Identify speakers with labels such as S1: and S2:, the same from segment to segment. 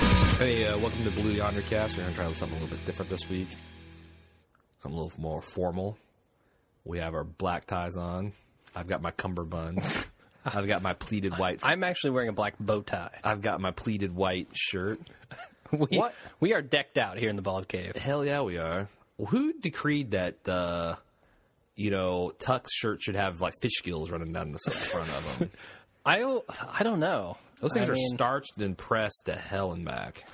S1: uh, Blue Yonder cast. We're going to try something a little bit different this week. Something a little more formal. We have our black ties on. I've got my cummerbund. I've got my pleated white.
S2: I'm actually wearing a black bow tie.
S1: I've got my pleated white shirt.
S2: We,
S1: What?
S2: We are decked out here in the bald cave.
S1: Hell yeah, we are. Who decreed that? Uh, you know, Tuck's shirt should have like fish gills running down the front of them.
S2: I don't- I don't know.
S1: Those things
S2: I
S1: are
S2: mean,
S1: starched and pressed to hell and back.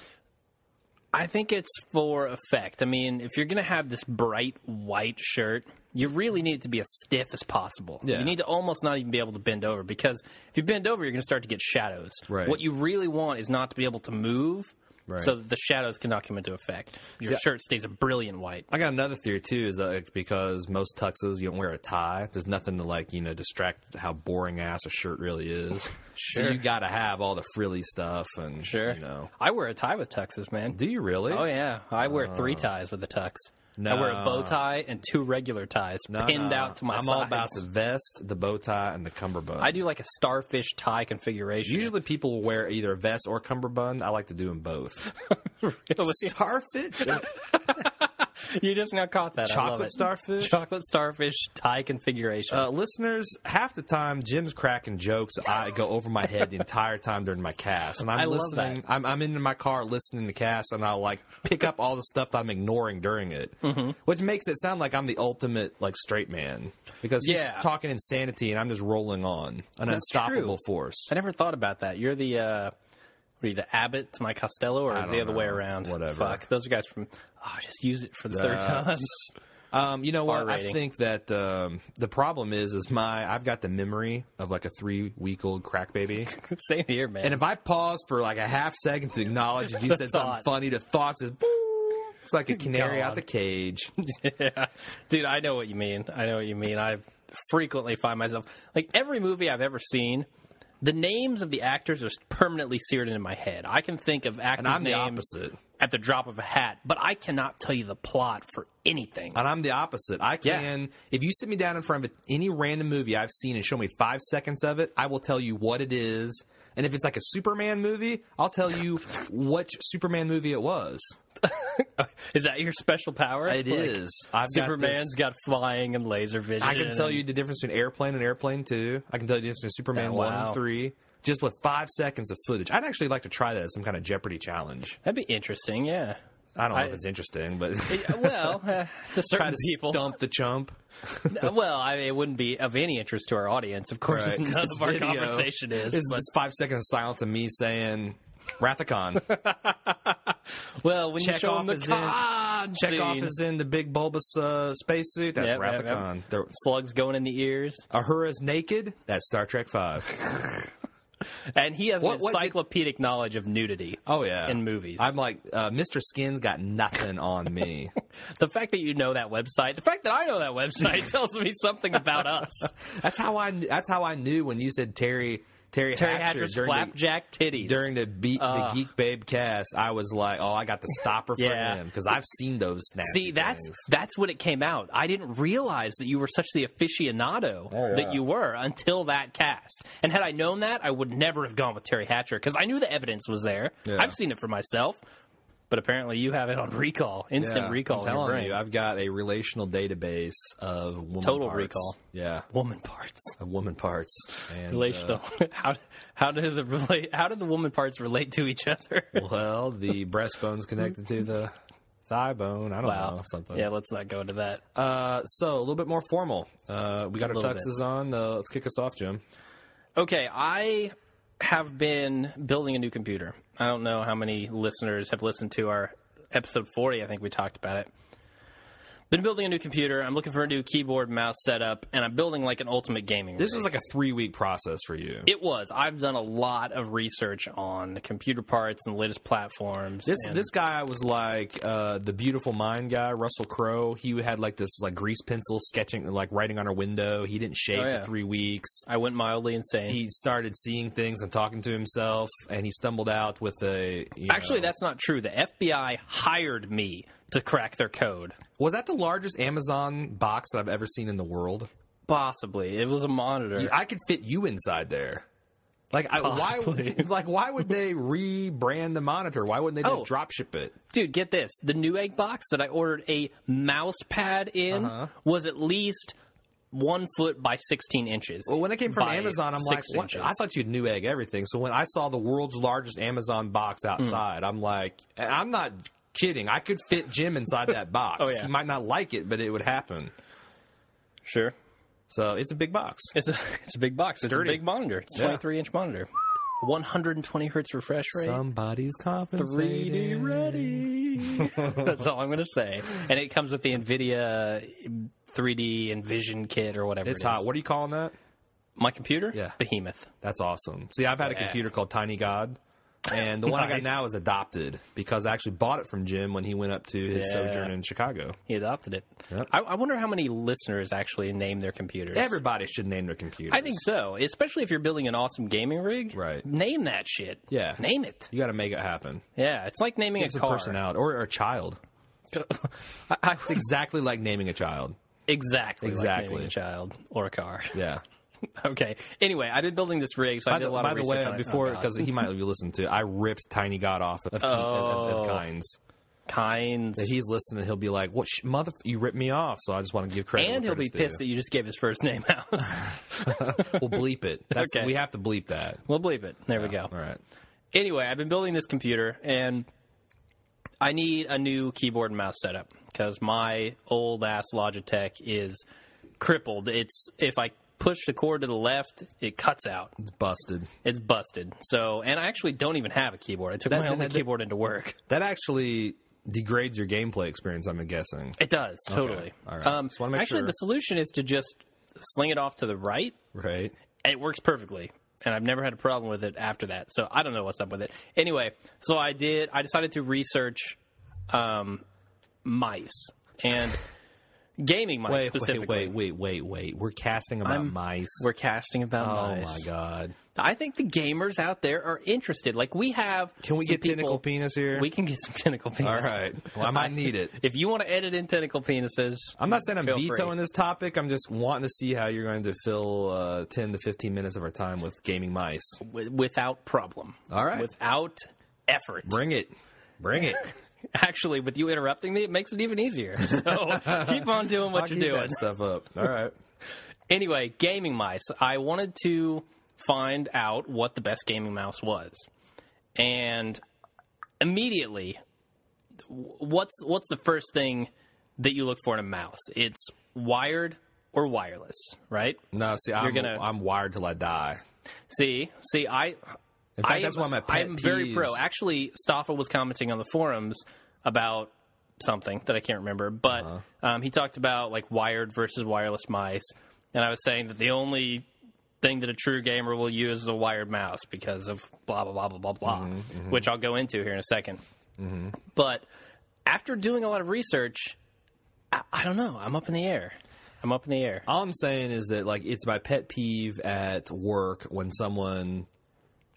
S2: I think it's for effect. I mean, if you're going to have this bright white shirt, you really need it to be as stiff as possible.
S1: Yeah.
S2: You need to almost not even be able to bend over because if you bend over, you're going to start to get shadows.
S1: Right.
S2: What you really want is not to be able to move.
S1: Right.
S2: So that the shadows cannot come into effect. Your
S1: See, I-
S2: shirt stays a brilliant white.
S1: I got another theory too, is that like, because most tuxes you don't wear a tie. There's nothing to like you know distract how boring ass a shirt really is. So
S2: Sure.
S1: you got to have all the frilly stuff and
S2: Sure.
S1: You know,
S2: I wear a tie with tuxes, man.
S1: do you really?
S2: Oh yeah, I wear three ties with a tux.
S1: Oh. No.
S2: I wear a bow tie and two regular ties
S1: No,
S2: pinned
S1: no.
S2: out to my
S1: I'm
S2: sides.
S1: all about the vest, the bow tie, and the cummerbund.
S2: I do like a starfish tie configuration.
S1: Usually people wear either a vest or cummerbund. I like to do them both.
S2: Really?
S1: Starfish,
S2: you just now caught that. I love
S1: chocolate
S2: it.
S1: starfish.
S2: Chocolate starfish tie configuration.
S1: Uh, listeners, half the time Jim's cracking jokes. I go over my head the entire time during my cast, and I'm
S2: I love
S1: listening. I'm, I'm in my car listening to cast, and I'll like pick up all the stuff that I'm ignoring during it,
S2: Mm-hmm.
S1: which makes it sound like I'm the ultimate like straight man because
S2: Yeah.
S1: he's talking insanity, and I'm just rolling on an unstoppable force.
S2: I never thought about that. You're the uh, what are you, the Abbott to my Costello, or is
S1: don't
S2: the other way
S1: know.
S2: around?
S1: Whatever.
S2: Fuck, those are guys from. Oh, just use it for the third time.
S1: Uh, Um, you know what? I
S2: R-rating.
S1: think that um, the problem is, is my I've got the memory of like a three week old crack baby.
S2: Same here, man.
S1: And if I pause for like a half second to acknowledge that you said something
S2: thought.
S1: funny, the thoughts is boom. It's like a canary
S2: God.
S1: out the cage.
S2: yeah, dude, I know what you mean. I know what you mean. I frequently find myself like every movie I've ever seen. The names of the actors are permanently seared into my head. I can think of actors'
S1: And I'm the
S2: names
S1: opposite.
S2: at the drop of a hat, but I cannot tell you the plot for anything.
S1: And I'm the opposite. I
S2: Yeah.
S1: can, if you sit me down in front of any random movie I've seen and show me five seconds of it, I will tell you what it is. And if it's like a Superman movie, I'll tell you which Superman movie it was.
S2: Is that your special power?
S1: It is. I've got
S2: Superman's
S1: this-
S2: got, flying and laser vision.
S1: I can tell
S2: and-
S1: you the difference between Airplane and Airplane 2. I can tell you the difference between Superman
S2: Oh,
S1: 1
S2: wow.
S1: and 3. Just with five seconds of footage. I'd actually like to try that as some kind of Jeopardy challenge.
S2: That'd be interesting. Yeah.
S1: I don't know if it's interesting, but
S2: well, uh, to
S1: try
S2: certain
S1: to
S2: people.
S1: stump the chump.
S2: well, I mean, it wouldn't be of any interest to our audience, of course.
S1: Right, 'cause
S2: None
S1: it's
S2: of our
S1: video.
S2: conversation is.
S1: It's
S2: but-
S1: just five seconds of silence of me saying Rathacon.
S2: well, when you
S1: Chekhov
S2: show them the
S1: is in-
S2: con
S1: Chekhov
S2: scene.
S1: is in the big bulbous uh, spacesuit. That's
S2: Yep, yep, yep.
S1: Rathacon. There-
S2: slugs going in the ears,
S1: Ahura's naked. That's Star Trek Five.
S2: and he has
S1: What-
S2: an
S1: what did-
S2: encyclopedic knowledge of nudity.
S1: Oh yeah,
S2: in movies.
S1: I'm like uh, Mr. Skin's got nothing on me.
S2: the fact that you know that website, the fact that I know that website, tells me something about us.
S1: that's how I. kn- That's how I knew when you said Terry Terry,
S2: Terry
S1: Hatcher
S2: Hatcher's
S1: during the-
S2: flapjack titties.
S1: during the beat the geek babe cast, I was like, "Oh, I got the stopper for
S2: Yeah.
S1: him because I've seen those snaps."
S2: See, that's that's when it came out. I didn't realize that you were such the
S1: Oh,
S2: aficionado that you were until that cast. And had I known that, I would never have gone with Terry Hatcher because I knew the evidence was there.
S1: Yeah.
S2: I've seen it for myself. But apparently, you have it on recall, instant
S1: Yeah,
S2: recall
S1: I'm
S2: in your
S1: telling
S2: brain.
S1: you, I've got a relational database of woman
S2: Total
S1: parts.
S2: recall.
S1: Yeah,
S2: woman parts,
S1: of woman parts. And,
S2: relational.
S1: uh,
S2: how how do the relate? How do the woman parts relate to each other?
S1: well, the breastbone's connected to the thigh bone. I don't know something.
S2: Yeah, let's not go into that.
S1: Uh, so a little bit more formal. Uh, we got our
S2: little
S1: tuxes on. Uh, let's kick us off, Jim.
S2: Okay, I have been building a new computer. I don't know how many listeners have listened to our episode 40. I think we talked about it. Been building a new computer. I'm looking for a new keyboard, mouse setup, and I'm building like an ultimate gaming.
S1: This
S2: rig.
S1: was like a three week process for you.
S2: it was. I've done a lot of research on computer parts and latest platforms.
S1: This
S2: and-
S1: this guy was like uh, the beautiful mind guy, Russell Crowe. He had like this like grease pencil sketching, like writing on her window. He didn't shave
S2: Oh, yeah.
S1: for three weeks.
S2: I went mildly insane.
S1: He started seeing things and talking to himself, and he stumbled out with a. You
S2: Actually,
S1: know-
S2: that's not true. The FBI hired me to crack their code.
S1: was that the largest Amazon box that I've ever seen in the world.
S2: Possibly, it was a monitor.
S1: I could fit you inside there. Like, I, why?
S2: Possibly.
S1: Like, why would they rebrand the monitor? Why wouldn't they just
S2: Oh.
S1: drop ship it?
S2: Dude, get this. The new egg box that I ordered a mouse pad in
S1: Uh-huh.
S2: was at least one foot by 16 inches.
S1: Well, when it came from
S2: by
S1: Amazon, I'm like,
S2: six
S1: what?
S2: inches.
S1: I thought you'd new egg everything. So when I saw the world's largest Amazon
S2: Hmm.
S1: box outside, I'm like, and I'm not kidding. I could fit Jim inside that box.
S2: Oh, yeah.
S1: He might not like it, but it would happen.
S2: Sure.
S1: So it's a big box.
S2: It's a, it's a big box. It's
S1: Sturdy.
S2: a big monitor. It's a
S1: Yeah.
S2: 23 inch monitor. 120 hertz refresh rate.
S1: Somebody's compensating.
S2: 3D ready. That's all I'm going to say. And it comes with the NVIDIA 3D Envision kit or whatever.
S1: It's
S2: it is.
S1: hot. What are you calling that?
S2: My computer?
S1: Yeah.
S2: Behemoth.
S1: That's awesome. See, I've had a computer called Tiny God, and the one I got
S2: Nice.
S1: now is adopted because I actually bought it from Jim when he went up to his
S2: Yeah.
S1: sojourn in Chicago.
S2: He adopted it.
S1: Yep.
S2: I, I wonder how many listeners actually name their computers.
S1: Everybody should name their computer.
S2: I think so, especially if you're building an awesome gaming rig.
S1: Right.
S2: Name that shit.
S1: Yeah.
S2: Name it.
S1: you got to make it happen.
S2: Yeah. It's like naming
S1: It's
S2: a
S1: a
S2: car.
S1: personality or, or a child.
S2: I, I,
S1: It's exactly like naming a child.
S2: exactly. Like
S1: Exactly.
S2: naming a child or a car.
S1: Yeah.
S2: okay. Anyway, I've been building this rig, so I
S1: By
S2: did
S1: the,
S2: a lot
S1: by
S2: of
S1: the
S2: research
S1: way,
S2: on it.
S1: before
S2: about
S1: because he might be listening to, I ripped Tiny God off of, of, of,
S2: Oh.
S1: of kinds.
S2: kinds.
S1: If he's listening, he'll be like, "What sh- mother? You ripped me off!" So I just want to give credit.
S2: and
S1: where
S2: he'll
S1: credit's
S2: be
S1: due.
S2: pissed that you just gave his first name out.
S1: We'll bleep it. That's,
S2: Okay.
S1: We have to bleep that.
S2: we'll believe it. There we go.
S1: All right.
S2: Anyway, I've been building this computer, and I need a new keyboard and mouse setup because my old ass Logitech is crippled. It's if I push the cord to the left, it cuts out.
S1: It's busted.
S2: It's busted. So, and I actually don't even have a keyboard. I took
S1: That-
S2: my only
S1: that- that-
S2: keyboard into work.
S1: That actually degrades your gameplay experience. I'm guessing.
S2: It does totally.
S1: All right.
S2: Um,
S1: Just wanna make
S2: actually,
S1: sure.
S2: the solution is to just sling it off to the right
S1: Right.
S2: and it works perfectly and i've never had a problem with it after that so i don't know what's up with it anyway so i did i decided to research um, mice and gaming mice
S1: Wait, wait,
S2: specifically
S1: wait, wait, wait, wait. We're casting about mice.
S2: we're casting about
S1: oh
S2: mice
S1: my god.
S2: i think the gamers out there are interested like we have
S1: Can we
S2: some
S1: get tentacle
S2: people-
S1: penis here?
S2: we can get some tentacle penis
S1: All right. Well, I might need it.
S2: if you want to edit in tentacle penises
S1: I'm not saying I'm
S2: Feel free.
S1: vetoing this topic. I'm just wanting to see how you're going to fill uh, 10 to 15 minutes of our time with gaming mice.
S2: wi- without problem
S1: All right.
S2: without effort
S1: Bring it. Bring it.
S2: actually with you interrupting me it makes it even easier so keep on doing what
S1: Keep
S2: you're doing
S1: that stuff up. All right.
S2: anyway gaming mice i wanted to find out what the best gaming mouse was and immediately w- what's what's the first thing that you look for in a mouse it's wired or wireless right
S1: No, see, I'm,
S2: gonna-
S1: I'm wired till I die.
S2: see see i
S1: In fact,
S2: I
S1: that's
S2: am-
S1: one of my pet
S2: I'm very
S1: peeves.
S2: pro. Actually, Stoffel was commenting on the forums about something that I can't remember, but
S1: Uh-huh.
S2: um, he talked about like wired versus wireless mice, and I was saying that the only thing that a true gamer will use is a wired mouse because of blah blah blah blah blah blah,
S1: Mm-hmm,
S2: which I'll go into here in a 2nd But after doing a lot of research, I, I don't know. I'm up in the air. I'm up in the air.
S1: All I'm saying is that like it's my pet peeve at work when someone,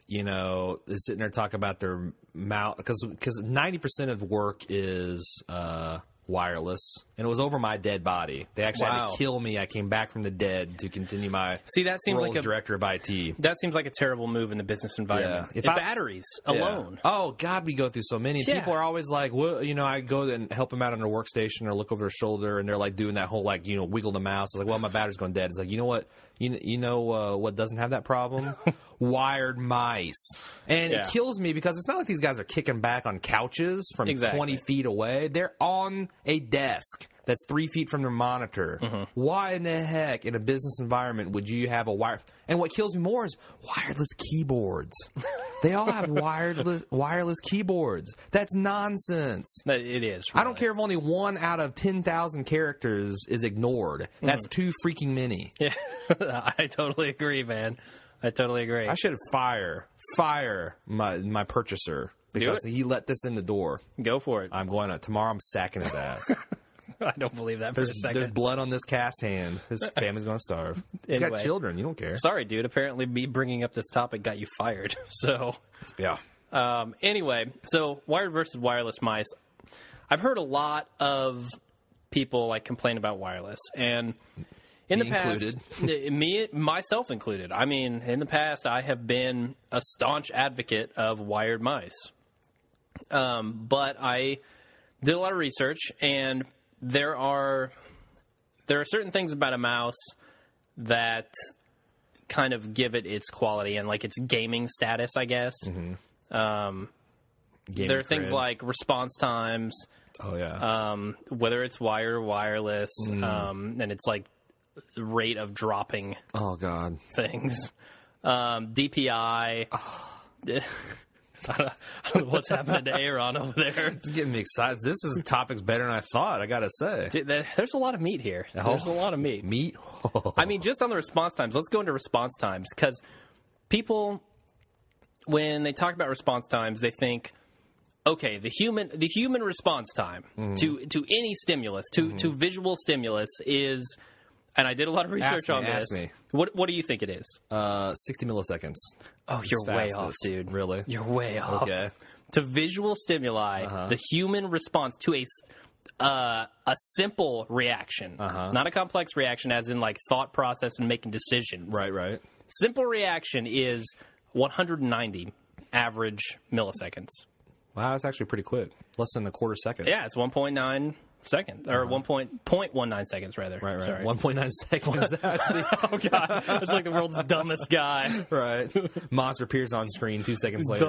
S1: you know, is sitting there talking about their mouth because because ninety percent of work is uh, wireless, and it was over my dead body. They actually had
S2: Wow.
S1: to kill me. I came back from the dead to continue my
S2: See, that seems
S1: role
S2: like
S1: as
S2: a
S1: director of IT.
S2: that seems like a terrible move in the business environment.
S1: If
S2: If
S1: I-
S2: batteries
S1: Yeah.
S2: alone.
S1: Oh God, we go through so many.
S2: Yeah.
S1: People are always like, well, you know, I go and help them out on their workstation or look over their shoulder, and they're like doing that whole like you know wiggle the mouse. It's like, well, my battery's going dead. It's like, you know what, you kn- you know uh, what doesn't have that problem? Wired mice, and
S2: Yeah.
S1: it kills me because it's not like these guys are kicking back on couches from
S2: Exactly.
S1: twenty feet away. They're on a desk. That's three feet from their monitor.
S2: Mm-hmm.
S1: Why in the heck, in a business environment, would you have a wire? And what kills me more is wireless keyboards. They all have wireless wireless keyboards. That's nonsense.
S2: But it is.
S1: I don't care if only one out of ten thousand characters is ignored. That's too freaking many.
S2: Mm-hmm. Yeah, I totally agree, man. I totally agree.
S1: I should fire fire my my purchaser because
S2: it.
S1: he let this in the door.
S2: Go for it. I,
S1: I'm going to tomorrow. I'm sacking his ass.
S2: don't believe that for a
S1: There's, there's
S2: second.
S1: blood on this cast hand. His family's going to starve. He's got
S2: Anyway.
S1: children. You don't care.
S2: Sorry, dude. Apparently, me bringing up this topic got you fired. So,
S1: Yeah.
S2: um, anyway, so wired versus wireless mice. I've heard a lot of people like complain about wireless, and in the
S1: Me
S2: past, eh,
S1: included.
S2: me myself included. I mean, in the past, I have been a staunch advocate of wired mice, um, but I did a lot of research, and there are there are certain things about a mouse that kind of give it its quality and like its gaming status, I guess.
S1: Mm-hmm. Game
S2: There are things
S1: Cred.
S2: like response times,
S1: oh yeah,
S2: um, whether it's wired or wireless, um, and it's like rate of dropping
S1: oh god,
S2: things, um, DPI. I, don't, I don't know what's happening to Aaron over there.
S1: it's getting me excited. This is topics better than I thought. I gotta say,
S2: Dude, there- There's a lot of meat here. There's a lot of meat.
S1: meat.
S2: I mean, just on the response times, let's go into response times because people, when they talk about response times, they think, okay, the human the human response time
S1: Mm-hmm.
S2: to to any stimulus to to visual stimulus is, and I did a lot of research
S1: me,
S2: on this.
S1: ask me.
S2: What what do you think it is?
S1: uh, sixty milliseconds.
S2: Oh, you're
S1: It's
S2: way
S1: fastest.
S2: off, dude.
S1: Really?
S2: You're way off.
S1: Okay. Uh-huh.
S2: To visual stimuli, the human response to a s- uh, a simple reaction,
S1: Uh-huh.
S2: not a complex reaction, as in like thought process and making decisions.
S1: Right, right.
S2: Simple reaction is 190 average milliseconds.
S1: Wow, that's actually pretty quick. Less than a quarter second.
S2: Yeah, it's 1.9 seconds or 1.19 seconds rather.
S1: Uh-huh. Right, right.
S2: Sorry.
S1: One point nine seconds. actually.
S2: oh god, that's like the world's dumbest guy.
S1: right. Monster appears on screen two seconds later.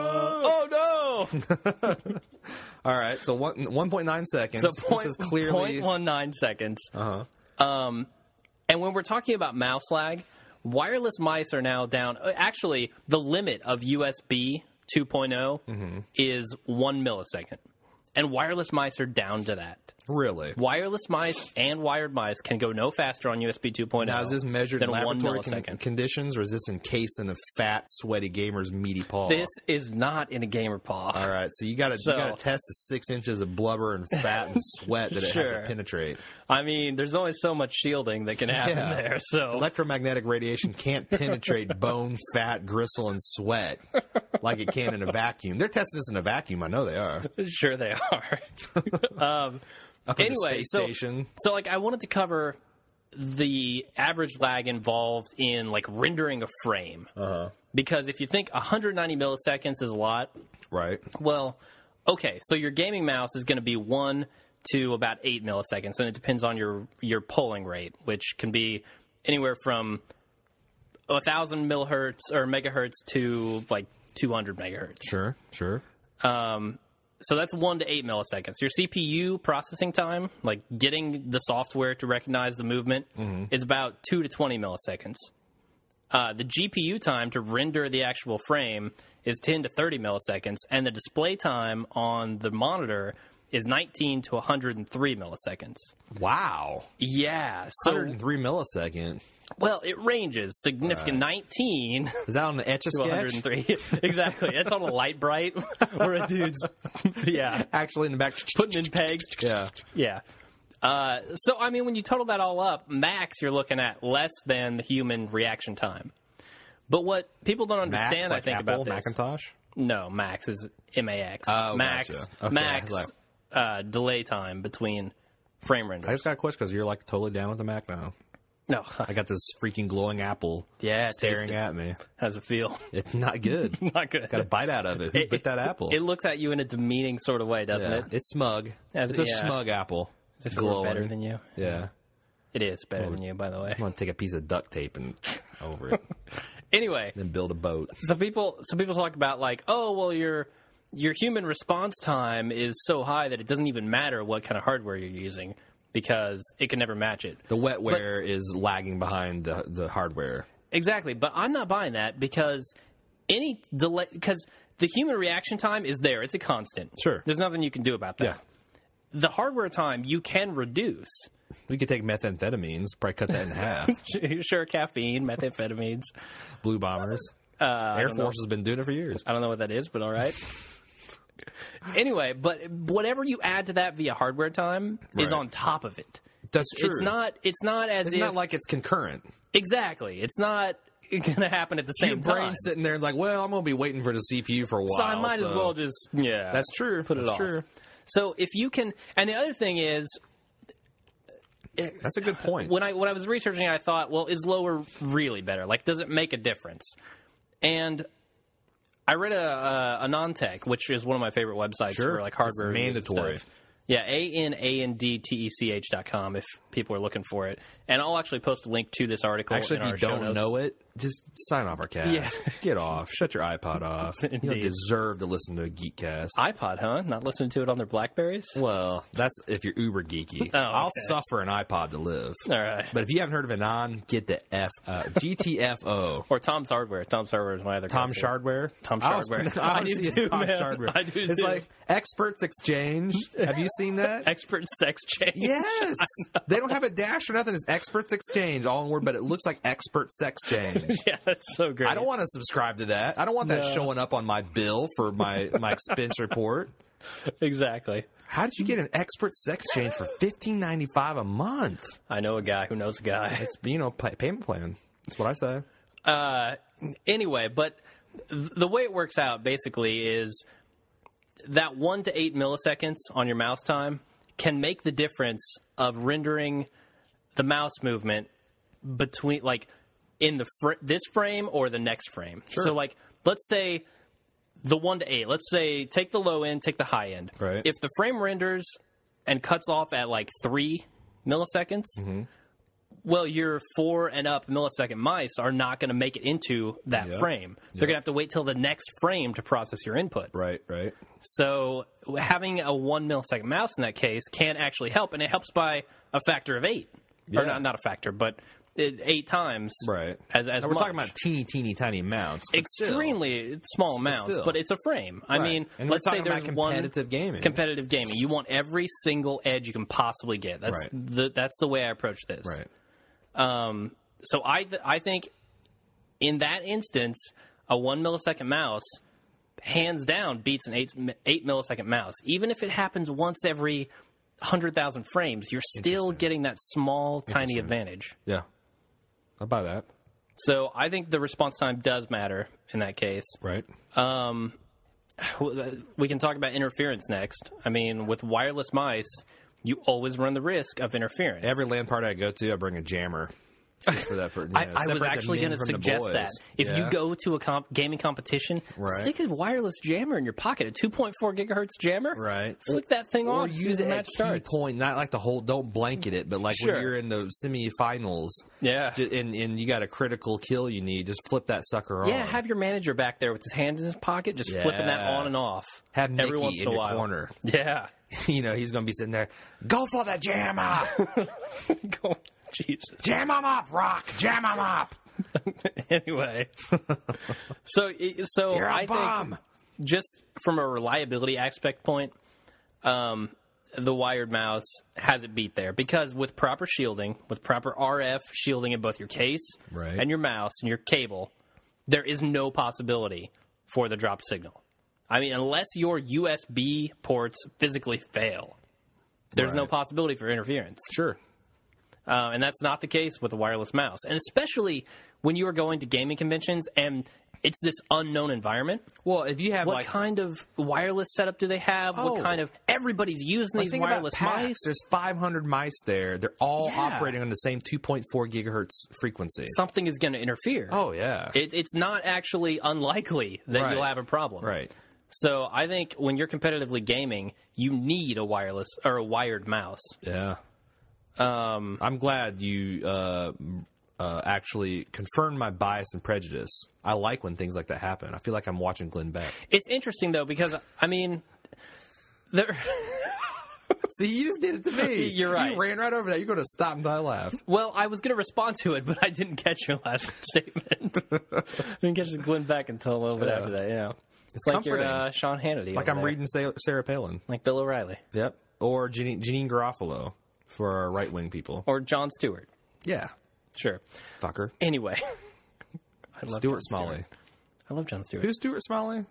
S2: Oh, no!
S1: All right, so one one point nine seconds.
S2: So
S1: this is
S2: point,
S1: clearly
S2: point one nine seconds. Uh-huh. Um, and when we're talking about mouse lag, wireless mice are now down. uh, Actually, the limit of USB 2.0
S1: Mm-hmm.
S2: is one millisecond, and wireless mice are down to that.
S1: really.
S2: Wireless mice and wired mice can go no faster on USB 2.0.
S1: Now, is this measured in
S2: than one
S1: laboratory con-
S2: millisecond?
S1: conditions, or is this encased in a fat, sweaty gamer's meaty paw?
S2: this is not in a gamer paw.
S1: All right, so you got to
S2: So-
S1: you got to test the six inches of blubber and fat and sweat that it has to
S2: Sure.
S1: penetrate.
S2: I mean, there's only so much shielding that can happen
S1: Yeah.
S2: there. So
S1: Electromagnetic radiation can't penetrate bone, fat, gristle, and sweat like it can in a vacuum. They're testing this in a vacuum. I know they are.
S2: Sure, they are. um,
S1: in the
S2: anyway,
S1: space
S2: so,
S1: station.
S2: so like I wanted to cover the average lag involved in like rendering a frame
S1: Uh-huh.
S2: because if you think 190 milliseconds is a lot,
S1: Right.
S2: well, okay, so your gaming mouse is going to be one to about eight milliseconds, and it depends on your your polling rate, which can be anywhere from a thousand millihertz or megahertz to like 200 megahertz.
S1: Sure. Sure.
S2: Um, so that's one to eight milliseconds. Your CPU processing time, like getting the software to recognize the movement, is about two to 20 milliseconds. Uh, the GPU time to render the actual frame is 10 to 30 milliseconds, and the display time on the monitor is 19 to 103 milliseconds.
S1: Wow.
S2: Yeah. So,
S1: 103 millisecond.
S2: well, it ranges significant 19
S1: Is that on the etch a
S2: to
S1: sketch?
S2: 103. exactly. That's on a light bright or a dude's. Yeah.
S1: Actually, in the back.
S2: Putting in pegs.
S1: Yeah.
S2: Yeah. Uh, so I mean, when you total that all up, max you're looking at less than the human reaction time. But what people don't
S1: Max,
S2: understand,
S1: like
S2: I think,
S1: Apple,
S2: about this,
S1: Macintosh.
S2: no, max is M A X.
S1: Oh,
S2: max,
S1: gotcha. Okay,
S2: max,
S1: I was
S2: uh, delay time between frame
S1: I
S2: renders.
S1: just got a question because you're like totally down with the Mac now.
S2: No,
S1: I got this freaking glowing apple
S2: Yeah,
S1: staring
S2: taste it.
S1: at me.
S2: how's it feel?
S1: It's not good.
S2: Not good.
S1: got a bite out of it. Who bit that apple?
S2: It looks at you in a demeaning sort of way, doesn't
S1: Yeah,
S2: it?
S1: It's smug.
S2: As-
S1: it's a
S2: yeah.
S1: smug apple.
S2: If it were
S1: Glowing.
S2: better than you.
S1: Yeah.
S2: It is better than you, by the way.
S1: I'm going to take a piece of duct tape and over it
S2: Anyway,
S1: and build a boat.
S2: so people so people talk about like oh well your your human response time is so high that it doesn't even matter what kind of hardware you're using because it can never match it
S1: The wetware is lagging behind the, the hardware.
S2: exactly but i'm not buying that because any delay because the human reaction time is there it's a constant
S1: Sure.
S2: there's nothing you can do about that the hardware time you can reduce
S1: We could take methamphetamines, probably cut that in half.
S2: sure caffeine methamphetamines
S1: Blue bombers.
S2: Uh,
S1: Air Force has been doing it for years.
S2: I don't know what that is, but all right. anyway, but whatever you add to that via hardware time
S1: Right.
S2: is on top of it.
S1: That's true.
S2: It's not. It's not as
S1: It's
S2: if
S1: not like it's concurrent.
S2: exactly. It's not going to happen at the
S1: Your
S2: same time.
S1: brain's sitting there like, well, I'm going to be waiting for the CPU for a while.
S2: so I might as
S1: so-
S2: well just yeah.
S1: That's true.
S2: Put it
S1: That's
S2: off.
S1: true.
S2: So if you can, and the other thing is, it,
S1: That's a good point.
S2: when I when I was researching, I thought, well, is lower really better? Like, does it make a difference? And I read a a, a non-tech, which is one of my favorite websites
S1: Sure.
S2: for like hardware
S1: It's
S2: reviews and
S1: mandatory.
S2: stuff. Yeah, a n a n d t e c h dot com if people are looking for it, and I'll actually post a link to this article.
S1: Actually,
S2: in
S1: if
S2: our
S1: you
S2: show
S1: don't
S2: notes.
S1: know it, just sign off our cast.
S2: Yeah.
S1: Get off. Shut your iPod off. you don't
S2: Indeed.
S1: deserve to listen to a Geekcast.
S2: iPod, huh? Not listening to it on their Blackberries.
S1: well, that's if you're uber geeky.
S2: Oh,
S1: I'll
S2: okay.
S1: suffer an iPod to live.
S2: All right.
S1: But if you haven't heard of Anon, get the F uh, GTFO.
S2: Or Tom's Hardware. Tom's Hardware is my other.
S1: Tom
S2: console.
S1: Shardware.
S2: Tom
S1: I always
S2: Shardware.
S1: pronounce-
S2: I do
S1: obviously it's
S2: too,
S1: Tom
S2: man.
S1: Shardware.
S2: I do
S1: It's
S2: too.
S1: like Experts Exchange. Have you seen that?
S2: Expert sex change.
S1: Yes, they don't have a dash or nothing. It's Experts Exchange, all in word, but it looks like Expert Sex Change.
S2: yeah, that's so great.
S1: I don't want to subscribe to that. I don't want that
S2: No.
S1: showing up on my bill for my my expense report.
S2: exactly.
S1: How did you get an expert sex change for fifteen ninety five a month?
S2: I know a guy who knows a guy.
S1: It's you know pay, payment plan. That's what I say.
S2: Uh, anyway, but th- the way it works out basically is that one to eight milliseconds on your mouse time can make the difference of rendering the mouse movement between like in the fr- this frame or the next frame. So like let's say the one to eight. Let's say take the low end, take the high end.
S1: Right.
S2: If the frame renders and cuts off at like three milliseconds,
S1: Mm-hmm.
S2: well, your four and up millisecond mice are not going to make it into that
S1: Yeah.
S2: frame. They're going to have to wait till the next frame to process your input.
S1: Right, right.
S2: So having a one millisecond mouse in that case can actually help, and it helps by a factor of eight,
S1: Yeah.
S2: or not not a factor, but it, eight times.
S1: Right.
S2: As as
S1: Now, we're
S2: much.
S1: talking about teeny, teeny, tiny amounts. but still.
S2: extremely small amounts,
S1: still.
S2: but it's a frame. I
S1: Right.
S2: mean,
S1: And we're
S2: let's say
S1: talking about
S2: there's one
S1: competitive gaming.
S2: Competitive gaming. You want every single edge you can possibly get. That's
S1: Right.
S2: the that's the way I approach this.
S1: Right.
S2: So I th- I think in that instance, a one millisecond mouse hands down beats an eight mi- eight millisecond mouse. Even if it happens once every hundred thousand frames, you're still getting that small tiny advantage.
S1: Yeah. I buy that.
S2: So I think the response time does matter in that case. uh,
S1: Right.
S2: We can talk about interference next. I mean, with wireless mice. You always run the risk of interference.
S1: Every land party I go to, I bring a jammer. Just for that, for, you
S2: I,
S1: know,
S2: I
S1: separate
S2: was
S1: the
S2: actually
S1: men
S2: going to
S1: from the
S2: suggest
S1: boys.
S2: that if
S1: Yeah.
S2: you go to a comp- gaming competition,
S1: Right.
S2: stick a wireless jammer in your pocket, a 2.4 gigahertz jammer,
S1: Right.
S2: Flick that thing
S1: or
S2: off, as soon as
S1: use
S2: the
S1: it at
S2: match
S1: key
S2: starts.
S1: point, not like the whole. Don't blanket it, but like
S2: Sure.
S1: when you're in the semifinals,
S2: Yeah.
S1: j- and and you got a critical kill, you need just flip that sucker on.
S2: Yeah, have your manager back there with his hand in his pocket, just flipping that
S1: Yeah.
S2: on and off.
S1: have Mickey
S2: every once
S1: in
S2: in a
S1: your
S2: while.
S1: corner.
S2: Yeah.
S1: you know he's going to be sitting there. Go for the jam up,
S2: Go- Jesus.
S1: jam 'em up, rock, jam 'em up.
S2: Anyway, so so
S1: You're a
S2: I think
S1: bomb.
S2: just from a reliability aspect point, um, the wired mouse has it beat there because with proper shielding, with proper RF shielding in both your case
S1: Right.
S2: and your mouse and your cable, there is no possibility for the drop signal. I mean, unless your USB ports physically fail, there's no
S1: Right.
S2: possibility for interference.
S1: Sure.
S2: Uh, and that's not the case with a wireless mouse. And especially when you are going to gaming conventions and it's this unknown environment.
S1: Well, if you have
S2: What
S1: like
S2: kind of wireless setup do they have?
S1: Oh.
S2: What kind of everybody's using
S1: Well,
S2: these
S1: think about
S2: wireless
S1: PAX,
S2: mice?
S1: there's 500 mice there. They're all
S2: Yeah.
S1: operating on the same 2.4 gigahertz frequency.
S2: Something is going to interfere.
S1: oh yeah.
S2: It, it's not actually unlikely that
S1: Right.
S2: you'll have a problem.
S1: right.
S2: So I think when you're competitively gaming, you need a wireless or a wired mouse.
S1: Yeah. Um, I'm glad you uh, uh, actually confirmed my bias and prejudice. I like when things like that happen. I feel like I'm watching Glenn Beck.
S2: It's interesting though because I mean, there.
S1: See, you just did it to me.
S2: You're right.
S1: You ran right over that. You're going to stop until I laughed.
S2: Well, I was going to respond to it, but I didn't catch your last statement. I didn't catch the Glenn Beck until a little bit after that. Yeah, it's like your
S1: comforting.
S2: uh, Sean Hannity.
S1: Like
S2: over
S1: I'm
S2: there.
S1: reading Sa- Sarah Palin.
S2: like Bill O'Reilly
S1: Yep. Or Janine, Janine Garofalo for our right wing people.
S2: or John Stewart.
S1: Yeah.
S2: Sure.
S1: Fucker.
S2: Anyway, I love
S1: Stuart
S2: John
S1: Smalley.
S2: I love John Stewart.
S1: Who's Stuart Smalley?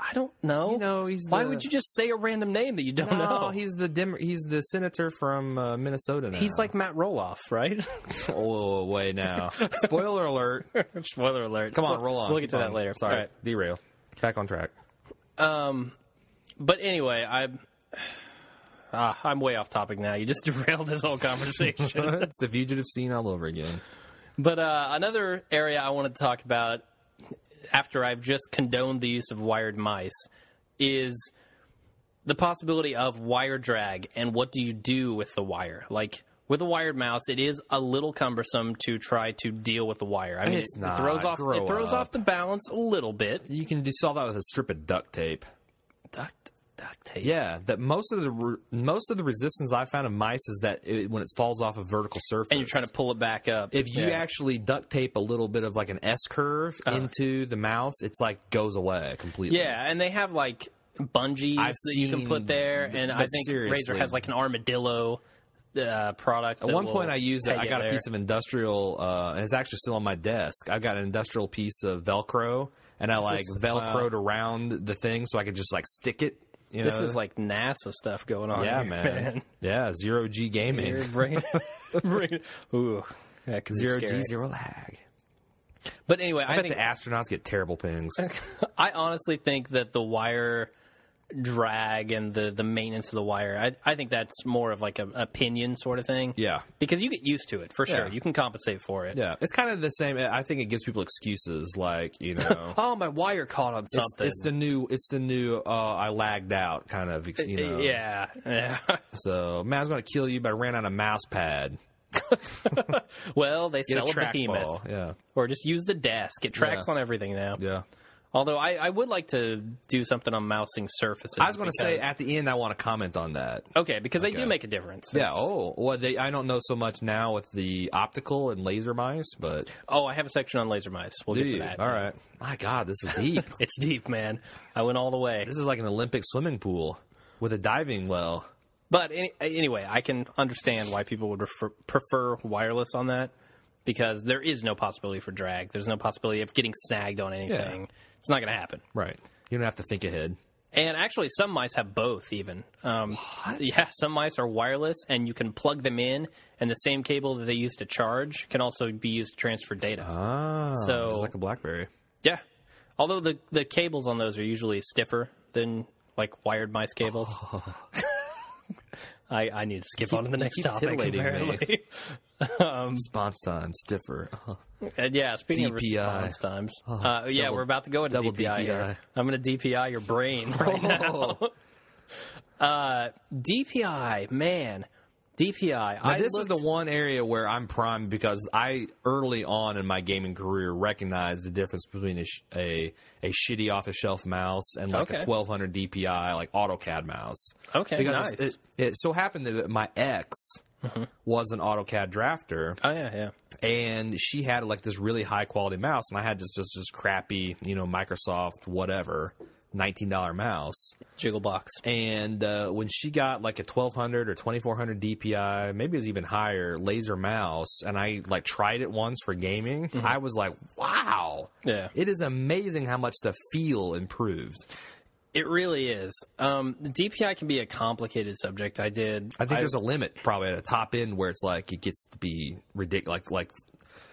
S2: I don't know.
S1: know, he's
S2: Why
S1: the-
S2: would you just say a random name that you don't know?
S1: Oh, he's the Dem- he's the senator from uh, Minnesota now.
S2: He's like Matt Roloff, right?
S1: oh, wait now. Spoiler alert.
S2: Spoiler alert.
S1: Come on, roll on.
S2: We'll get
S1: Keep
S2: to that
S1: on.
S2: later.
S1: Sorry,
S2: All right.
S1: derail. Back on track.
S2: But anyway, I Ah, I'm way off topic now. You just derailed this whole conversation.
S1: it's the fugitive scene all over again.
S2: but uh, another area I wanted to talk about after I've just condoned the use of wired mice is the possibility of wire drag and what do you do with the wire? Like with a wired mouse, it is a little cumbersome to try to deal with the wire. I mean,
S1: It's
S2: it,
S1: not.
S2: it throws off
S1: Grow
S2: it throws
S1: up.
S2: off the balance a little bit.
S1: You can do solve that with a strip of duct tape.
S2: Duct duct tape.
S1: Yeah, that most of the re- most of the resistance I found of mice is that it, when it falls off a vertical surface,
S2: and you're trying to pull it back up.
S1: if you
S2: Yeah. Uh-huh.
S1: actually duct tape a little bit of like an S curve into the mouse, it's like goes away completely.
S2: Yeah, and they have like bungees
S1: I've
S2: that you can
S1: seen-
S2: put there,
S1: but-
S2: and
S1: but
S2: I think Razor
S1: seriously.
S2: has like an armadillo uh, product.
S1: At one point, I used it. I got a piece of industrial. Uh, it's actually still on my desk. I got an industrial piece of Velcro, and I like
S2: is- uh,
S1: Velcroed around the thing so I could just like stick it. You
S2: This
S1: know?
S2: is like NASA stuff going on.
S1: yeah,
S2: here,
S1: man. Yeah, zero G
S2: You're
S1: gaming,
S2: bringing, bringing, ooh, that could
S1: zero G
S2: be scary.
S1: zero lag.
S2: But anyway, I,
S1: I bet
S2: think Eh.
S1: the astronauts get terrible pings.
S2: I honestly think that the wire drag and the, the maintenance of the wire, I, I think that's more of like a opinion sort of thing.
S1: Yeah.
S2: Because you get used to it for sure.
S1: Yeah.
S2: You can compensate for it.
S1: Yeah, it's kind of the same. I think it gives people excuses, like you know,
S2: Oh, my wire caught on
S1: it's,
S2: something.
S1: it's the new, it's the new. Uh, I lagged out, kind of. ex- You know,
S2: Uh, Yeah, yeah.
S1: So man, I was going to kill you, but I ran out of mouse pad.
S2: well, they
S1: Get
S2: sell
S1: a
S2: a behemoth,
S1: trackball. Yeah,
S2: or just use the desk. It tracks
S1: Yeah.
S2: on everything now.
S1: yeah.
S2: Although I, I would like to do something on mousing surfaces.
S1: I was going to say
S2: because-
S1: at the end, I want to comment on that.
S2: okay, because they do make a difference.
S1: Yeah.
S2: It's-
S1: Oh, well, they. I don't know so much now with the optical and laser mice, but
S2: Oh, I have a section on laser mice. We'll get to
S1: Dude,
S2: that.
S1: all right. My God, this is deep.
S2: It's deep, man. I went all the way.
S1: this is like an Olympic swimming pool with a diving well.
S2: But any, anyway, I can understand why people would refer, prefer wireless on that because there is no possibility for drag. There's no possibility of getting snagged on anything. It's not going to happen.
S1: Right. You don't have to think ahead.
S2: And actually, some mice have both. Even um, yeah, some mice are wireless, and you can plug them in, and the same cable that they use to charge can also be used to transfer data.
S1: Ah,
S2: So-
S1: this is like a BlackBerry.
S2: yeah, although the the cables on those are usually stiffer than like wired mice cables. I, I need to skip on to the next
S1: Oh. keep
S2: topic.
S1: titillating me.
S2: Apparently,
S1: Response time stiffer.
S2: and yeah. Speaking
S1: DPI.
S2: of response times, uh,
S1: Oh,
S2: yeah,
S1: double-
S2: we're about to go into
S1: double
S2: DPI. here.
S1: DPI.
S2: I'm going to DPI your brain right now.
S1: Oh.
S2: Uh, DPI, man, DPI. I
S1: this
S2: looked-
S1: is the one area where I'm primed because I early on in my gaming career recognized the difference between a sh- a, a shitty off the shelf mouse and like
S2: Okay.
S1: a 1200 DPI like AutoCAD mouse.
S2: Okay,
S1: because
S2: nice. Mm-hmm.
S1: it, it so happened that my ex was an AutoCAD drafter
S2: Oh yeah, yeah.
S1: and she had like this really high quality mouse and I had just just this crappy you know Microsoft whatever $19 mouse.
S2: Jiggle box.
S1: and uh, when she got like a 1200 or 2400 dpi maybe it was even higher laser mouse and i like tried it once for gaming i was like wow
S2: Mm-hmm. Yeah.
S1: it is amazing how much the feel improved
S2: It really is. Um, the DPI can be a complicated subject. I did.
S1: i think there's a limit probably at a top end where it's like it gets to be ridiculous like like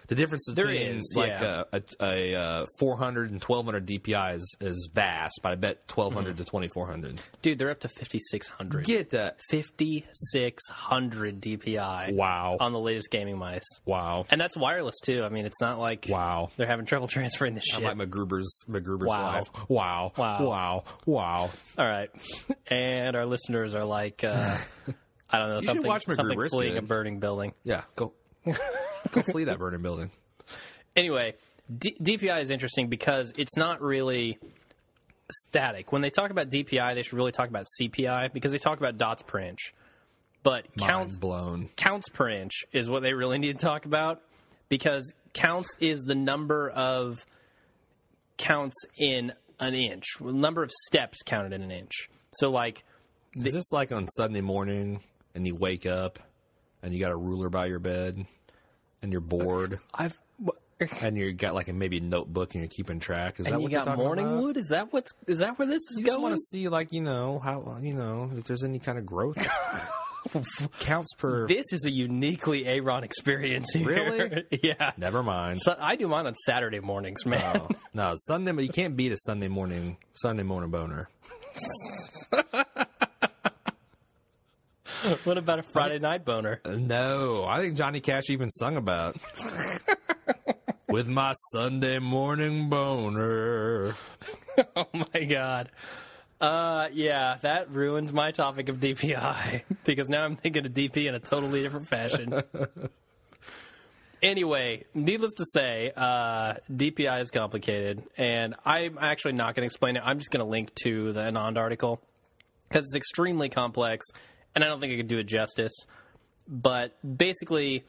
S1: the difference between
S2: is,
S1: like
S2: yeah.
S1: a, a, a uh, 400 and 1200 dpi is, is vast but i bet 1200
S2: Mm-hmm.
S1: to 2400
S2: dude, they're up to fifty six hundred.
S1: get that
S2: Fifty six hundred DPI.
S1: wow
S2: On the latest gaming mice,
S1: wow
S2: Um, and that's wireless too. I mean, it's not like
S1: wow
S2: they're having trouble transferring the shit.
S1: like MacGruber's MacGruber's
S2: Wow.
S1: wife. Wow.
S2: Wow.
S1: Wow. Wow.
S2: All right, and our listeners are like, uh, I don't know,
S1: should
S2: something,
S1: watch
S2: something
S1: MacGruber, it's
S2: fleeing
S1: good.
S2: a burning building.
S1: Yeah. Go. go flee that burning building.
S2: anyway, D- DPI is interesting because it's not really static. When they talk about DPI, they should really talk about CPI because they talk about dots per inch. But counts
S1: Mind blown.
S2: counts per inch is what they really need to talk about because counts is the number of counts in an inch, the number of steps counted in an inch. So like
S1: Is this like on Sunday morning and you wake up and you got a ruler by your bed and you're bored
S2: I've
S1: and you got like a maybe a notebook and you're keeping track? Is that
S2: and you
S1: what you're
S2: got
S1: talking
S2: morning
S1: about?
S2: wood. Is that what's is that where this is
S1: You just
S2: going?
S1: want to see like you know how you know if there's any kind of growth. Counts per.
S2: This is a uniquely Aaron experience. Here.
S1: Really?
S2: yeah.
S1: Never mind.
S2: So I do mine on Saturday mornings, man.
S1: Oh, no, Sunday. You can't beat a Sunday morning. Sunday morning boner.
S2: What about a Friday night boner?
S1: No, I think Johnny Cash even sung about with my Sunday morning boner.
S2: Oh my god. Uh, yeah, that ruined my topic of DPI because now I'm thinking of DP in a totally different fashion. anyway, needless to say, uh, DPI is complicated, and I'm actually not going to explain it. I'm just going to link to the Anand article because it's extremely complex, and I don't think I could do it justice. But basically,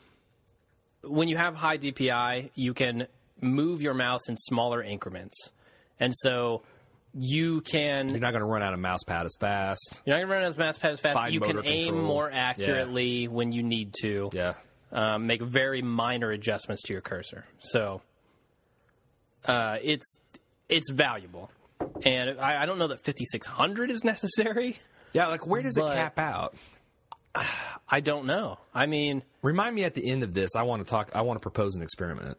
S2: when you have high DPI, you can move your mouse in smaller increments, and so you can
S1: You're not going to run out of mouse pad as fast.
S2: you're not gonna run as fast as fast.
S1: Fine
S2: you can
S1: motor
S2: aim
S1: control.
S2: more accurately when you need to.
S1: Yeah.
S2: Um, make very minor adjustments to your cursor. So uh, it's it's valuable, and I, I don't know that 5600 is necessary.
S1: Yeah, like where does
S2: But-
S1: it cap out?
S2: I don't know. I mean,
S1: Remind me at the end of this. I want to talk. I want to propose an experiment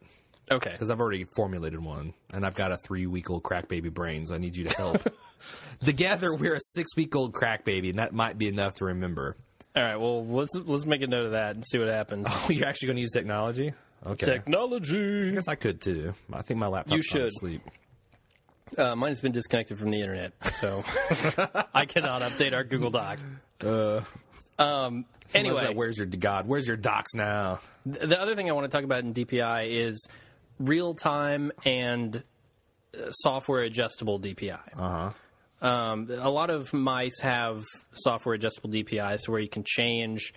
S2: okay,
S1: because I've already formulated one, and I've got a three-week-old crack baby brain. So I need you to help. Together, we're a six-week-old crack baby, and that might be enough to remember.
S2: all right. Well, let's let's make a note of that and see what happens.
S1: You're actually going to use technology? Okay. I
S2: Technology.
S1: guess I could too. I think my laptop's
S2: You
S1: gone to
S2: should.
S1: sleep.
S2: Uh, mine has been disconnected from the internet, so I cannot update our Google Doc. Uh, um.
S1: Anyway,
S2: Anyway,
S1: where's your God? Where's your docs now?
S2: The other thing I want to talk about in DPI is real time and uh, software adjustable DPI. Uh-huh. Um, a lot of mice have software adjustable DPI, so where you can change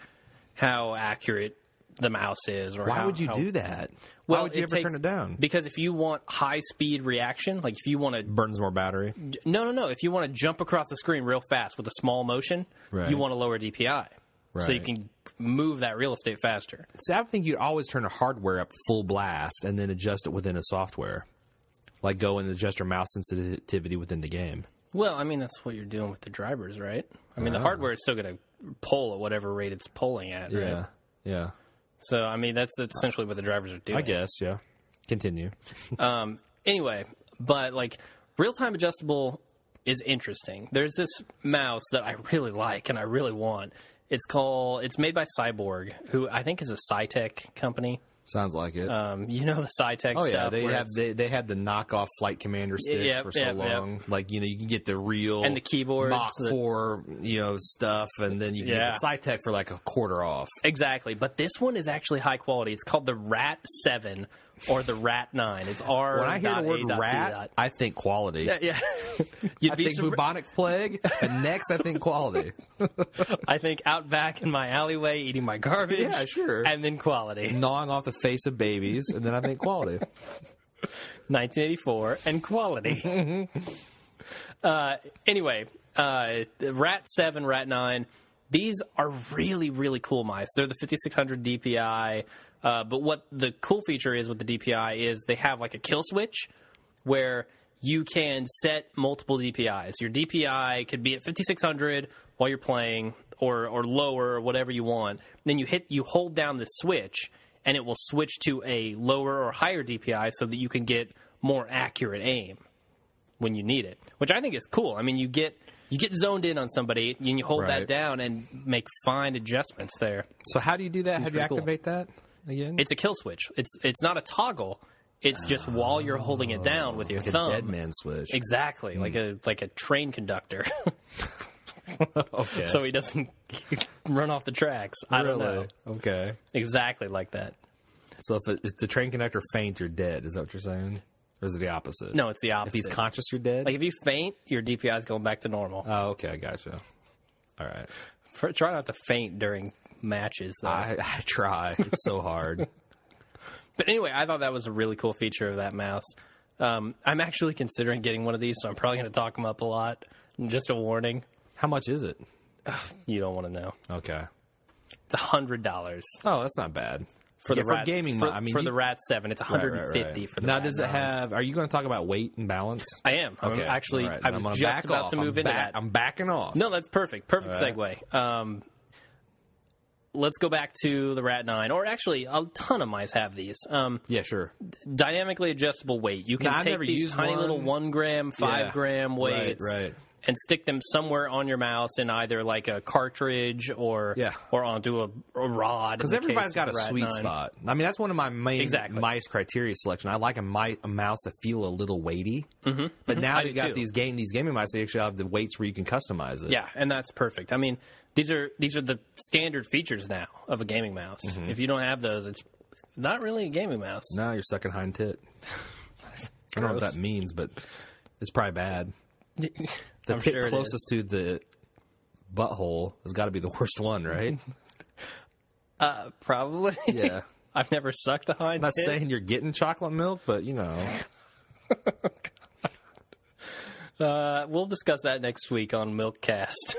S2: how accurate the mouse is. Or
S1: Why
S2: how-
S1: would you
S2: how-
S1: do that? Why
S2: Well,
S1: would you ever
S2: takes-
S1: turn it down?
S2: Because if you want high speed reaction, like if you want to
S1: Burns more battery.
S2: no no no, if you want to jump across the screen real fast with a small motion,
S1: Right.
S2: you want a lower DPI, so you
S1: Right.
S2: can move that real estate faster.
S1: See, I would think you'd always turn a hardware up full blast and then adjust it within a software. Like go and adjust your mouse sensitivity within the game.
S2: Well, I mean, that's what you're doing with the drivers, right? I mean, the hardware is still going to pull at whatever rate it's pulling at, right?
S1: Yeah.
S2: So, I mean, that's essentially what the drivers are doing.
S1: I guess, yeah. Continue.
S2: Anyway, but like real time adjustable is interesting. There's this mouse that I really like and I really want. It's called. It's made by Cyborg, who I think is a SciTech company.
S1: Sounds like it.
S2: Um, you know the SciTech
S1: oh
S2: stuff.
S1: yeah, they
S2: where
S1: have
S2: it's-
S1: they, they had the knockoff flight commander sticks
S2: Yep,
S1: for so
S2: yep, yep.
S1: long. Like, you know, you can get the real
S2: And the keyboards
S1: Mach
S2: that-
S1: 4, you know, stuff and then you can
S2: Yeah.
S1: get the SciTech for like a quarter off.
S2: Exactly, but this one is actually high quality. It's called the Rat Seven or the Rat Nine. It's R.
S1: When I hear the
S2: dot
S1: word
S2: A dot T
S1: rat,
S2: dot.
S1: I think quality.
S2: yeah. You'd
S1: I
S2: be
S1: think
S2: surpri-
S1: bubonic plague, and next I think quality.
S2: I think out back in my alleyway eating my garbage.
S1: Yeah, sure.
S2: And then quality.
S1: Gnawing off the face of babies, and then I think quality.
S2: 1984 and quality.
S1: Mm-hmm.
S2: uh, anyway, uh, Rat 7, Rat 9, these are really, really cool mice. They're the 5600 DPI. Uh, but what the cool feature is with the DPI is they have like a kill switch where you can set multiple DPIs. Your DPI could be at 5600 while you're playing or or lower or whatever you want. Then you hit you hold down the switch and it will switch to a lower or higher DPI so that you can get more accurate aim when you need it, which I think is cool. I mean, you get you get zoned in on somebody and you hold that
S1: Right.
S2: down and make fine adjustments there.
S1: So how do you do that? how do you
S2: pretty cool.
S1: activate that again?
S2: It's a kill switch. It's it's not a toggle. It's just while you're holding it down with your thumb.
S1: dead man switch.
S2: Exactly, like
S1: Hmm.
S2: a like a train conductor,
S1: Okay.
S2: so he doesn't run off the tracks. I don't know
S1: Okay.
S2: exactly like that.
S1: So if, it, if the train conductor faints, you're dead. Is that what you're saying? Or is it the opposite?
S2: No, it's the
S1: If
S2: opposite.
S1: he's conscious, you're dead?
S2: like if you faint, your DPI is going back to normal.
S1: oh, okay. I gotcha. All right. Uh.
S2: For- try not to faint during matches, though.
S1: I, I try. It's so hard.
S2: but anyway, I thought that was a really cool feature of that mouse. Um, I'm actually considering getting one of these, so I'm probably going to talk them up a lot. Just a warning,
S1: How much is it?
S2: you don't want to know.
S1: Okay.
S2: It's a hundred dollars
S1: Oh, that's not bad.
S2: for the
S1: Yeah, for
S2: rat,
S1: gaming,
S2: For,
S1: I mean,
S2: for
S1: you-
S2: the Rat Seven, it's a
S1: Right, right,
S2: 150
S1: right.
S2: for the.
S1: now,
S2: Rat
S1: does it
S2: nine.
S1: have? Are you going to talk about weight and balance?
S2: I am. I'm
S1: Okay,
S2: actually.
S1: all right.
S2: I
S1: I'm
S2: was
S1: gonna
S2: just
S1: back
S2: about
S1: off.
S2: to
S1: I'm
S2: move into
S1: back-
S2: that.
S1: I'm backing off.
S2: No, that's perfect. Perfect
S1: All right.
S2: segue. Um, let's go back to the Rat 9, or actually, a ton of mice have these. Um,
S1: Yeah, sure.
S2: dynamically adjustable weight. You can
S1: No, I've
S2: take
S1: never
S2: these
S1: used
S2: tiny
S1: one.
S2: little one gram, five
S1: Yeah.
S2: gram weights,
S1: right.
S2: and stick them somewhere on your mouse in either like a cartridge or
S1: Yeah.
S2: or onto a, a rod.
S1: Because everybody's got a sweet
S2: spot.
S1: spot. I mean, that's one of my main
S2: Exactly.
S1: mice criteria selection. I like a, mi- a mouse to feel a little weighty. Mm-hmm. But now
S2: I
S1: they've
S2: do
S1: got
S2: too.
S1: these game these gaming mice. They actually have the weights where you can customize it.
S2: Yeah, and that's perfect. I mean, these are these are the standard features now of a gaming mouse.
S1: Mm-hmm.
S2: If you don't have those, it's not really a gaming mouse.
S1: Now you're sucking hind tit. I don't know what
S2: Gross.
S1: that means, but it's probably bad. The
S2: I'm
S1: tit
S2: sure it is.
S1: closest to the butthole has got to be the worst one, right?
S2: Uh, probably.
S1: yeah.
S2: I've never sucked a hind
S1: I'm not
S2: tit.
S1: saying you're getting chocolate milk, but you know.
S2: Uh, we'll discuss that next week on Milkcast.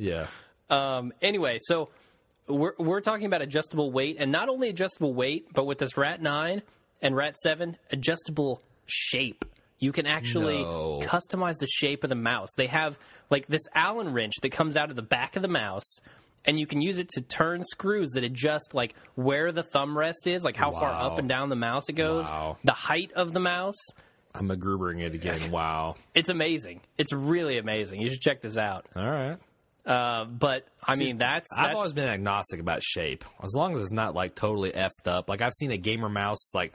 S1: Yeah.
S2: Um, anyway, so we're we're talking about adjustable weight, and not only adjustable weight, but with this Rat Nine and Rat Seven, adjustable shape. You can actually
S1: No.
S2: customize the shape of the mouse. They have like this Allen wrench that comes out of the back of the mouse. And you can use it to turn screws that adjust like where the thumb rest is, like how far
S1: Wow.
S2: up and down the mouse it goes,
S1: Wow.
S2: the height of the mouse.
S1: I'm MacGrubering it again. Wow.
S2: It's amazing. It's really amazing. You should check this out.
S1: All right.
S2: Uh, but I mean, that's, that's
S1: I've always been agnostic about shape, as long as it's not like totally effed up. Like I've seen a gamer mouse like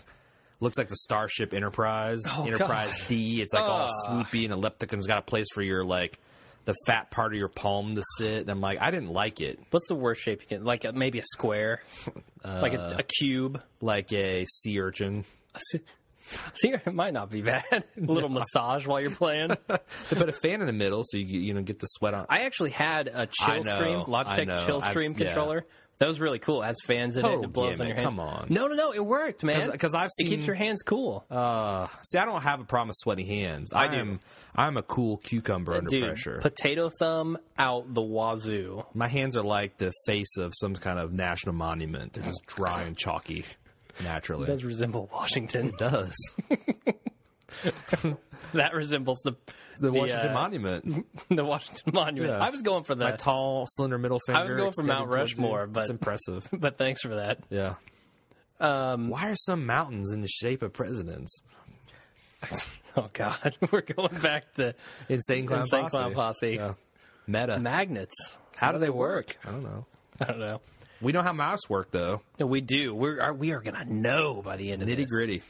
S1: looks like the Starship Enterprise, Enterprise D. It's like all swoopy and elliptic, and it's got a place for your like the fat part of your palm to sit. And I'm like, I didn't like it.
S2: What's the worst shape you can like? A, maybe a square, like
S1: Uh.
S2: a, a cube.
S1: Like a sea urchin.
S2: See, it might not be bad. a little massage while you're playing.
S1: They put a fan in the middle so you you know get the sweat on.
S2: I actually had a
S1: I
S2: chill
S1: know,
S2: stream,
S1: I
S2: Logitech
S1: know.
S2: chill stream
S1: I've- yeah.
S2: controller. That was really cool. It has fans in it. and
S1: Total
S2: It blows on
S1: gimmick.
S2: your hands.
S1: Come on.
S2: No, no, no. It worked, man.
S1: 'Cause- 'cause I've
S2: it
S1: seen-
S2: keeps your hands cool.
S1: Uh, see, I don't have a problem with sweaty hands. I,
S2: do.
S1: am I'm a cool cucumber under
S2: Dude,
S1: pressure.
S2: potato thumb out the wazoo.
S1: My hands are like the face of some kind of national monument. They're just dry and chalky naturally.
S2: It does resemble Washington.
S1: does.
S2: that resembles the
S1: The Washington
S2: uh,
S1: Monument.
S2: the Washington Monument.
S1: Yeah.
S2: I was going for
S1: My
S2: that,
S1: tall, slender middle finger.
S2: going for
S1: extended
S2: Mount
S1: towards you.
S2: Rushmore, but-
S1: it's impressive.
S2: but thanks for that.
S1: Yeah. Um, Why are some mountains in the shape of presidents?
S2: Oh God, we're going back to
S1: Insane clown
S2: Insane
S1: posse.
S2: Clown Posse.
S1: Yeah. Meta.
S2: magnets.
S1: how do they work? I don't know.
S2: I don't know.
S1: We know how mouse work though.
S2: No, we do. We're are, we are gonna know by the end of
S1: Nitty
S2: this.
S1: gritty.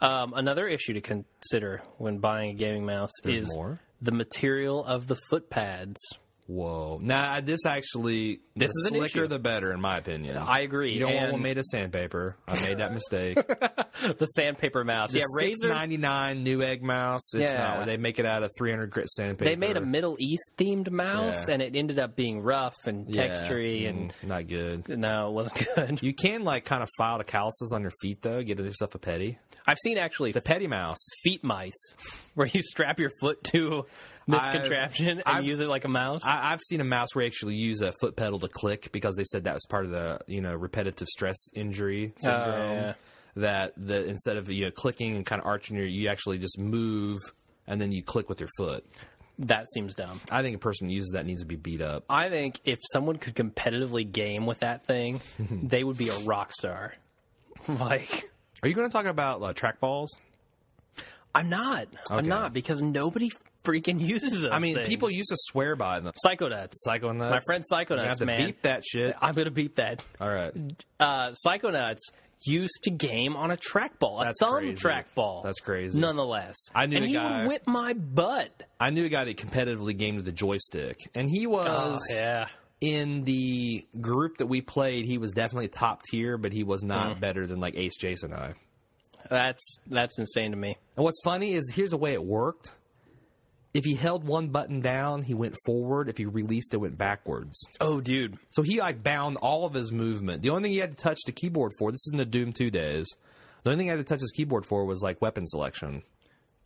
S2: Um, another issue to consider when buying a gaming mouse is
S1: more?
S2: the material of the foot pads.
S1: Whoa. Nah, this actually. This
S2: is an
S1: slicker
S2: issue.
S1: the better, in my opinion.
S2: I agree,
S1: You don't want
S2: and-
S1: one made of sandpaper. I made that mistake.
S2: The sandpaper mouse.
S1: The
S2: yeah, razors.
S1: ninety nine new egg mouse. It's
S2: Yeah.
S1: not. They make it out of three hundred grit sandpaper.
S2: They made a Middle East themed mouse,
S1: Yeah.
S2: and it ended up being rough and
S1: Yeah.
S2: textury, and
S1: Mm, not good.
S2: no, it wasn't good.
S1: You can like kind of file the calluses on your feet though. Get yourself a petty.
S2: I've seen actually
S1: The petty mouse.
S2: feet mice, where you strap your foot to this
S1: I've-
S2: contraption and
S1: I've-
S2: use it like a mouse.
S1: I, I've seen a mouse where they actually use a foot pedal to click because they said that was part of the you know repetitive stress injury syndrome.
S2: Oh, yeah.
S1: That the instead of you know clicking and kind of arching your, you actually just move and then you click with your foot.
S2: that seems dumb.
S1: I think a person who uses that needs to be beat up.
S2: I think if someone could competitively game with that thing, they would be a rock star. Like,
S1: Are you going to talk about uh, trackballs?
S2: I'm not. I'm
S1: Okay.
S2: not because nobody freaking uses those.
S1: I mean,
S2: things.
S1: people used to swear by them.
S2: Psychonuts.
S1: Psychonauts.
S2: My friend
S1: You have
S2: Psychonuts,
S1: to
S2: man.
S1: beep that shit.
S2: I'm gonna beep that.
S1: All right.
S2: Uh, Psychonauts used to game on a trackball, a
S1: That's
S2: thumb
S1: crazy.
S2: trackball.
S1: That's crazy.
S2: Nonetheless,
S1: I knew
S2: and
S1: a
S2: he
S1: guy-
S2: would whip my butt.
S1: I knew a guy that competitively gamed with a joystick, and he was
S2: yeah.
S1: in the group that we played. He was definitely top tier, but he was
S2: Mm.
S1: not better than like Ace Jason and I.
S2: That's that's insane to me.
S1: And what's funny is here's the way it worked. If he held one button down, he went forward. If he released, it went backwards.
S2: Oh, dude.
S1: So he like bound all of his movement. The only thing he had to touch the keyboard for, this is in the Doom 2 days, the only thing he had to touch his keyboard for was like weapon selection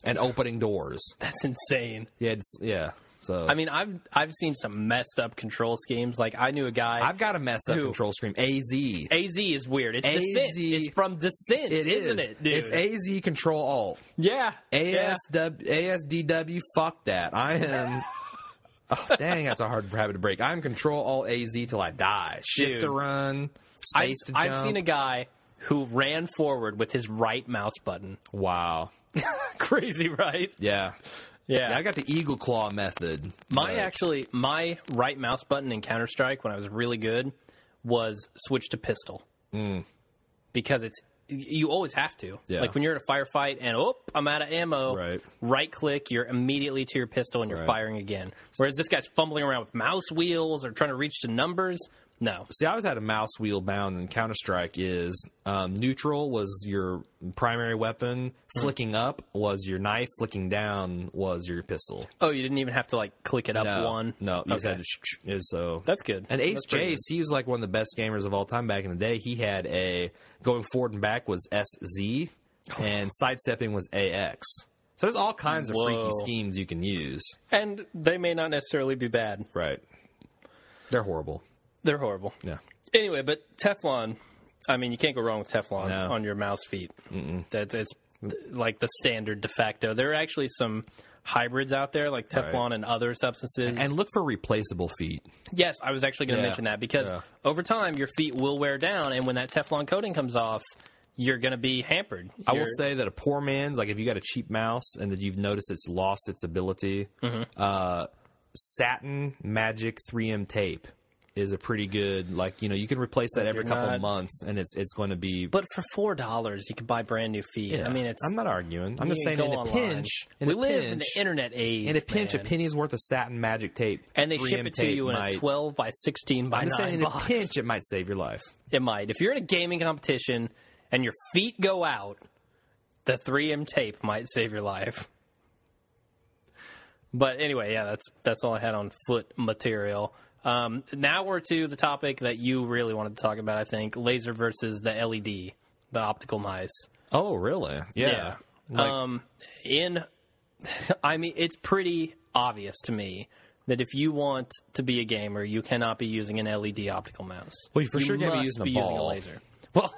S1: and opening doors.
S2: That's insane.
S1: Yeah, it's, yeah. So
S2: I mean, I've I've seen some messed up control schemes. Like I knew a guy.
S1: I've got a mess up
S2: Who?
S1: control scream. AZ. It
S2: AZ is weird. It's
S1: AZ
S2: descent. It's from descent, is isn't it, dude?
S1: It's AZ control alt.
S2: yeah. yeah.
S1: ASW, ASDW, fuck that. I am. oh, dang, that's a hard habit to break. I'm control alt AZ till I die. Shift
S2: Dude.
S1: to run,
S2: I've,
S1: space to
S2: I've
S1: jump.
S2: seen a guy who ran forward with his right mouse button.
S1: wow.
S2: Crazy, right?
S1: Yeah.
S2: Yeah.
S1: I got the eagle claw method.
S2: My
S1: but-
S2: actually, my right mouse button in Counter Strike when I was really good was switch to pistol because it's you always have to.
S1: Hmm. Yeah.
S2: Like when you're in a firefight and oh, I'm out of ammo.
S1: Right.
S2: Right click, you're immediately to your pistol and you're
S1: Right.
S2: firing again. Whereas this guy's fumbling around with mouse wheels or trying to reach to numbers. No.
S1: See, I was at a mouse wheel bound in Counter Strike. Is um, neutral was your primary weapon.
S2: Hmm.
S1: Flicking up was your knife. Flicking down was your pistol.
S2: Oh, you didn't even have to like click it up
S1: no,
S2: one.
S1: No, you just
S2: Okay.
S1: had to sh- sh- is so
S2: That's good.
S1: And Ace
S2: That's pretty
S1: Jace, he was like one of the best gamers of all time back in the day. He had a going forward and back was SZ,
S2: Oh.
S1: and sidestepping was AX. So there's all kinds of
S2: Whoa.
S1: freaky schemes you can use.
S2: And they may not necessarily be bad.
S1: Right. They're horrible.
S2: They're horrible.
S1: Yeah.
S2: Anyway, but Teflon, I mean, you can't go wrong with Teflon
S1: No.
S2: on your mouse feet. mm That's it's like the standard de facto. There are actually some hybrids out there, like Teflon and other substances.
S1: And look for replaceable feet.
S2: yes, I was actually going to
S1: Yeah.
S2: mention that because
S1: Yeah.
S2: over time your feet will wear down, and when that Teflon coating comes off, you're going to be hampered.
S1: I will
S2: You're-
S1: say that a poor man's like if you got a cheap mouse and that you've noticed it's lost its ability,
S2: Mm-hmm.
S1: uh, satin magic 3M tape is a pretty good like you know you can replace that every
S2: you're
S1: couple
S2: not-
S1: months and it's it's going to be.
S2: But for four dollars, you can buy brand new feet. I mean, it's
S1: I'm not arguing. I'm just
S2: you
S1: saying
S2: go
S1: in a
S2: online.
S1: pinch, in
S2: we
S1: a
S2: live
S1: pinch,
S2: in the internet age.
S1: in a pinch,
S2: man.
S1: a penny's worth of satin magic tape,
S2: and they ship
S1: 3M
S2: it to
S1: tape
S2: you in
S1: might-
S2: a twelve by sixteen by
S1: I'm just saying,
S2: nine
S1: in a
S2: box.
S1: pinch, it might save your life.
S2: It might. If you're in a gaming competition and your feet go out, the 3M tape might save your life. But anyway, yeah, that's that's all I had on foot material. Um, now we're to the topic that you really wanted to talk about. I think laser versus the LED, the optical mice.
S1: Oh, really? Yeah. Like-
S2: um, in, I mean, it's pretty obvious to me that if you want to be a gamer, you cannot be using an LED optical mouse.
S1: Well, you for sure gotta be
S2: must
S1: using a
S2: be using a
S1: ball.
S2: laser. Well,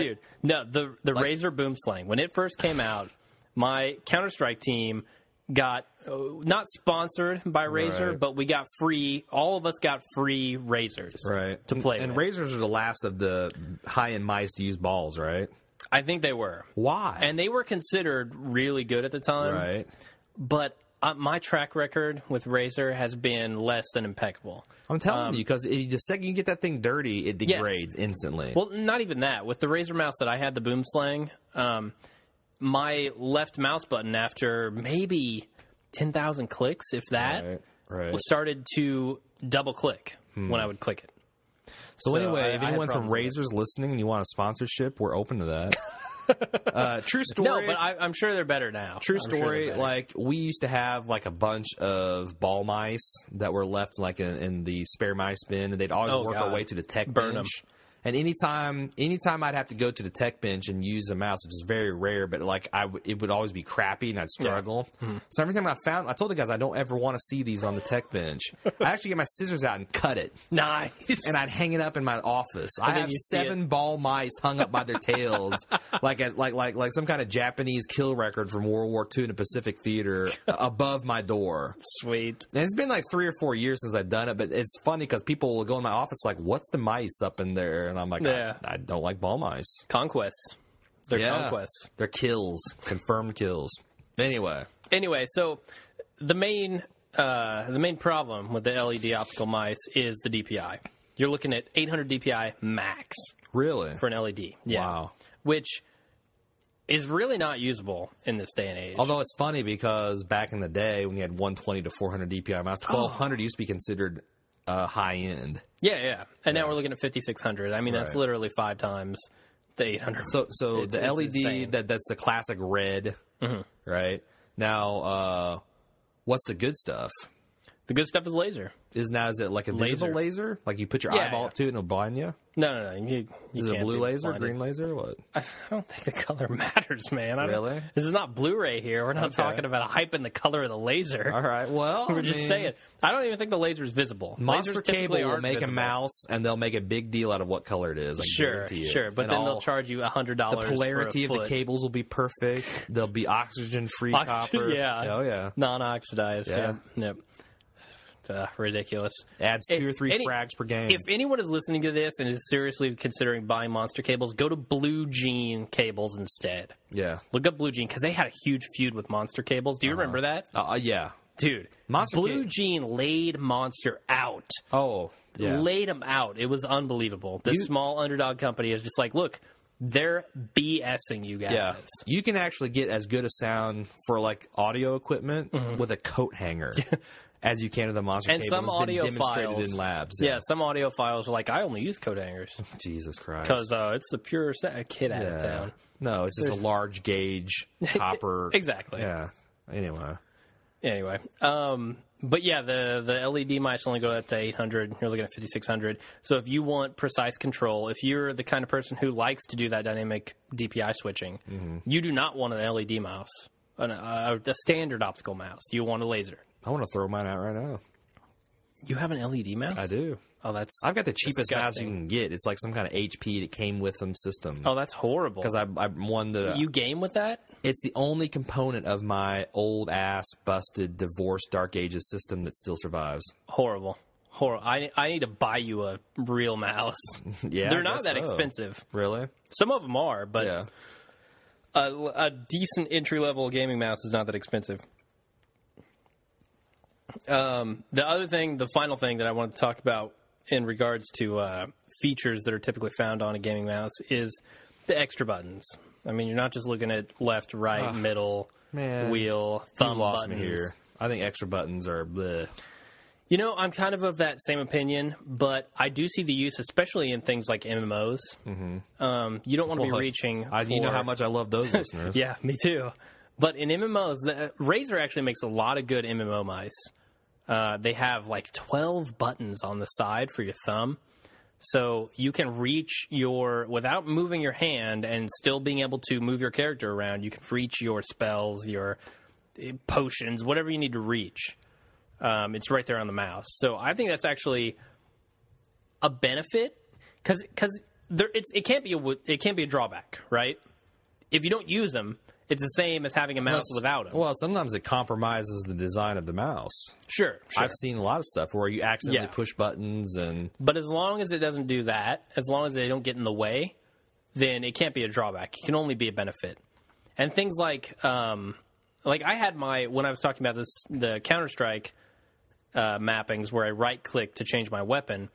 S2: dude, no, the the Razor Boom Slang when it first came out, my Counter Strike team got uh, not sponsored by Razor,
S1: Right.
S2: but we got free. All of us got free razors
S1: right
S2: to play.
S1: and
S2: with.
S1: razors are the last of the high-end mice to use balls right
S2: I think they were.
S1: why
S2: And um, they were considered really good at the time.
S1: right
S2: but uh, my track record with Razor has been less than impeccable.
S1: I'm telling
S2: um,
S1: you, because the second you get that thing dirty, it degrades instantly.
S2: Well, not even that. With the Razor mouse that I had, the Boom Slang, um, my left mouse button after maybe ten thousand clicks, if that,
S1: right, Hmm. right.
S2: was started to double click when I would click it.
S1: So,
S2: so I- I
S1: anyway, if
S2: had
S1: anyone from
S2: problems with it.
S1: Razors listening and you want a sponsorship, we're open to that. uh, true story.
S2: No, but I, I'm sure they're better now.
S1: True
S2: I'm sure they're
S1: story.
S2: better.
S1: like we used to have like a bunch of ball mice that were left like in, in the spare mice bin, and they'd always
S2: Oh,
S1: work
S2: God.
S1: our way to the tech
S2: Burn 'em.
S1: bench. And anytime, anytime I'd have to go to the tech bench and use a mouse, which is very rare, but like I, w- it would always be crappy and I'd struggle.
S2: Hmm.
S1: So every time I found, I told the guys I don't ever want to see these on the tech bench. I actually get my scissors out and cut it,
S2: nice.
S1: and I'd hang it up in my office. I
S2: then
S1: have
S2: you see
S1: seven ball mice hung up by their tails, like a, like like like some kind of Japanese kill record from World War II in a Pacific theater above my door.
S2: Sweet.
S1: And it's been like three or four years since I've done it, but it's funny because people will go in my office like, "What's the mice up in there?" And I'm like,
S2: Yeah.
S1: I, "I don't like ball mice.
S2: Conquests. They're
S1: Yeah.
S2: conquests.
S1: They're kills, confirmed kills." Anyway,
S2: anyway, so the main uh, the main problem with the LED optical mice is the DPI. You're looking at 800 DPI max
S1: really,
S2: for an LED. Yeah.
S1: wow.
S2: Which is really not usable in this day and age.
S1: Although it's funny because back in the day when you had 120 to 400 DPI mouse, 1200 used to be considered uh, high end.
S2: yeah, yeah. And now we're looking at 5600. I mean, that's
S1: Right.
S2: literally five times the 800.
S1: So, so
S2: It's-
S1: the
S2: it's
S1: LED
S2: insane. Mm-hmm.
S1: that that's the classic red, right? Now, uh, what's the good stuff?
S2: the good stuff is laser.
S1: Is now is it like a visible laser? Like you put your
S2: Yeah,
S1: eyeball
S2: yeah.
S1: up to it and it'll blind you?
S2: No, no, no. You, you
S1: Is it
S2: can't
S1: a blue
S2: be
S1: laser,
S2: blinded.
S1: green laser, what?
S2: I don't think the color matters, man. I don't-
S1: Really?
S2: This is not Blu-ray here. We're not
S1: Okay.
S2: talking about hyping the color of the laser.
S1: All right. Well,
S2: We're
S1: I
S2: just
S1: mean,
S2: saying. I don't even think the laser is visible.
S1: Oh, Monster
S2: Lasers typically
S1: Cable will
S2: aren't
S1: make
S2: visible.
S1: a mouse, and they'll make a big deal out of what color it is. I
S2: Sure,
S1: guarantee it.
S2: sure, but
S1: And
S2: then they'll
S1: all-
S2: charge you hundred dollars.
S1: polarity
S2: for
S1: of
S2: a
S1: the
S2: foot.
S1: cables will be perfect. They'll be oxygen free
S2: Oxygen-
S1: copper.
S2: yeah.
S1: Oh yeah.
S2: non-oxidized. Yeah.
S1: Yeah.
S2: Yep. Ugh, ridiculous.
S1: Adds two
S2: If
S1: or three
S2: any-
S1: frags per game.
S2: If anyone is listening to this and is seriously considering buying monster cables, go to Blue Jean cables instead.
S1: yeah.
S2: Look up Blue Jean because they had a huge feud with Monster Cables. Do you remember that,
S1: Uh, yeah.
S2: dude?
S1: Monster
S2: Blue
S1: Ca-
S2: Jean laid Monster out,
S1: Oh. Yeah.
S2: laid him out. It was unbelievable. This
S1: You-
S2: small underdog company is just like, look, they're BSing you guys.
S1: Yeah, you can actually get as good a sound for like audio equipment with a coat hanger as you can with a monster
S2: Mm-hmm. And
S1: cable.
S2: some
S1: It's been
S2: audio
S1: demonstrated
S2: files-
S1: in labs.
S2: Yeah, some audiophiles are like, I only use code hangers
S1: Jesus Christ.
S2: because uh, it's the pure sa- kid out
S1: Yeah.
S2: of town.
S1: No, it's just a large gauge copper.
S2: Exactly.
S1: Yeah. Anyway,
S2: Anyway, um, but yeah, the the LED mics only go up to 800. You're looking at 5600. So if you want precise control, if you're the kind of person who likes to do that dynamic DPI switching,
S1: Mm-hmm.
S2: you do not want an LED mouse, an, a, a standard optical mouse. You want a laser.
S1: I want to throw mine out right now.
S2: You have an LED mouse?
S1: I do.
S2: Oh, that's
S1: I've got the cheapest mouse you
S2: Disgusting.
S1: can get. It's like some kind of HP that came with some system.
S2: oh, that's horrible.
S1: Because I, I one that uh,
S2: you game with that?
S1: it's the only component of my old ass busted divorced dark ages system that still survives.
S2: Horrible. Horrible. I I need to buy you a real mouse.
S1: Yeah, I
S2: They're not
S1: guess
S2: that
S1: so.
S2: expensive. Uh,
S1: Really?
S2: Some of them are, but
S1: Yeah.
S2: a, a decent entry level gaming mouse is not that expensive. Um, the other thing, the final thing that I wanted to talk about in regards to uh, features that are typically found on a gaming mouse is the extra buttons. I mean, you're not just looking at left, right, middle,
S1: man.
S2: wheel,
S1: You
S2: thumb
S1: lost
S2: buttons.
S1: me here. I think extra buttons are bleh.
S2: You know, I'm kind of of that same opinion, but I do see the use, especially in things like MMOs. Mm-hmm. Um, you don't want to be
S1: Well,
S2: reaching.
S1: I, you know
S2: for-
S1: how much I love those listeners.
S2: Yeah, me too. But in MMOs, the, Razer actually makes a lot of good MMO mice. Uh, they have like 12 buttons on the side for your thumb. So you can reach your, without moving your hand and still being able to move your character around, you can reach your spells, your eh, potions, whatever you need to reach. Um, it's right there on the mouse. So I think that's actually a benefit because there it's it can't be a wo- it can't be a drawback, right? If you don't use them, it's the same as having a mouse without them.
S1: Well, sometimes it compromises the design of the mouse.
S2: sure, sure.
S1: I've seen a lot of stuff where you accidentally
S2: Yeah.
S1: push buttons and
S2: But as long as it doesn't do that, as long as they don't get in the way, then it can't be a drawback. It can only be a benefit. And things like, um, like I had my when I was talking about this the Counter Strike uh, mappings where I right click to change my weapon.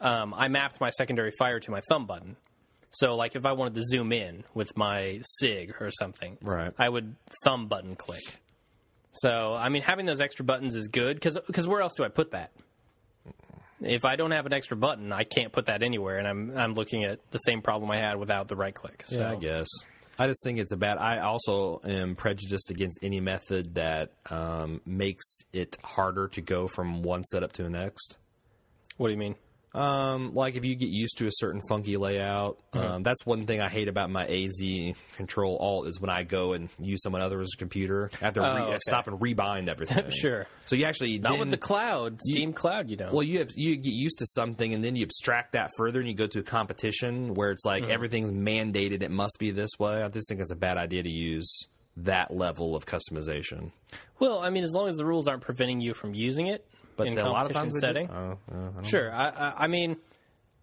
S2: Um, I mapped my secondary fire to my thumb button. So like if I wanted to zoom in with my sig or something,
S1: Right.
S2: I would thumb button click. So I mean, having those extra buttons is good because where else do I put that? if I don't have an extra button, I can't put that anywhere, and I'm I'm looking at the same problem I had without the right click. So
S1: Yeah, I guess. I just think it's a bad. I also am prejudiced against any method that um, makes it harder to go from one setup to the next.
S2: what do you mean?
S1: Um, like if you get used to a certain funky layout,
S2: Mm-hmm.
S1: um, that's one thing I hate about my AZ Control Alt is when I go and use someone else's computer. I have to re-
S2: Oh, okay.
S1: stop and rebind everything.
S2: Sure.
S1: So you actually
S2: Not
S1: then,
S2: with the cloud, Steam Cloud, you know.
S1: Well, you you get used to something, and then you abstract that further, and you go to a competition where it's like
S2: Mm-hmm.
S1: everything's mandated; it must be this way. I just think it's a bad idea to use that level of customization.
S2: well, I mean, as long as the rules aren't preventing you from using it
S1: But
S2: in
S1: a lot of times,
S2: competition
S1: they do-
S2: setting,
S1: Oh, oh, I don't-
S2: sure. I, I, I mean,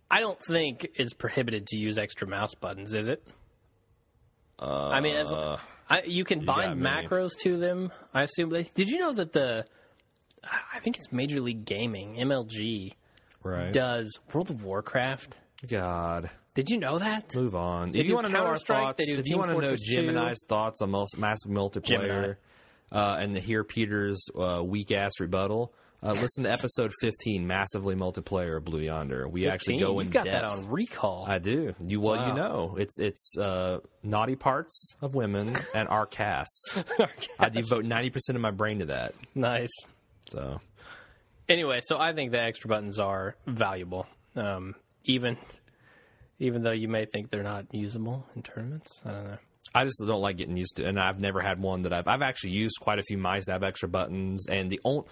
S2: I don't think it's prohibited to use extra mouse buttons, is it? Uh, I mean, as, I, you can bind
S1: me.
S2: macros to them. I assume. They, did you know that the? I think it's Major League Gaming (MLG)
S1: right?
S2: does World of Warcraft.
S1: God,
S2: Did you know that?
S1: move on. If
S2: do
S1: you want to know our
S2: Counter-Strike,
S1: thoughts,
S2: they do
S1: if you
S2: Team
S1: want to know
S2: Fortress 2.
S1: Gemini's thoughts on most, massive
S2: Gemini.
S1: multiplayer, uh, and to hear Peter's uh, weak ass rebuttal. Uh, listen to episode 15, massively multiplayer Blue Yonder. We actually
S2: Team,
S1: go in
S2: You've got
S1: depth
S2: that on recall.
S1: I do. You well, you
S2: Wow.
S1: know, it's it's uh, naughty parts of women and our casts. I devote ninety percent of my brain to that.
S2: nice.
S1: So
S2: Anyway, so I think the extra buttons are valuable, um, even even though you may think they're not usable in tournaments. I don't know.
S1: I just don't like getting used to. And I've never had one that I've I've actually used quite a few mice that have extra buttons. And the only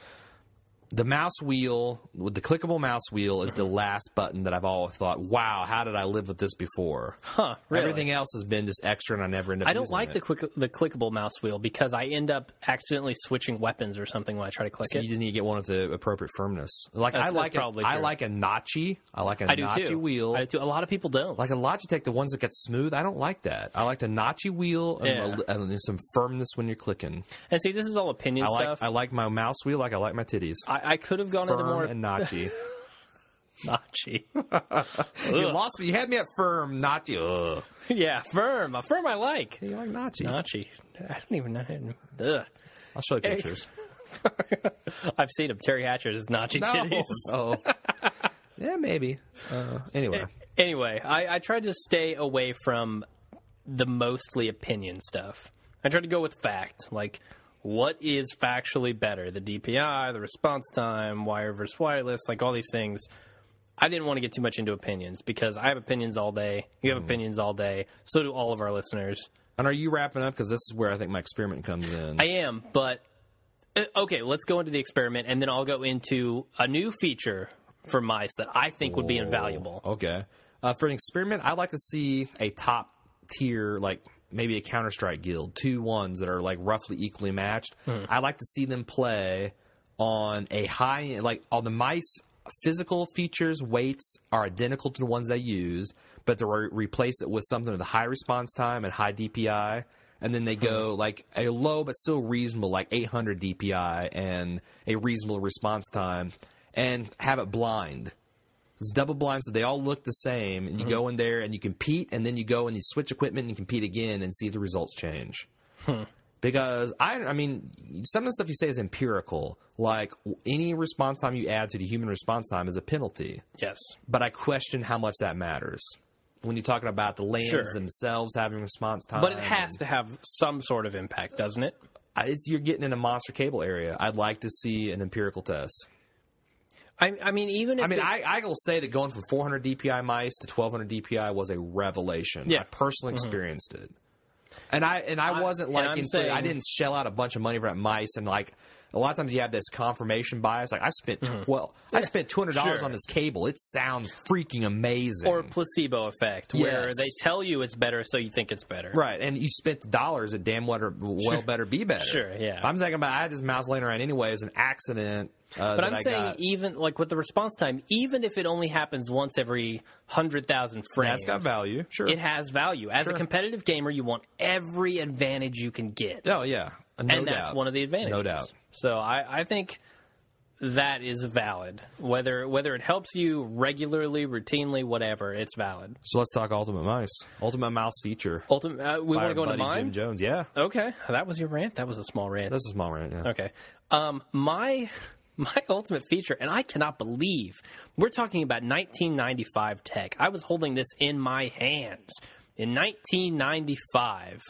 S1: the mouse wheel with the clickable mouse wheel is the last button that I've always thought, wow, how did I live with this before?
S2: Huh. Really?
S1: Everything else has been just extra, and I never end up.
S2: I don't
S1: using
S2: like
S1: it.
S2: the quick the clickable mouse wheel because I end up accidentally switching weapons or something when I try to click
S1: You
S2: it.
S1: just need to get one of the appropriate firmness. Like I
S2: That's- that's
S1: like a,
S2: probably
S1: I
S2: true.
S1: like a notchy. I like a
S2: I do
S1: notchy
S2: too.
S1: wheel.
S2: I do too. A lot of people don't.
S1: like a Logitech, the ones that get smooth, I don't like that. I like the notchy wheel and,
S2: Yeah.
S1: a- and there's some firmness when you're clicking.
S2: and see, this is all opinion
S1: I like
S2: stuff.
S1: I like my mouse wheel like I like my titties.
S2: I, I could have gone into
S1: Firm
S2: more
S1: and notchy.
S2: notchy.
S1: you lost me. You had me at firm, notchy. Ugh.
S2: yeah, firm. A firm I like.
S1: You like notchy?
S2: Notchy. I don't even know. Ugh.
S1: I'll show you pictures.
S2: I've seen him. Terry Hatcher is notchy titties.
S1: Oh. yeah, maybe. Uh, anyway,
S2: Anyway, I, I tried to stay away from the mostly opinion stuff. I tried to go with fact, like what is factually better, the DPI, the response time, wire versus wireless, like all these things. I didn't want to get too much into opinions because I have opinions all day. You have opinions all day. So do all of our listeners.
S1: and are you wrapping up? Because this is where I think my experiment comes in.
S2: I am, but uh, okay, let's go into the experiment and then I'll go into a new feature for mice that I think would be invaluable.
S1: Oh, Okay. Uh, for an experiment, I'd like to see a top tier, like maybe a Counter Strike guild, two ones that are like roughly equally matched. I'd like to see them play on a high end, like all the mice physical features weights are identical to the ones they use but they re- replace it with something with a high response time and high dpi and then they go like a low but still reasonable like 800 dpi and a reasonable response time and have it blind it's double blind, so they all look the same. And you go
S2: Mm-hmm.
S1: in there and you compete, and then you go and you switch equipment and compete again and see if the results change.
S2: Hmm.
S1: Because I, I mean, some of the stuff you say is empirical. Like w- any response time you add to the human response time is a penalty,
S2: Yes.
S1: but I question how much that matters when you're talking about the lands
S2: Sure.
S1: themselves having response time.
S2: But it has to have some sort of impact, doesn't it?
S1: I- It's, you're getting in a monster cable area. I'd like to see an empirical test.
S2: I, I mean, even if
S1: I mean,
S2: it-
S1: I, I will say that going from 400 DPI mice to 1200 DPI was a revelation.
S2: Yeah. Mm-hmm.
S1: I personally experienced it, and I and I wasn't like
S2: I'm
S1: in,
S2: saying-
S1: I didn't shell out a bunch of money for that mice and like. A lot of times you have this confirmation bias. Like I spent twelve, I spent two hundred dollars
S2: Mm-hmm. Sure.
S1: on this cable. It sounds freaking amazing.
S2: or a placebo effect where
S1: Yes.
S2: they tell you it's better, so you think it's better.
S1: Right, and you spent the dollars at damn well, well better be better.
S2: Sure, yeah.
S1: I'm talking about I had this mouse laying around anyway as an accident. Uh,
S2: But
S1: that
S2: I'm
S1: I
S2: saying
S1: got.
S2: even like with the response time, even if it only happens once every hundred thousand frames,
S1: that's got value. Sure,
S2: It has value. As a competitive gamer, you want every advantage you can get,
S1: oh yeah, No
S2: and that's
S1: doubt.
S2: one of the advantages.
S1: No doubt.
S2: So I, I think that is valid. Whether whether it helps you regularly, routinely, whatever, it's valid.
S1: So let's talk Ultimate Mice. Ultimate Mouse feature.
S2: Ultimate, uh, we
S1: By
S2: want
S1: our
S2: to go into
S1: buddy
S2: mine.
S1: Jim Jones. Yeah,
S2: Okay, that was your rant. That was a small rant.
S1: that's a small rant. Yeah.
S2: okay. Um, my my ultimate feature, and I cannot believe we're talking about 1995 tech. I was holding this in my hands in 1995.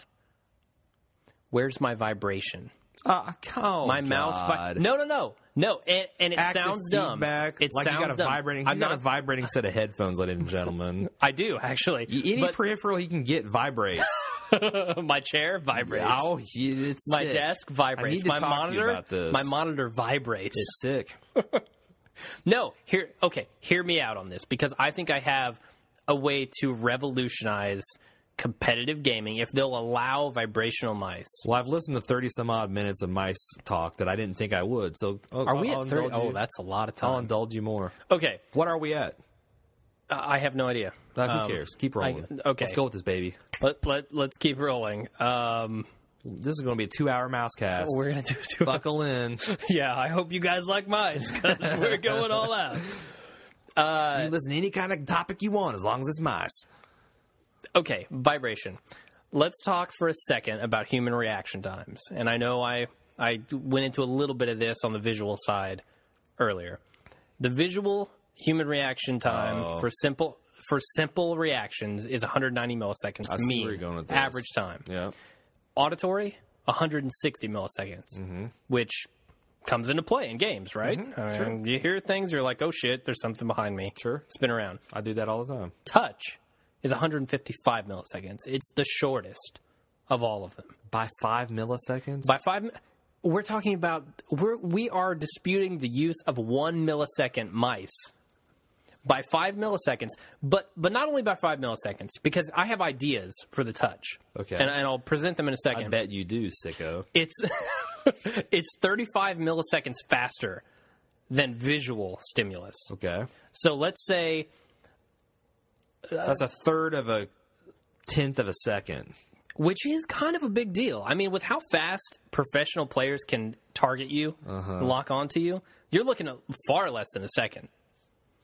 S2: Where's my vibration?
S1: Uh, oh,
S2: My mouse. Vi- no, no, no, no. And, and it
S1: Active
S2: sounds dumb.
S1: feedback.
S2: It
S1: like
S2: sounds
S1: you got a
S2: dumb.
S1: vibrating. He's
S2: I'm
S1: got
S2: not.
S1: a vibrating set of headphones, ladies and gentlemen.
S2: I do actually.
S1: Any
S2: But
S1: peripheral he can get vibrates.
S2: my chair vibrates.
S1: oh, he- it's
S2: my
S1: sick.
S2: desk
S1: I need
S2: vibrates.
S1: to
S2: My
S1: talk to you
S2: monitor.
S1: about this.
S2: My monitor vibrates.
S1: It's sick.
S2: No, here okay, hear me out on this because I think I have a way to revolutionize competitive gaming if they'll allow vibrational mice.
S1: Well, I've listened to thirty some odd minutes of mice talk that I didn't think I would. So oh,
S2: Are we
S1: I'll
S2: at 30?
S1: indulge you.
S2: Oh, that's a lot of
S1: I'll
S2: time.
S1: indulge you more.
S2: Okay,
S1: What are we at?
S2: I I have no idea.
S1: Uh, who
S2: Um,
S1: cares? Keep rolling.
S2: okay.
S1: let's go with this baby.
S2: Let, let, let's keep rolling. Um,
S1: This is going to be a two-hour mouse cast.
S2: we're going to do two
S1: Buckle in.
S2: Yeah, I hope you guys like mine because we're going all out.
S1: you listen to any kind of topic you want as long as it's mice.
S2: okay, vibration. Let's talk for a second about human reaction times. And I know I I went into a little bit of this on the visual side earlier. The visual human reaction time
S1: Oh.
S2: for simple for simple reactions is 190 milliseconds.
S1: see
S2: mean,
S1: where you're going with this.
S2: average time.
S1: Yeah.
S2: Auditory 160 milliseconds,
S1: Mm-hmm.
S2: which comes into play in games, right? I mean, You hear things, you're like, oh shit, there's something behind me.
S1: Sure.
S2: Spin around
S1: I do that all the time.
S2: touch is 155 milliseconds. It's the shortest of all of them
S1: By five milliseconds?
S2: by five. mi- we're talking about we're we are disputing the use of one millisecond mice by five milliseconds, but but not only by five milliseconds because I have ideas for the touch.
S1: Okay.
S2: and, and I'll present them in a
S1: I
S2: second.
S1: bet you do, sicko.
S2: It's it's thirty five milliseconds faster than visual stimulus.
S1: Okay.
S2: So let's say
S1: So that's a third of a tenth of a second.
S2: which is kind of a big deal. I mean, with how fast professional players can target you, lock onto you, you're looking at far less than a second.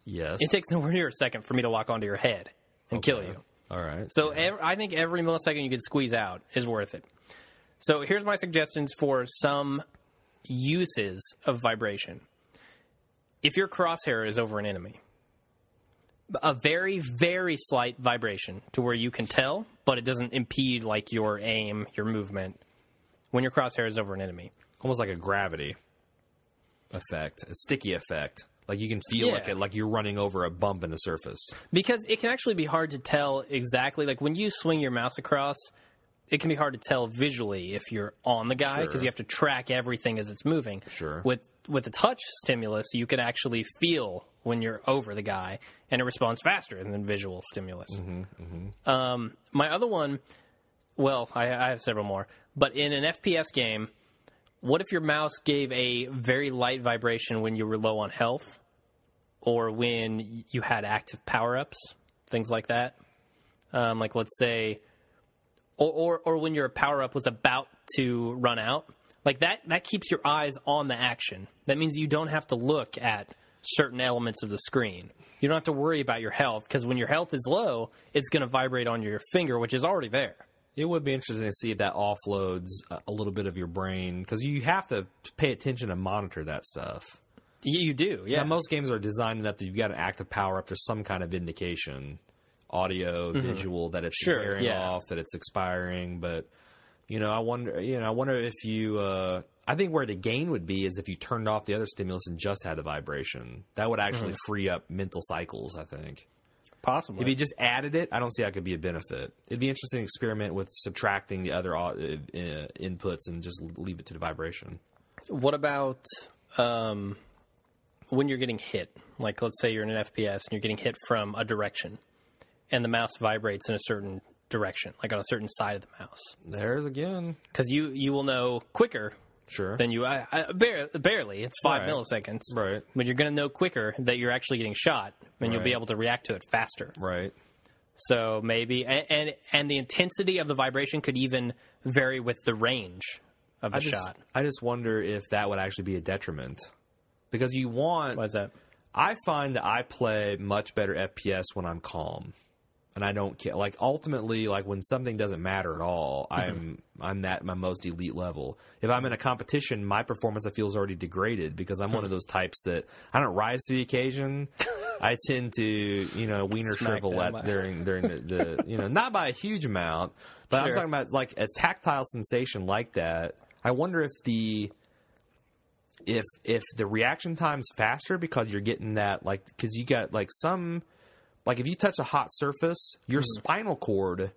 S1: Yes.
S2: It takes nowhere near a second for me to lock onto your head and kill you.
S1: All right.
S2: So ev- I think every millisecond you can squeeze out is worth it. So here's my suggestions for some uses of vibration. If your crosshair is over an enemy, a very very slight vibration to where you can tell, but it doesn't impede like your aim, your movement when your crosshair is over an enemy.
S1: almost like a gravity effect, a sticky effect. Like you can feel
S2: Yeah.
S1: like it, like you're running over a bump in the surface.
S2: because it can actually be hard to tell exactly like when you swing your mouse across it can be hard to tell visually if you're on the guy because
S1: Sure.
S2: you have to track everything as it's moving
S1: Sure.
S2: with with the touch stimulus you can actually feel when you're over the guy and it responds faster than visual stimulus
S1: Mm-hmm,
S2: Um, my other one well I, I have several more but in an fps game what if your mouse gave a very light vibration when you were low on health or when you had active power ups, things like that? Um, like, let's say, or, or, or when your power up was about to run out. Like that, that keeps your eyes on the action. That means you don't have to look at certain elements of the screen. You don't have to worry about your health because when your health is low, it's going to vibrate on your finger, which is already there.
S1: It would be interesting to see if that offloads a- a little bit of your brain because you have to pay attention and monitor that stuff.
S2: You, you do, yeah.
S1: Now, most games are designed enough that you've got an active power up. There's some kind of indication, audio, visual, that it's
S2: Mm-hmm. Sure,
S1: wearing
S2: yeah.
S1: off, that it's expiring. But you know, I wonder. You know, I wonder if you. Uh, I think where the gain would be is if you turned off the other stimulus and just had the vibration. That would actually
S2: Mm-hmm.
S1: free up mental cycles. I think
S2: possibly.
S1: if you just added it, I don't see how it could be a benefit. It'd be interesting to experiment with subtracting the other au- uh, uh, inputs and just leave it to the vibration.
S2: What about um, when you're getting hit? Like, let's say you're in an FPS and you're getting hit from a direction, and the mouse vibrates in a certain direction, like on a certain side of the mouse,
S1: There's again,
S2: because you you will know quicker
S1: sure.
S2: than you I, I, bare, barely. It's five
S1: Right.
S2: milliseconds,
S1: Right.
S2: But you're going to know quicker that you're actually getting shot, and you'll be
S1: Right.
S2: able to react to it faster.
S1: right.
S2: So maybe and, and and the intensity of the vibration could even vary with the range of the
S1: I just,
S2: shot.
S1: I just wonder if that would actually be a detriment because you want.
S2: What's that?
S1: I find that I play much better FPS when I'm calm and I don't care. Like ultimately, like when something doesn't matter at all,
S2: Mm-hmm.
S1: I'm I'm that my most elite level. If I'm in a competition, my performance I feel is already degraded because I'm one of those types that I don't rise to the occasion. I tend to you know wiener
S2: Smack
S1: shrivel
S2: them
S1: at,
S2: by-
S1: during during the, the you know not by a huge amount, but I'm
S2: Sure.
S1: talking about like a tactile sensation like that. I wonder if the if if the reaction time's faster because you're getting that like because you got like some like if you touch a hot surface, your
S2: Mm-hmm.
S1: spinal cord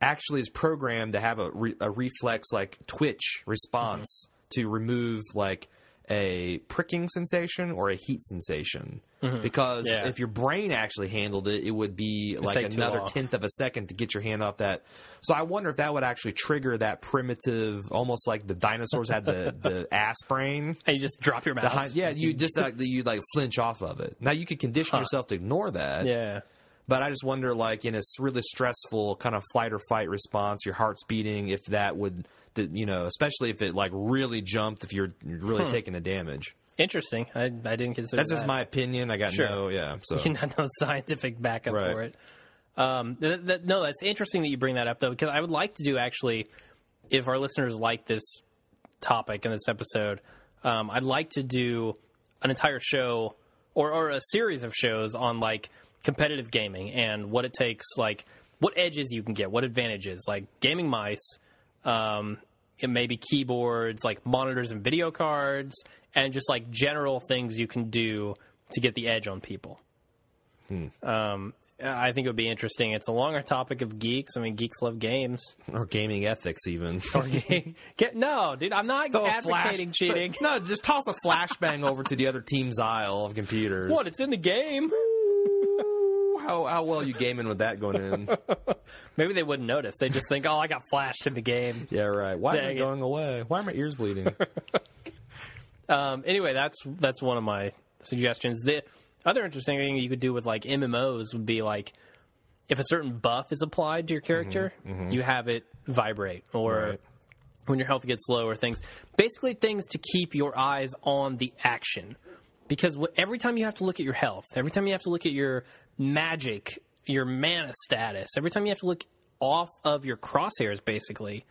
S1: actually is programmed to have a, re- a reflex like twitch response
S2: Mm-hmm.
S1: to remove like a pricking sensation or a heat sensation because
S2: Mm-hmm. Yeah.
S1: if your brain actually handled it, it would be like
S2: take too
S1: another
S2: long.
S1: tenth of a second to get your hand off that. So I wonder if that would actually trigger that primitive, almost like the dinosaurs had the the ass brain.
S2: And you just drop your mouse.
S1: Behind, yeah, you just like you like flinch off of it. Now you could condition yourself to ignore that,
S2: Yeah.
S1: but I just wonder, like in a s- really stressful kind of flight or fight response, your heart's beating. If that would, th- you know, especially if it like really jumped, if you're really taking the damage.
S2: Interesting. I, I didn't consider
S1: Hmm. That's
S2: that.
S1: just my opinion. I got
S2: Sure.
S1: no, yeah. So
S2: You know, no scientific backup
S1: Right.
S2: for it. Um, th- th- no, that's interesting that you bring that up though, because I would like to do actually, if our listeners like this topic in this episode, um, I'd like to do an entire show or, or a series of shows on like competitive gaming and what it takes, like what edges you can get, what advantages, like gaming mice, um, and maybe keyboards, like monitors and video cards, and just like general things you can do to get the edge on people. Um, I think it would be interesting. It's a longer topic of geeks. I mean, geeks love games.
S1: or gaming ethics even.
S2: Get, no, dude, I'm not
S1: Throw a
S2: advocating
S1: flash-
S2: cheating.
S1: No, just toss a flashbang over to the other team's aisle of computers.
S2: What? It's in the game.
S1: Ooh, how how well you gaming with that going in?
S2: Maybe they wouldn't notice. They just think, oh, I got flashed in the game.
S1: Yeah, right. Why is
S2: Dang
S1: it
S2: it.
S1: going away? Why are my ears bleeding?
S2: Um, anyway, that's that's one of my suggestions. The other interesting thing you could do with like MMOs would be like if a certain buff is applied to your character, you have it vibrate or
S1: Mm-hmm, Right.
S2: when your health gets low or things. Basically, things to keep your eyes on the action because wh- every time you have to look at your health, every time you have to look at your magic, your mana status, every time you have to look off of your crosshairs, basically.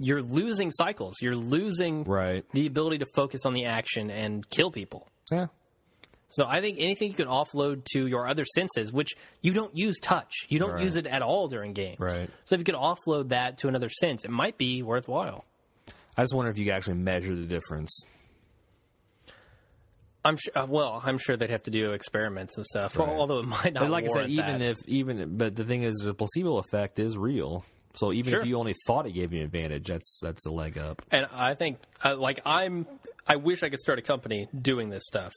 S2: You're losing cycles. You're losing
S1: Right.
S2: the ability to focus on the action and kill people.
S1: yeah.
S2: So I think anything you can offload to your other senses, which you don't use touch, you don't
S1: Right.
S2: use it at all during games.
S1: Right.
S2: So if you could offload that to another sense, it might be worthwhile.
S1: I just wonder if you could actually measure the difference.
S2: I'm sure. Uh, well, I'm sure they'd have to do experiments and stuff.
S1: Right.
S2: Although it might not.
S1: But like I said,
S2: warrant
S1: even
S2: that.
S1: if even but the thing is, the placebo effect is real. So even
S2: Sure.
S1: if you only thought it gave you an advantage, that's that's a leg up.
S2: and I think uh, like I'm. I wish I could start a company doing this stuff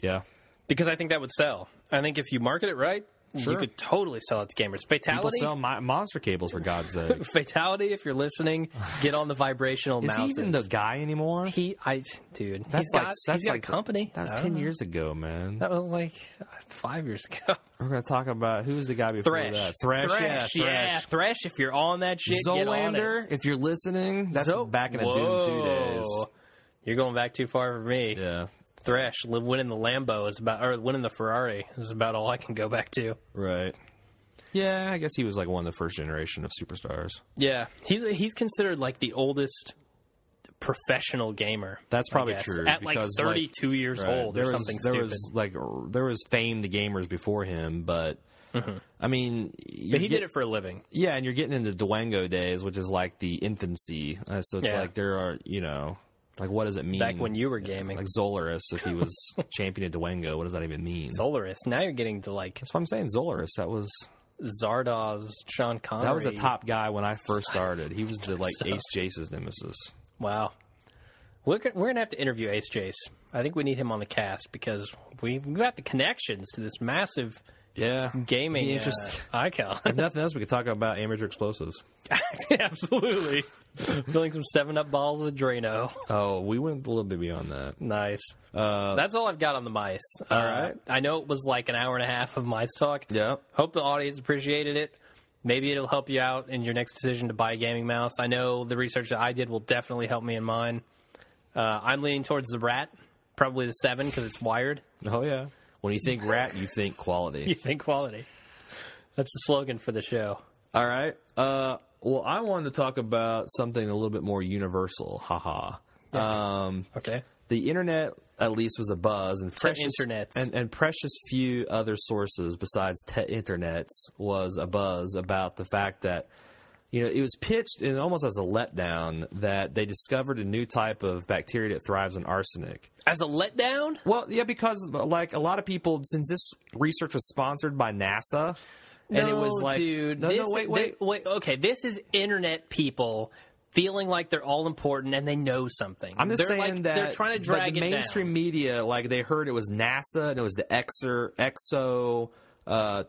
S1: Yeah.
S2: because I think that would sell. I think if you market it right, you
S1: Sure.
S2: could totally sell it to gamers.
S1: People
S2: Fatality.
S1: sell mi- monster cables for God's sake.
S2: Fatality, if you're listening, get on the vibrational
S1: Is he
S2: mouse.
S1: even the guy anymore?
S2: He, I, dude,
S1: That's
S2: he's
S1: like
S2: got,
S1: that's
S2: he's got
S1: like
S2: a company.
S1: That was
S2: I don't
S1: ten
S2: know.
S1: years ago, man.
S2: That was like uh, five years ago.
S1: We're gonna talk about who was the guy before
S2: Thresh,
S1: that? Thresh,
S2: Thresh,
S1: yeah,
S2: yeah,
S1: Thresh.
S2: Thresh. If you're on that shit, get on it.
S1: Zolander, if you're listening, that's
S2: Zo-
S1: back in the Doom 2 days.
S2: Whoa. You're going back too far for me.
S1: Yeah,
S2: Thresh li- winning the Lambo is about, or winning the Ferrari is about all I can go back to.
S1: right. Yeah, I guess he was like one of the first generation of superstars.
S2: Yeah, he's he's considered like the oldest professional gamer.
S1: That's
S2: I
S1: probably
S2: guess,
S1: true,
S2: At like
S1: because, like-
S2: 32 years
S1: Right.
S2: old or
S1: was,
S2: something
S1: There
S2: stupid.
S1: was like r- there was fame to gamers before him, but I mean,
S2: Mm-hmm. but he did it for a living.
S1: Yeah, and you're getting into Duango days, which is like the infancy. Uh, so it's
S2: Yeah.
S1: like there are, you know, like what does it mean?
S2: Back when you were gaming.
S1: like Zolaris, if he was champion of Duango, what does that even mean?
S2: Solaris. Now you're getting to like
S1: That's what I'm saying. Zolaris, that was
S2: Zardoz, Sean Connery.
S1: that was the top guy when I first started. He was the like Ace Jace's nemesis.
S2: Wow. We're, go- we're going to have to interview Ace Jace. I think we need him on the cast because we've got the connections to this massive
S1: Yeah,
S2: gaming uh,
S1: interest-
S2: icon.
S1: Nothing else we could talk about amateur explosives.
S2: Absolutely. Filling some 7 Up bottles with Drano.
S1: Oh, we went a little bit beyond that.
S2: Nice. That's all I've got on the mice. All right.
S1: Uh, right.
S2: I know it was like an hour and a half of mice talk.
S1: Yep.
S2: Hope the audience appreciated it. Maybe it'll help you out in your next decision to buy a gaming mouse. I know the research that I did will definitely help me in mine. Uh, I'm leaning towards the Rat, probably the Seven because it's wired.
S1: Oh yeah. When you think rat, you think quality.
S2: You think quality? That's the slogan for the show.
S1: All right. Uh, well, I wanted to talk about something a little bit more universal. Haha. Um,
S2: Okay.
S1: the internet at least was a buzz, and precious
S2: internets.
S1: and, and precious few other sources besides te- internets was a buzz about the fact that you know it was pitched and almost as a letdown that they discovered a new type of bacteria that thrives on arsenic.
S2: As a letdown,
S1: Well, yeah, because like a lot of people, since this research was sponsored by NASA, and it was like,
S2: dude,
S1: no,
S2: this,
S1: no, wait,
S2: thi-
S1: wait,
S2: wait. Okay, this is internet people feeling like they're all important and they know something.
S1: I'm just
S2: they're
S1: saying
S2: like,
S1: that
S2: they're trying to
S1: but
S2: drag
S1: the
S2: it
S1: mainstream
S2: down.
S1: media, like they heard it was NASA and it was the Exer, Exo uh,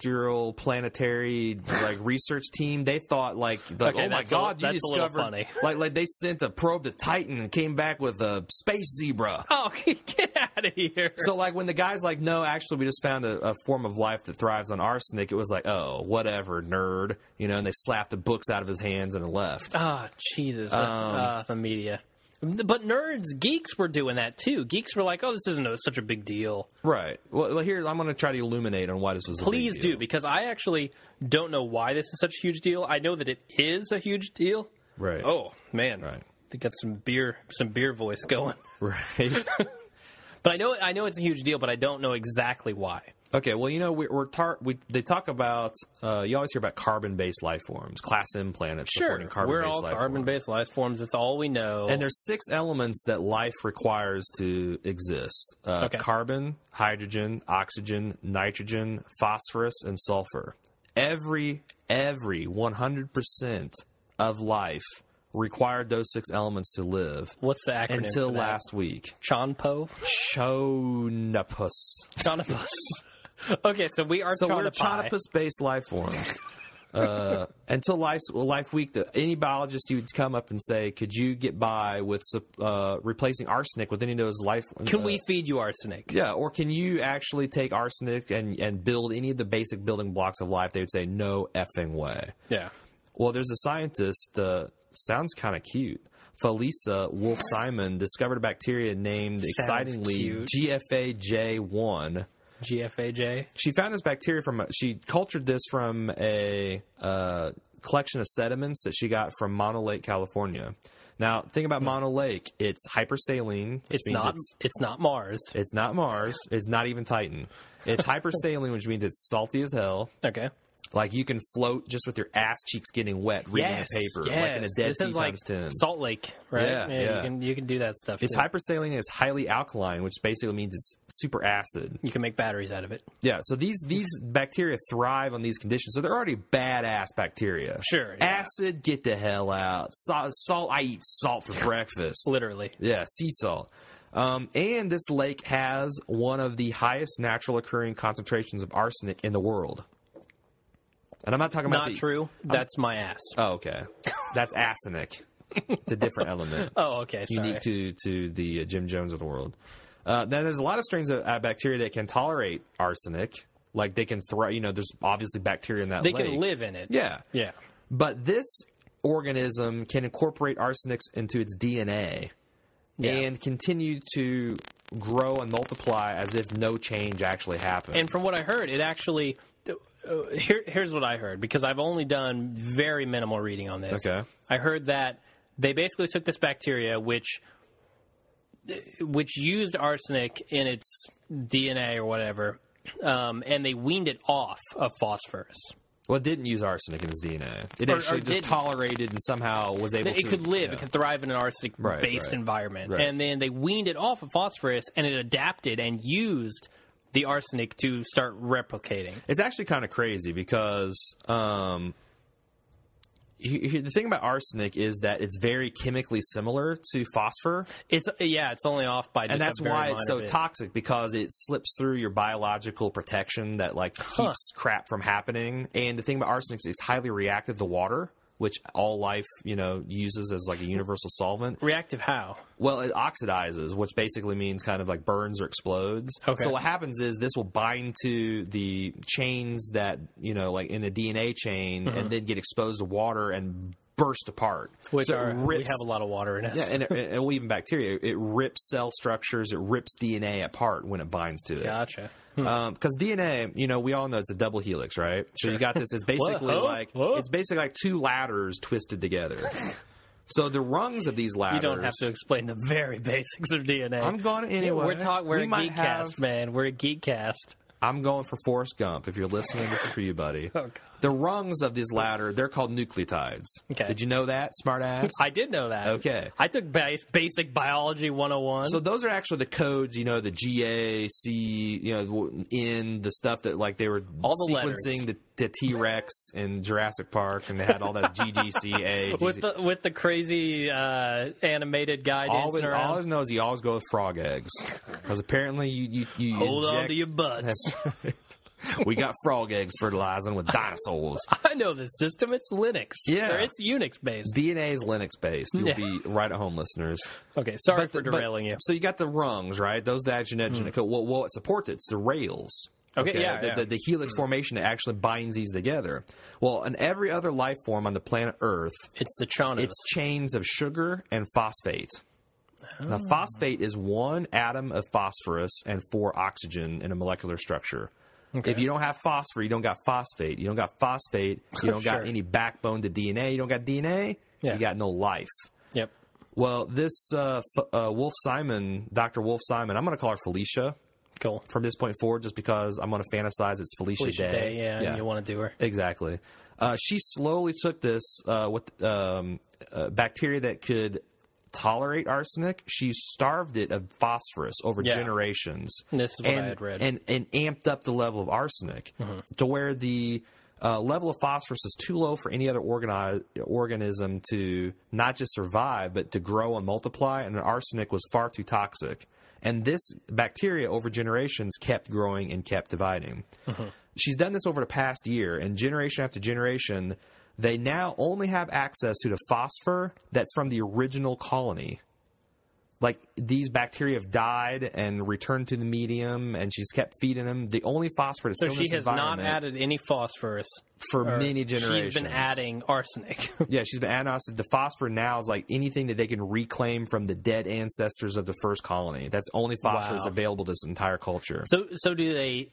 S1: terrestrial planetary like research team. They thought like, the,
S2: Okay,
S1: oh my
S2: that's a-
S1: god, you
S2: that's a little
S1: discovered
S2: funny.
S1: like like they sent a probe to Titan and came back with a space zebra.
S2: Oh, get out of here!
S1: So like when the guy's like, no, actually we just found a, a form of life that thrives on arsenic. It was like, oh, whatever, nerd, you know. And they slapped the books out of his hands and left.
S2: Ah, Jesus,
S1: Um,
S2: the, ah, the media. But nerds, geeks were doing that too. Geeks were like, "Oh, this isn't a, such a big deal."
S1: Right. Well, well, here I'm going to try to illuminate on why this was. a big
S2: Please
S1: deal.
S2: do, because I actually don't know why this is such a huge deal. I know that it is a huge deal.
S1: Right.
S2: Oh man,
S1: Right.
S2: They got some beer, some beer voice going.
S1: Right.
S2: But I know, I know it's a huge deal, but I don't know exactly why.
S1: Okay, well, you know, we, we're tar- we, they talk about uh, you always hear about carbon-based life forms, class M planets
S2: Sure,
S1: supporting carbon-based
S2: we're all
S1: life forms.
S2: carbon-based life forms. That's all we know.
S1: And there's six elements that life requires to exist: uh,
S2: Okay.
S1: carbon, hydrogen, oxygen, nitrogen, phosphorus, and sulfur. Every every 100% of life required those six elements to live
S2: What's the acronym
S1: until
S2: for that?
S1: last week.
S2: Chonpo?
S1: Chonapus.
S2: Chonopus. okay, so we are
S1: So we're
S2: Chonopi.
S1: Chonopus-based life forms. uh, until life life week, the, any biologist you would come up and say, "Could you get by with sup- uh, replacing arsenic with any of those life?"
S2: Can
S1: uh,
S2: we feed you arsenic?
S1: Yeah, or can you actually take arsenic and and build any of the basic building blocks of life? They would say, "No effing way."
S2: Yeah.
S1: Well, there's a scientist. Uh, sounds kind of cute. Felisa Wolf Simon discovered a bacteria named excitingly
S2: cute.
S1: GFA J1.
S2: GFAJ?
S1: She found this bacteria from a, she cultured this from a uh, collection of sediments that she got from Mono Lake, California. Now, think about Mono Lake. It's hypersaline. which
S2: Hmm. It's
S1: means
S2: not
S1: It's,
S2: it's not Mars.
S1: it's not Mars. It's not even Titan. It's hypersaline, which means it's salty as hell.
S2: Okay.
S1: Like you can float just with your ass cheeks getting wet reading a paper, like in a Dead
S2: this
S1: Sea
S2: is like
S1: times ten.
S2: Salt Lake, right?
S1: Yeah, yeah.
S2: You can you can do that stuff.
S1: it's
S2: too.
S1: hypersaline is highly alkaline, which basically means it's super acid.
S2: You can make batteries out of it.
S1: Yeah, so these these bacteria thrive on these conditions, so they're already badass bacteria.
S2: Sure, yeah.
S1: acid, get the hell out. Salt, salt I eat salt for breakfast.
S2: Literally.
S1: Yeah, sea salt. Um, and this lake has one of the highest natural occurring concentrations of arsenic in the world. And I'm not talking about the,
S2: Not true. That's my ass.
S1: Oh, okay. That's arsenic. it's a different element
S2: Oh, okay. Sorry.
S1: unique to to the uh, Jim Jones of the world. Uh, then there's a lot of strains of uh, bacteria that can tolerate arsenic. Like they can throw, you know, there's obviously bacteria in that.
S2: they
S1: lake.
S2: can live in it.
S1: Yeah,
S2: Yeah.
S1: but this organism can incorporate arsenics into its DNA
S2: Yeah.
S1: and continue to grow and multiply as if no change actually happened.
S2: And from what I heard, it actually. Uh, here, here's what I heard because I've only done very minimal reading on this.
S1: Okay.
S2: I heard that they basically took this bacteria, which which used arsenic in its DNA or whatever, um, and they weaned it off of phosphorus.
S1: well, it didn't use arsenic in its DNA. It
S2: Or- or
S1: actually just
S2: didn't.
S1: tolerated and somehow was able.
S2: It,
S1: to,
S2: could live.
S1: yeah.
S2: It could thrive in an arsenic-based
S1: Right, right.
S2: environment.
S1: Right.
S2: And then they weaned it off of phosphorus, and it adapted and used the arsenic to start replicating.
S1: It's actually kind of crazy because um, he- he- the thing about arsenic is that it's very chemically similar to phosphor,
S2: It's yeah, it's only off by just
S1: and that's
S2: a very
S1: why it's so
S2: minor bit.
S1: toxic because it slips through your biological protection that like keeps crap from happening. And the thing about arsenic is it's highly reactive to water. Which all life, you know, uses as like a universal solvent.
S2: Reactive how?
S1: Well, it oxidizes, which basically means kind of like burns or explodes.
S2: Okay.
S1: So what happens is this will bind to the chains that you know, like in a DNA chain, and then get exposed to water and burst apart.
S2: Mm-hmm. Which
S1: so it
S2: are we
S1: rips-
S2: have a lot of water in us.
S1: yeah, and, it, and well, even bacteria, it rips cell structures, it rips DNA apart when it binds to it. Um,
S2: gotcha.
S1: Because DNA, you know, we all know it's a double helix, right? So you got this. It's basically
S2: Whoa,
S1: like
S2: whoa.
S1: it's basically like two ladders twisted together. so the rungs of these ladders.
S2: You don't have to explain the very basics of DNA.
S1: I'm going
S2: Yeah,
S1: anyway.
S2: We're talk. We're
S1: We
S2: a
S1: might
S2: geek
S1: have-
S2: cast, man. We're a geek cast.
S1: I'm going for Forrest Gump. If you're listening, this is for you, buddy.
S2: Oh, God.
S1: The rungs of this ladder, they're called nucleotides.
S2: Okay.
S1: Did you know that, smart ass?
S2: I did know that.
S1: Okay.
S2: I took bas- basic biology 101.
S1: so those are actually the codes, you know, the G A C, you know, w- N, the stuff that like they were
S2: All the letters.
S1: sequencing the T Rex in Jurassic Park, and they had all that G G C A.
S2: with the with the crazy uh, animated guy
S1: Always,
S2: dancing around.
S1: always knows you always go with frog eggs because apparently you you, you
S2: Hold on
S1: inject-
S2: to your butts.
S1: we got frog eggs fertilizing with dinosaurs.
S2: I know this system. It's Linux.
S1: Yeah.
S2: Or it's Unix based.
S1: DNA is Linux based. You'll
S2: Yeah.
S1: be right at home, listeners.
S2: Okay. Sorry for
S1: the-
S2: derailing you. Hmm.
S1: So you got the rungs, right? Those that genetic genetic code. Well, well, it supports it. It's the rails.
S2: Okay, yeah,
S1: the,
S2: yeah. Hmm.
S1: The, the helix formation that actually binds these together. Well, in every other life form on the planet Earth,
S2: It's the Chonos.
S1: it's chains of sugar and phosphate. Now,
S2: Oh.
S1: phosphate is one atom of phosphorus and four oxygen in a molecular structure. If you don't have phosphor, you don't got phosphate. You don't got phosphate. You don't
S2: Sure.
S1: got any backbone to DNA. You don't got DNA.
S2: Yeah.
S1: You got no life.
S2: yep.
S1: Well, this uh, F- uh, Wolf Simon, Dr. Wolf Simon, I'm going to call her Felicia
S2: Cool.
S1: from this point forward just because I'm going to fantasize it's Felicia,
S2: Felicia
S1: Day.
S2: Day, yeah, and you want to do her.
S1: Exactly. Uh, she slowly took this uh, with um, uh, bacteria that could tolerate arsenic. She starved it of phosphorus over
S2: Yeah.
S1: generations.
S2: This is what I
S1: and,
S2: had read. Mm-hmm.
S1: And, and amped up the level of arsenic to where the uh, level of phosphorus is too low for any other organi- organism to not just survive, but to grow and multiply. And the arsenic was far too toxic. And this bacteria over generations kept growing and kept dividing
S2: Mm-hmm.
S1: she's done this over the past year and generation after generation they now only have access to the phosphor that's from the original colony like these bacteria have died and returned to the medium and she's kept feeding them the only phosphor that's
S2: So
S1: still in
S2: she
S1: this
S2: has not
S1: environment
S2: added any phosphorus.
S1: for
S2: or
S1: many generations
S2: She's been adding arsenic.
S1: yeah she's been adding us- the phosphor now is like anything that they can reclaim from the dead ancestors of the first colony that's the only phosphor
S2: Wow.
S1: that's available to this entire culture
S2: so so do they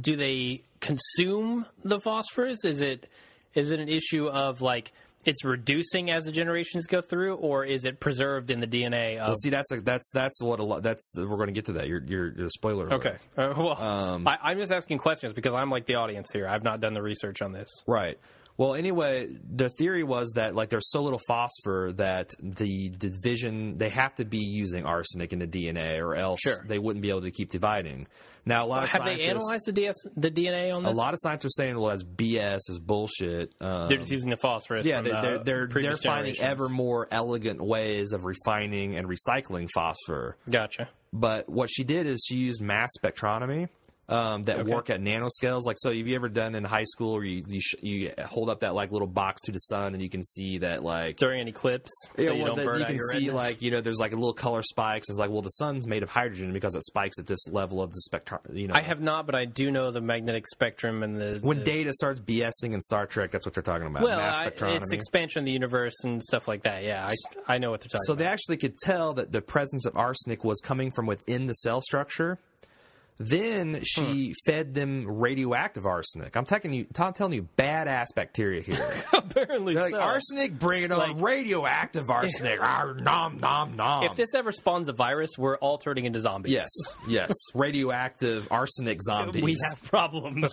S2: do they consume the phosphorus? Is it is it an issue of like it's reducing as the generations go through, or is it preserved in the DNA of?
S1: Well, see that's a, that's that's what a lot that's we're going to get to that you're you're, you're a spoiler alert.
S2: Okay. Uh, well,
S1: Um,
S2: I, I'm just asking questions because I'm like the audience here. I've not done the research on this.
S1: Right. Well, anyway, the theory was that like there's so little phosphor that the division they have to be using arsenic in the DNA or else
S2: Sure.
S1: they wouldn't be able to keep dividing. Now a lot of
S2: Have
S1: scientists,
S2: they analyzed the, DS, the DNA on
S1: a
S2: this?
S1: lot of scientists are saying, well, that's BS, is bullshit. Um,
S2: They're just using the phosphorus.
S1: yeah,
S2: from
S1: they,
S2: the
S1: they're they're, they're
S2: previous
S1: finding
S2: generations.
S1: ever more elegant ways of refining and recycling phosphor.
S2: Gotcha.
S1: But what she did is she used mass spectronomy um, that work at nanoscales. Like, so have you ever done in high school where you you, sh- you hold up that like little box to the sun and you can see that like
S2: During an eclipse, so
S1: yeah,
S2: you
S1: well,
S2: don't
S1: that
S2: burn
S1: you
S2: out
S1: can
S2: your
S1: see
S2: retinas.
S1: like you know there's like a little color spikes. It's like well the sun's made of hydrogen because it spikes at this level of the spectrum. You know,
S2: I have not, but I do know the magnetic spectrum and the
S1: when
S2: the,
S1: data starts BSing in Star Trek, that's what they're talking about.
S2: well,
S1: mass
S2: I-
S1: spectronomy.
S2: it's expansion of the universe and stuff like that. Yeah, I I know what they're talking
S1: So
S2: about.
S1: they actually could tell that the presence of arsenic was coming from within the cell structure. Then she
S2: Hmm.
S1: fed them radioactive arsenic. I'm telling you, I'm telling you, badass bacteria here.
S2: Apparently,
S1: They're like
S2: so.
S1: arsenic, bring it on,
S2: Like-
S1: radioactive arsenic. Arr, nom nom nom.
S2: if this ever spawns a virus, we're all turning into zombies.
S1: yes, yes, radioactive arsenic zombies.
S2: we have problems.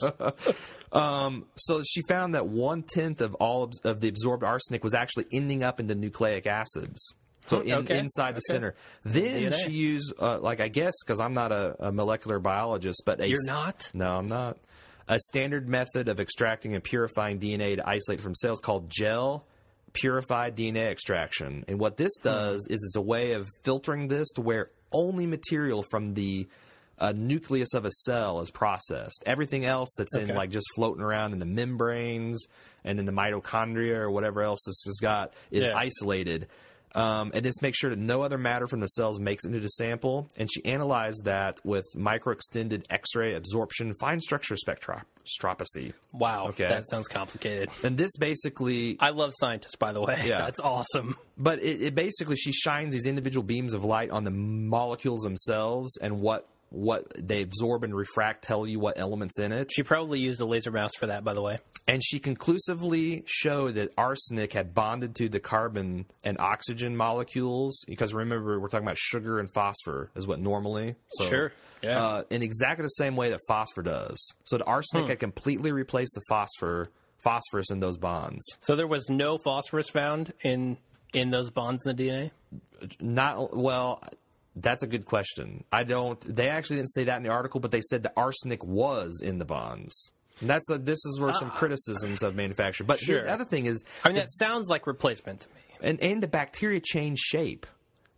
S1: so she found that one tenth of all ob- of the absorbed arsenic was actually ending up in the nucleic acids. So in,
S2: Hmm, okay,
S1: inside the center. Then
S2: DNA.
S1: she used, uh, like I guess, because I'm not a, a molecular biologist, but a
S2: You're not.
S1: No, I'm not. A standard method of extracting and purifying DNA to isolate from cells called gel purified DNA extraction. And what this does is it's a way of filtering this to where only material from the uh, nucleus of a cell is processed. Everything else that's in
S2: Okay.
S1: like just floating around in the membranes and in the mitochondria or whatever else this has got is
S2: Yeah.
S1: isolated. Um, and just make sure that no other matter from the cells makes it into the sample. And she analyzed that with microextended X-ray absorption fine structure spectroscopy.
S2: Wow.
S1: Okay.
S2: That sounds complicated.
S1: And this basically,
S2: I love scientists, by the way.
S1: Yeah.
S2: That's awesome.
S1: but it, it basically she shines these individual beams of light on the molecules themselves and what what they absorb and refract tell you what elements in it.
S2: She probably used a laser mouse for that, by the way.
S1: and she conclusively showed that arsenic had bonded to the carbon and oxygen molecules because remember we're talking about sugar and phosphor is what normally so
S2: Sure. Yeah.
S1: uh, in exactly the same way that phosphor does so the arsenic
S2: Hmm.
S1: had completely replaced the phosphor phosphorus in those bonds
S2: So there was no phosphorus found in in those bonds in the DNA.
S1: not well that's a good question i don't they actually didn't say that in the article but they said the arsenic was in the bonds and that's a, this is where some criticisms of manufacture but here's
S2: Ah. Sure.
S1: the other thing is
S2: I mean, that sounds like replacement to me.
S1: and and the bacteria change shape.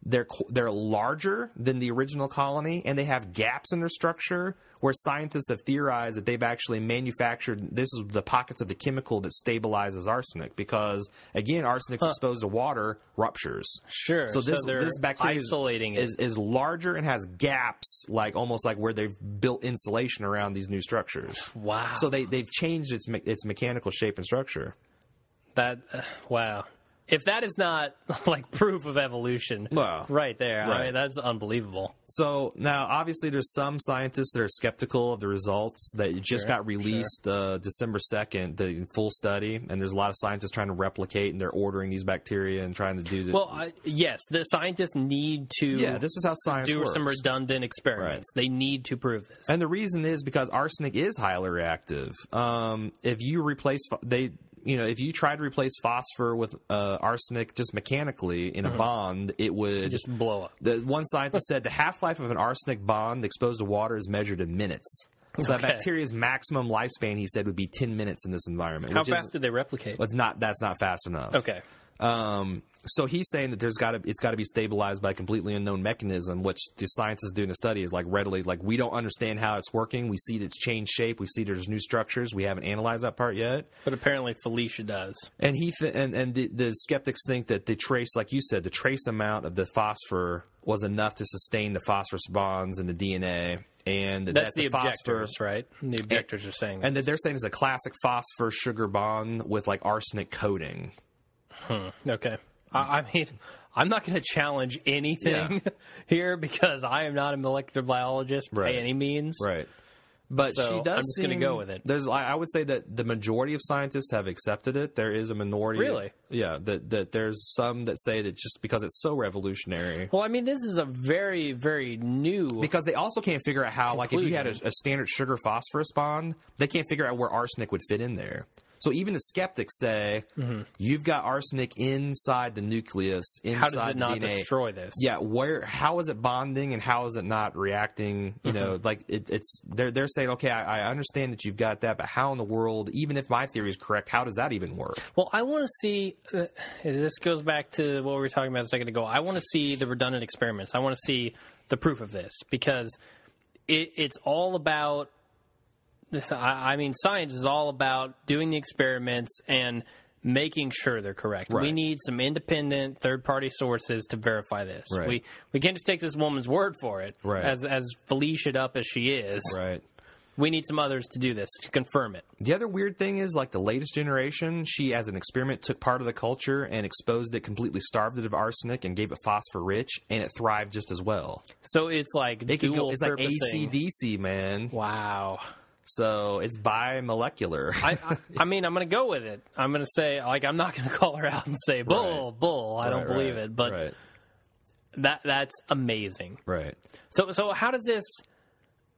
S1: They're qu- they're larger than the original colony, and they have gaps in their structure. Where scientists have theorized that they've actually manufactured this is the pockets of the chemical that stabilizes arsenic because again, arsenic's exposed to water ruptures.
S2: Sure.
S1: So this
S2: they're
S1: this bacteria is-
S2: isolating it.
S1: is is larger and has gaps like almost like where they've built insulation around these new structures.
S2: Wow.
S1: So they they've changed its me- its mechanical shape and structure.
S2: that uh, wow. If that is not like proof of evolution,
S1: Well,
S2: right there, I
S1: right.
S2: mean, that's unbelievable.
S1: So now, obviously, there's some scientists that are skeptical of the results that it just
S2: Sure,
S1: got released uh, December 2nd, the full study, and there's a lot of scientists trying to replicate and they're ordering these bacteria and trying to do the.
S2: Well, I, yes, the scientists need to
S1: yeah, this is how science
S2: do
S1: works.
S2: some redundant experiments. They need to prove this.
S1: And the reason is because arsenic is highly reactive. Um, if you replace pho- they, you know, if you try to replace phosphor with uh, arsenic just mechanically in a bond, Mm-hmm. it would
S2: just blow up.
S1: The one scientist said the half life of an arsenic bond exposed to water is measured in minutes. So that
S2: Okay.
S1: bacteria's maximum lifespan, he said, would be ten minutes in this environment.
S2: How
S1: which
S2: fast
S1: Is,
S2: did they replicate?
S1: it's not. That's not fast enough.
S2: Okay.
S1: Um, so he's saying that there's got to it's got to be stabilized by a completely unknown mechanism, which the scientists doing the study is like readily like we don't understand how it's working. We see that it's changed shape. We see there's new structures. We haven't analyzed that part yet.
S2: But apparently Felicia does.
S1: And he th- and and the, the skeptics think that the trace, like you said, the trace amount of the phosphor was enough to sustain the phosphorus bonds in the DNA, and that
S2: That's
S1: that
S2: the,
S1: phosphor,
S2: objectors, right? The objectors are saying
S1: and
S2: that.
S1: that they're saying it's a classic phosphor sugar bond with like arsenic coating.
S2: Okay. I, I mean, I'm not going to challenge anything here because I am not a molecular biologist
S1: Right.
S2: by any means.
S1: Right. But
S2: So,
S1: she does.
S2: I'm just gonna
S1: seem-
S2: go with it.
S1: There's, I I would say that the majority of scientists have accepted it. There is a minority,
S2: Really?
S1: yeah. That that there's some that say that just because it's so revolutionary,
S2: Well, I mean, this is a very, very new.
S1: because they also can't figure out how, like, if you had a, a standard sugar phosphorus bond, they can't figure out where arsenic would fit in there. So even the skeptics say
S2: Mm-hmm.
S1: you've got arsenic inside the nucleus, inside
S2: how does it
S1: the
S2: not
S1: DNA.
S2: destroy this?
S1: Yeah, where how is it bonding and how is it not reacting? You
S2: Mm-hmm.
S1: know, like it, it's they're they're saying, okay, I, I understand that you've got that, but how in the world, even if my theory is correct, how does that even work?
S2: Well, I want to see. Uh, this goes back to what we were talking about a second ago. I want to see the redundant experiments. I want to see the proof of this because it, it's all about. I, I mean, science is all about doing the experiments and making sure they're correct. We
S1: Right.
S2: need some independent third-party sources to verify this.
S1: Right.
S2: We we can't just take this woman's word for it.
S1: Right.
S2: As as Felicia up as she is,
S1: Right.
S2: we need some others to do this to confirm it.
S1: The other weird thing is, like the latest generation, she as an experiment took part of the culture and exposed it completely, starved it of arsenic, and gave it phosphor rich, and it thrived just as well.
S2: So it's like
S1: It could
S2: dual
S1: go, it's like
S2: purposing.
S1: ACDC, man.
S2: Wow.
S1: So it's bimolecular.
S2: I, I, I mean, I'm going to go with it. I'm going to say, like, I'm not going to call her out and say, bull, bull. I don't
S1: Right,
S2: believe
S1: right,
S2: it, but
S1: right,
S2: that that's amazing.
S1: right.
S2: So, so how does this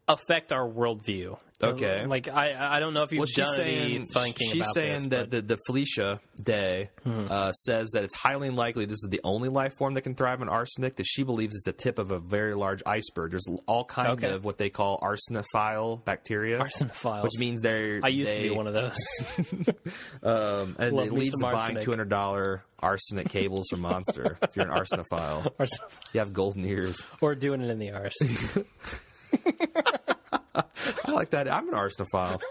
S2: affect our worldview?
S1: Okay.
S2: like I, I don't know if you've
S1: Well,
S2: done
S1: she's saying
S2: any thinking
S1: she's
S2: about
S1: saying
S2: this,
S1: that
S2: but Hmm.
S1: the, the Felicia Day uh, says that it's highly unlikely this is the only life form that can thrive on arsenic. That she believes it's the tip of a very large iceberg. There's all kind
S2: Okay.
S1: of what they call arsenophile bacteria,
S2: Arsenophiles.
S1: which means they're.
S2: I used to be one of those.
S1: them, Um, and
S2: Love
S1: it
S2: me
S1: leads to
S2: some
S1: buying
S2: arsenic.
S1: two hundred dollar arsenic cables from Monster. if you're an arsenophile,
S2: Arsen-
S1: you have golden ears.
S2: or doing it in the arse.
S1: I like that. I'm an arsenophile.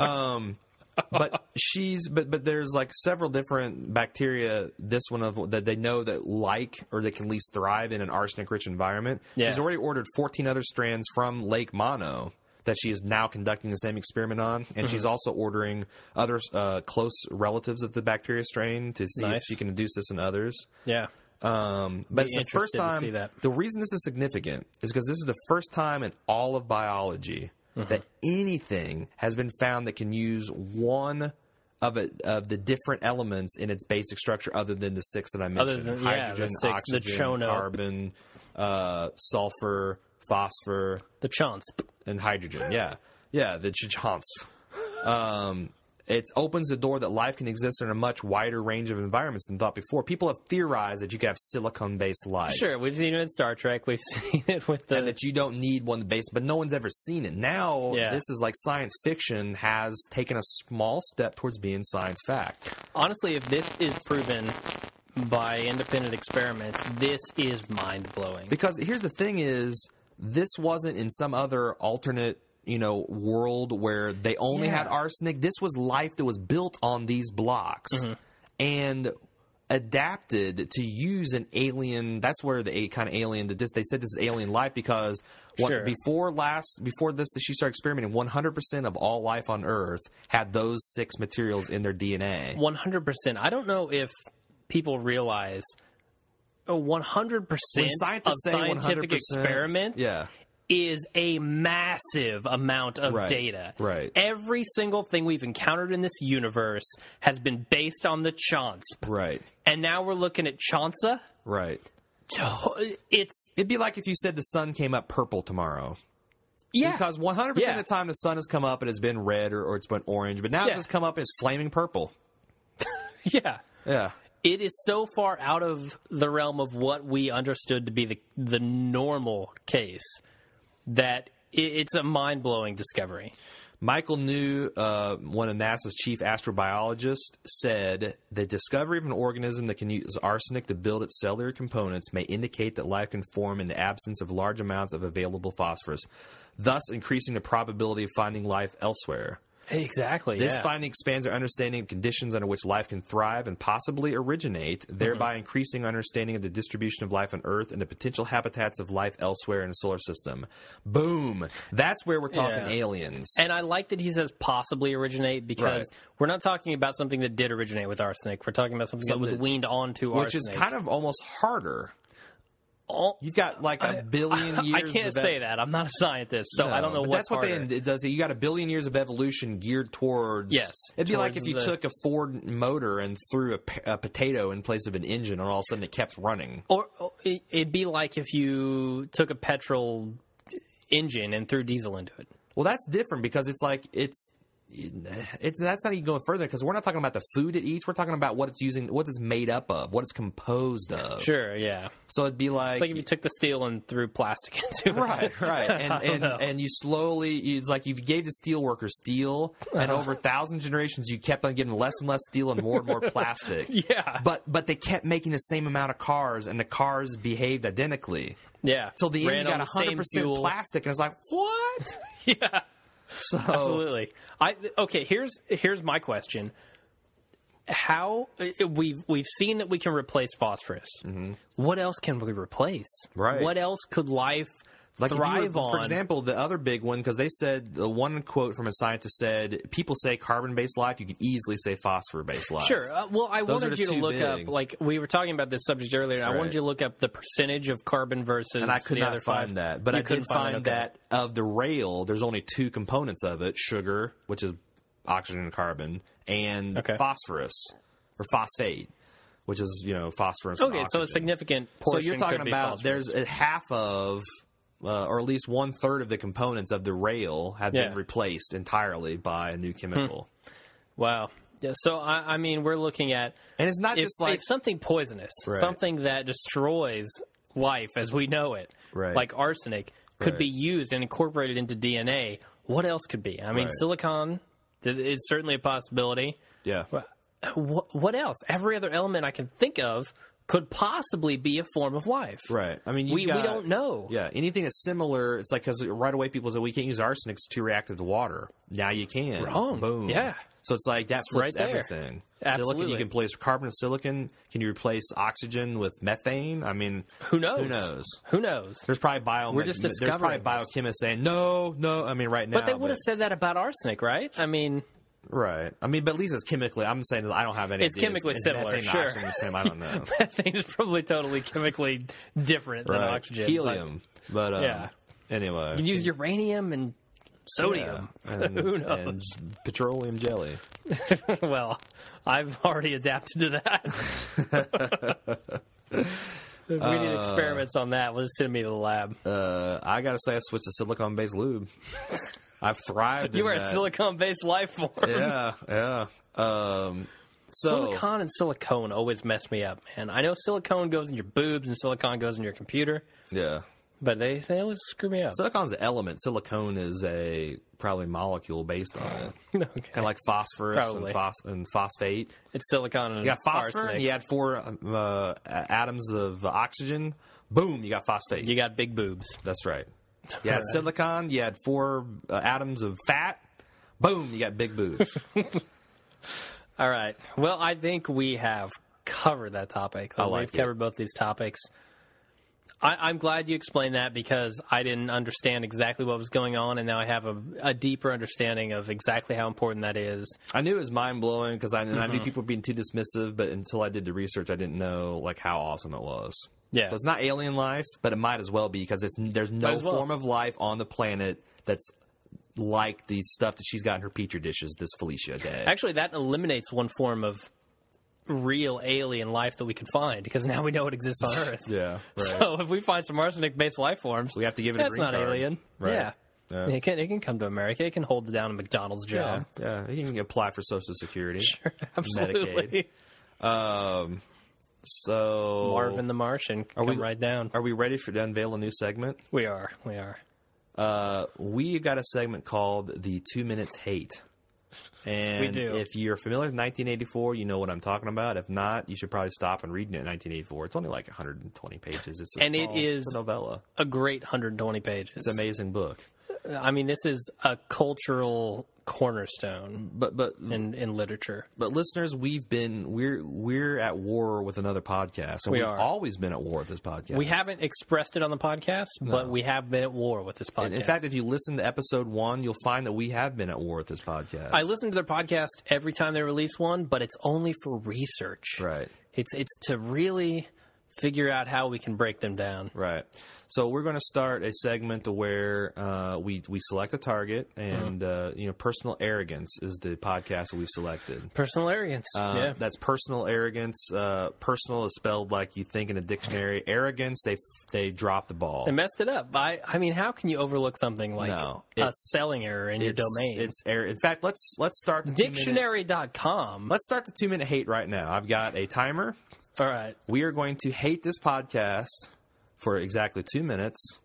S1: um, but she's but but there's like several different bacteria. This one of that they know that like or that can at least thrive in an arsenic rich environment.
S2: Yeah.
S1: She's already ordered 14 other strands from Lake Mono that she is now conducting the same experiment on, and
S2: Mm-hmm.
S1: she's also ordering other uh, close relatives of the bacteria strain to see if
S2: Nice.
S1: she can induce this in others.
S2: Yeah.
S1: Um, but it's the first
S2: interested to
S1: time.
S2: see that.
S1: The reason this is significant is because this is the first time in all of biology
S2: Mm-hmm.
S1: that anything has been found that can use one of it of the different elements in its basic structure, other than the six that I mentioned:
S2: than- yeah, the
S1: hydrogen,
S2: six, the
S1: oxygen,
S2: chono.
S1: carbon, uh, sulfur, phosphor,
S2: The chance.
S1: and hydrogen. Yeah, yeah, the chichons. Um, it opens the door that life can exist in a much wider range of environments than thought before. People have theorized that you can have silicon-based life,
S2: Sure, we've seen it in Star Trek. We've seen it with the
S1: and that you don't need one base, but no one's ever seen it. Now,
S2: Yeah.
S1: this is like science fiction has taken a small step towards being science fact.
S2: honestly, if this is proven by independent experiments, this is mind blowing.
S1: Because here's the thing: is this wasn't in some other alternate. You know, world where they only
S2: Yeah.
S1: had arsenic. This was life that was built on these blocks
S2: Mm-hmm.
S1: and adapted to use an alien. That's where the a kind of alien that this they said this is alien life because what,
S2: Sure.
S1: before last before this that she started experimenting, 100 percent of all life on Earth had those six materials in their DNA.
S2: One hundred percent. I don't know if people realize uh, 100% of
S1: scientists say
S2: scientific
S1: 100%,
S2: experiment
S1: Yeah.
S2: is a massive amount of
S1: Right,
S2: data.
S1: right.
S2: Every single thing we've encountered in this universe has been based on the Chomsp.
S1: Right.
S2: And now we're looking at Chonsa.
S1: Right.
S2: To- It's,
S1: It'd be like if you said the sun came up purple tomorrow.
S2: yeah.
S1: Because 100%
S2: Yeah.
S1: of the time the sun has come up and it's been red or, or it's been orange, but now
S2: Yeah.
S1: it's just come up and it's flaming purple.
S2: yeah.
S1: Yeah.
S2: It is so far out of the realm of what we understood to be the, the normal case that i it's a mind blowing discovery.
S1: Michael New, uh, one of NASA's chief astrobiologists, said the discovery of an organism that can use arsenic to build its cellular components may indicate that life can form in the absence of large amounts of available phosphorus, thus increasing the probability of finding life elsewhere.
S2: Exactly.
S1: This finding expands our understanding of conditions under which life can thrive and possibly originate, thereby
S2: Mm-hmm.
S1: increasing our understanding of the distribution of life on Earth and the potential habitats of life elsewhere in the solar system. Boom! That's where we're talking
S2: Yeah.
S1: aliens.
S2: And I like that he says possibly originate because
S1: Right.
S2: we're not talking about something that did originate with arsenic. We're talking about something, that was
S1: Something-
S2: weaned onto
S1: which
S2: arsenic.
S1: is kind of almost harder.
S2: All-
S1: You've got like a billion
S2: I
S1: years.
S2: can't
S1: of
S2: say that. I'm not a scientist, so
S1: No,
S2: I don't know
S1: but
S2: what's
S1: that's what
S2: harder.
S1: they it does. You got a billion years of evolution geared towards.
S2: Yes,
S1: it'd be like
S2: towards
S1: if you
S2: the-
S1: took a Ford motor and threw a, p- a potato in place of an engine, and all of a sudden it kept running.
S2: Or, or it, it'd be like if you took a petrol engine and threw diesel into it.
S1: Well, that's different because it's like it's it's that's not even going further because we're not talking about the food it eats. We're talking about what it's using, what it's made up of, what it's composed of.
S2: Sure, yeah.
S1: So it'd be
S2: It's like if you took the steel and threw plastic into it.
S1: right right
S2: I
S1: and
S2: don't
S1: and,
S2: know.
S1: and you slowly you- it's like you gave the steel worker steel and over a thousand generations you kept on giving less and less steel and more and more plastic
S2: Yeah.
S1: but but they kept making the same amount of cars and the cars behaved identically
S2: yeah.
S1: till the
S2: Ran
S1: end you got
S2: on the same
S1: 100%
S2: fuel.
S1: plastic and it's like what
S2: Yeah.
S1: so
S2: Absolutely. I okay. Here's here's my question. How eh, we we've seen that we can replace phosphorus. What else can we replace?
S1: Mm-hmm. Right.
S2: What else could life
S1: like if you
S2: thrive
S1: were-
S2: on?
S1: for example the other big one because they said the one quote from a scientist said people say carbon-based life you could easily say phosphor-based life
S2: Sure. Uh, well, I
S1: Those are
S2: wanted
S1: the
S2: you to
S1: two
S2: look up
S1: big.
S2: like we were talking about this subject earlier. and I wanted
S1: Right.
S2: you to look up the percentage of carbon versus
S1: and I could
S2: the
S1: not
S2: other
S1: find
S2: five.
S1: that. But
S2: You
S1: I
S2: couldn't
S1: did find
S2: it, okay.
S1: that of the rail, there's only two components of it: sugar, which is oxygen and carbon, and
S2: Okay.
S1: phosphorus or phosphate, which is you know phosphorus. and
S2: Okay, so a
S1: oxygen.
S2: significant
S1: So
S2: portion.
S1: you're
S2: could
S1: talking
S2: be
S1: about
S2: phosphorus.
S1: there's a half of. Uh, or at least one third of the components of the rail have
S2: Yeah. Hmm.
S1: been replaced entirely by a new chemical,
S2: wow. Yeah. So I, I mean, we're looking at
S1: and it's not
S2: if,
S1: just like
S2: if something poisonous,
S1: Right.
S2: something that destroys life as we know it,
S1: Right.
S2: like arsenic, could
S1: Right.
S2: be used and incorporated into DNA. What else could be? I mean,
S1: Right.
S2: silicon th- is certainly a possibility.
S1: yeah,
S2: What, what else? Every other element I can think of could possibly be a form of life.
S1: right. I mean, you
S2: We, we
S1: got-
S2: don't know.
S1: Yeah, anything that's similar, it's like because right away people say we can't use arsenic; it's too reactive to water. Now you can.
S2: Wrong.
S1: Boom.
S2: Yeah.
S1: So it's like that
S2: right
S1: flips
S2: there.
S1: everything. Silicon,
S2: Absolutely.
S1: you can replace carbon with silicon. Can you replace oxygen with methane? I mean,
S2: Who knows?
S1: who knows?
S2: Who knows?
S1: There's probably bio. We're
S2: just
S1: There's probably
S2: discovering
S1: biochemists saying no, no. I mean, right now,
S2: but they would have said that about arsenic, right? I mean,
S1: right. I mean, but at least it's chemically. I'm saying that I don't have any.
S2: It's
S1: ideas.
S2: chemically
S1: Is
S2: similar,
S1: methane to
S2: sure.
S1: oxygen the same? I don't know.
S2: methane is probably totally chemically different than
S1: Right.
S2: oxygen. but-
S1: helium, but, um,
S2: Yeah.
S1: Anyway,
S2: can use uranium and sodium.
S1: Yeah. And-
S2: Who knows?
S1: and petroleum jelly.
S2: well, I've already adapted to that. if we need experiments on that, well, just send me to the lab.
S1: Uh, I gotta say, I switched to silicone-based lube. I've thrived.
S2: you
S1: in
S2: are a
S1: that.
S2: silicon-based life form.
S1: Yeah, yeah. Um, so
S2: Silicon and silicone always mess me up, man. I know silicone goes in your boobs and silicon goes in your computer,
S1: yeah,
S2: but they, they always screw me up.
S1: silicon's an element. Silicone is a probably molecule based on it, kind
S2: okay.
S1: of like phosphorus and,
S2: Probably.
S1: phos- and phosphate.
S2: It's silicon and
S1: You got phosphor.
S2: arsenic.
S1: And you add four um, uh, atoms of oxygen. Boom! You got phosphate.
S2: You got big boobs.
S1: That's right. You had
S2: Alright.
S1: silicon. You had four uh, atoms of fat. Boom! You got big boobs.
S2: All right. Well, I think we have covered that topic.
S1: like
S2: We've
S1: it.
S2: covered both these topics. I, I'm glad you explained that because I didn't understand exactly what was going on, and now I have a, a deeper understanding of exactly how important that is.
S1: I knew it was mind blowing because I, and I
S2: Mm-hmm.
S1: knew people were being too dismissive, but until I did the research, I didn't know like how awesome it was.
S2: Yeah.
S1: So it's not alien life, but it might as well be because it's, there's no
S2: as well.
S1: form of life on the planet that's like the stuff that she's got in her petri dishes. This Felicia Day.
S2: Actually, that eliminates one form of real alien life that we could find because now we know it exists on Earth.
S1: yeah. Right.
S2: So if we find some arsenic-based life forms,
S1: we have to give it a
S2: that's
S1: green
S2: not
S1: card.
S2: alien.
S1: Right.
S2: Yeah.
S1: Yeah.
S2: It can it can come to America. It can hold down a McDonald's
S1: Yeah,
S2: job.
S1: yeah. You can apply for Social Security.
S2: Absolutely.
S1: So,
S2: Marvin the Martian can come
S1: we-
S2: right down.
S1: are we ready for to unveil a new segment?
S2: We are. We are.
S1: Uh, we got a segment called the Two Minutes Hate. And
S2: We do.
S1: if you're familiar with 1984, you know what I'm talking about. If not, you should probably stop and read it in 1984. It's only like 120 pages. It's a
S2: And it
S1: small-
S2: is-
S1: it's a novella.
S2: A great 120 pages.
S1: It's an amazing book.
S2: I mean, this is a cultural cornerstone
S1: But but
S2: in, in literature.
S1: but listeners, we've been we're we're at war with another podcast. And
S2: We
S1: have
S2: are.
S1: always been at war with this podcast.
S2: We haven't expressed it on the podcast, but we have been at war with this podcast.
S1: In fact, if you listen to episode one, you'll find that we have been at war with this podcast.
S2: I listen to their podcast every time they release one, but it's only for research.
S1: right.
S2: It's it's to really figure out how we can break them down.
S1: Right. So we're going to start a segment to where uh, we we select a target, and
S2: Uh-huh.
S1: uh, you know, personal arrogance is the podcast that we've selected.
S2: Personal arrogance.
S1: Uh,
S2: yeah.
S1: That's personal arrogance. Uh, personal is spelled like you think in a dictionary. Arrogance, they they drop the ball.
S2: I messed it up. I I mean, how can you overlook something like
S1: No,
S2: a
S1: it's-
S2: spelling error in your
S1: It's-
S2: domain?
S1: It's ar- in fact, let's let's start the two-minute-
S2: Dictionary.com.
S1: Let's start the two minute hate right now. I've got a timer.
S2: All right.
S1: We are going to hate this podcast for exactly two minutes.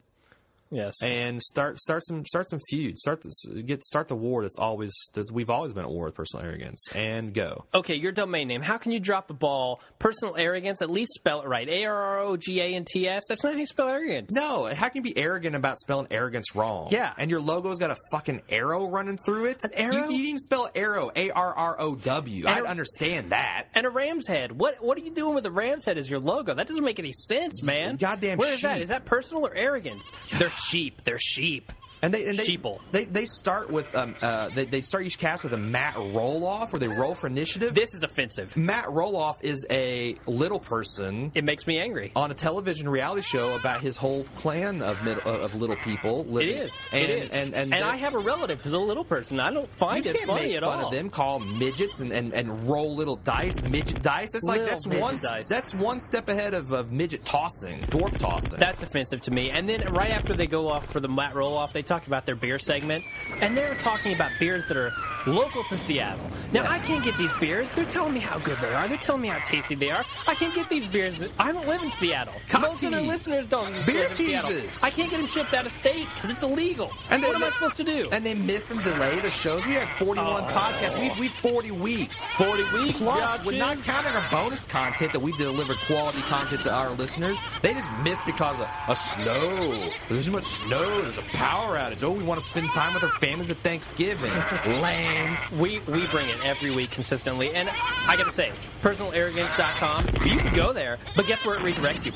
S2: Yes.
S1: and start start some start some feud. Start this get start the war that's always that we've always been at war with personal arrogance. And go.
S2: Okay, your domain name. How can you drop the ball? Personal arrogance. At least spell it right. A R R O G A N T S. That's not how you spell arrogance.
S1: No, how can you be arrogant about spelling arrogance wrong?
S2: Yeah.
S1: and your logo's got a fucking arrow running through it. An
S2: arrow?
S1: You, you didn't spell arrow. A R R O W. I
S2: Arrow-
S1: understand that.
S2: And a ram's head. What What are you doing with a ram's head as your logo? That doesn't make any sense, man.
S1: Goddamn
S2: Where is that?
S1: sheep.
S2: Is that personal or arrogance? They're sheep. They're sheep.
S1: And they and they,
S2: Sheeple.
S1: They they start with um uh they, they start each cast with a Matt roll off where they roll for initiative.
S2: This is offensive.
S1: Matt Roloff is a little person
S2: It makes me angry.
S1: on a television reality show about his whole clan of mid, uh, of little people.
S2: It
S1: Living.
S2: is.
S1: And,
S2: it is.
S1: And and,
S2: I have a relative who's a little person. I don't
S1: You
S2: find
S1: can't
S2: it funny
S1: make
S2: at
S1: fun
S2: all.
S1: of them. Call 'em midgets and, and, and roll little dice, midget dice. That's like
S2: Little
S1: that's one
S2: midget dice.
S1: that's one step ahead of, of midget tossing, dwarf tossing.
S2: That's offensive to me. And then right after they go off for the Matt roll off, they talk about their beer segment, and they're talking about beers that are local to Seattle. Now I can't get these beers. They're telling me how good they are. They're telling me how tasty they are. I can't get these beers. I don't live in Seattle.
S1: Cock
S2: Most of their
S1: tease.
S2: listeners don't live
S1: Beer
S2: in Seattle.
S1: teases.
S2: I can't get them shipped out of state because it's illegal.
S1: And
S2: what
S1: they-
S2: am I supposed to do?
S1: and they miss and delay the shows. We have 41
S2: Oh.
S1: podcasts. We've we 40 weeks.
S2: Forty weeks.
S1: Plus, we're not
S2: gotchas.
S1: counting our bonus content that we delivered quality content to our listeners. They just missed because of a snow. There's too much snow. There's a power outage. Oh, we want to spend time with our families at Thanksgiving. Lame.
S2: We we bring it every week consistently, and I gotta say, personalarrogance.com. You can go there, but guess where it redirects you?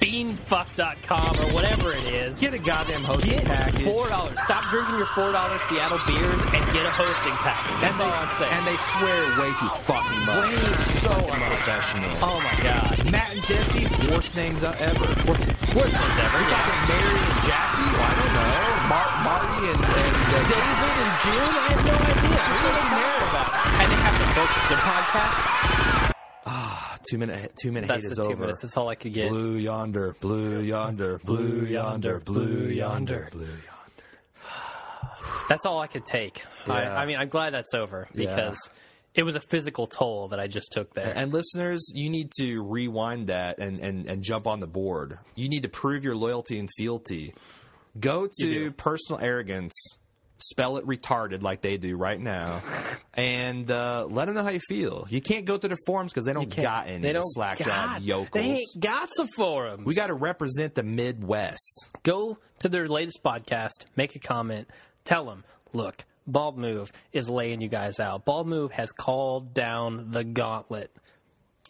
S2: Personalarrogance.beanfuck.com or whatever it is.
S1: Get a goddamn hosting
S2: Get
S1: package.
S2: four dollars. Stop drinking your four dollar Seattle beers and get a hosting package. That's
S1: and they,
S2: all I'm saying.
S1: And they swear way too fucking much.
S2: Way
S1: so
S2: fucking much.
S1: unprofessional. Uh,
S2: oh my god,
S1: Matt and Jesse, worst names ever.
S2: worst, worst ones ever.
S1: We're talking Mary and Jackie. Well, I don't know. Mar- Marty and, and uh,
S2: David and June. I have no idea. It's
S1: just so generic.
S2: about. And they have no focus. Their podcast.
S1: two minute two minute hate
S2: That's
S1: is
S2: the two
S1: over.
S2: minutes. That's all I could get.
S1: Blue yonder, blue yonder, blue yonder, blue yonder, blue yonder.
S2: That's all I could take.
S1: Yeah.
S2: I, I mean, I'm glad that's over because it was a physical toll that I just took there.
S1: And listeners, you need to rewind that and, and, and jump on the board. You need to prove your loyalty and fealty. Go to
S2: do.
S1: personal arrogance, spell it retarded like they do right now, and uh, let them know how you feel. You can't go to their forums because they don't
S2: Can't-
S1: got any
S2: They don't
S1: slack job
S2: got-
S1: yokels.
S2: They ain't got some forums.
S1: we got to represent the Midwest.
S2: go to their latest podcast, make a comment, tell them, look, Bald Move is laying you guys out. Bald Move has called down the gauntlet.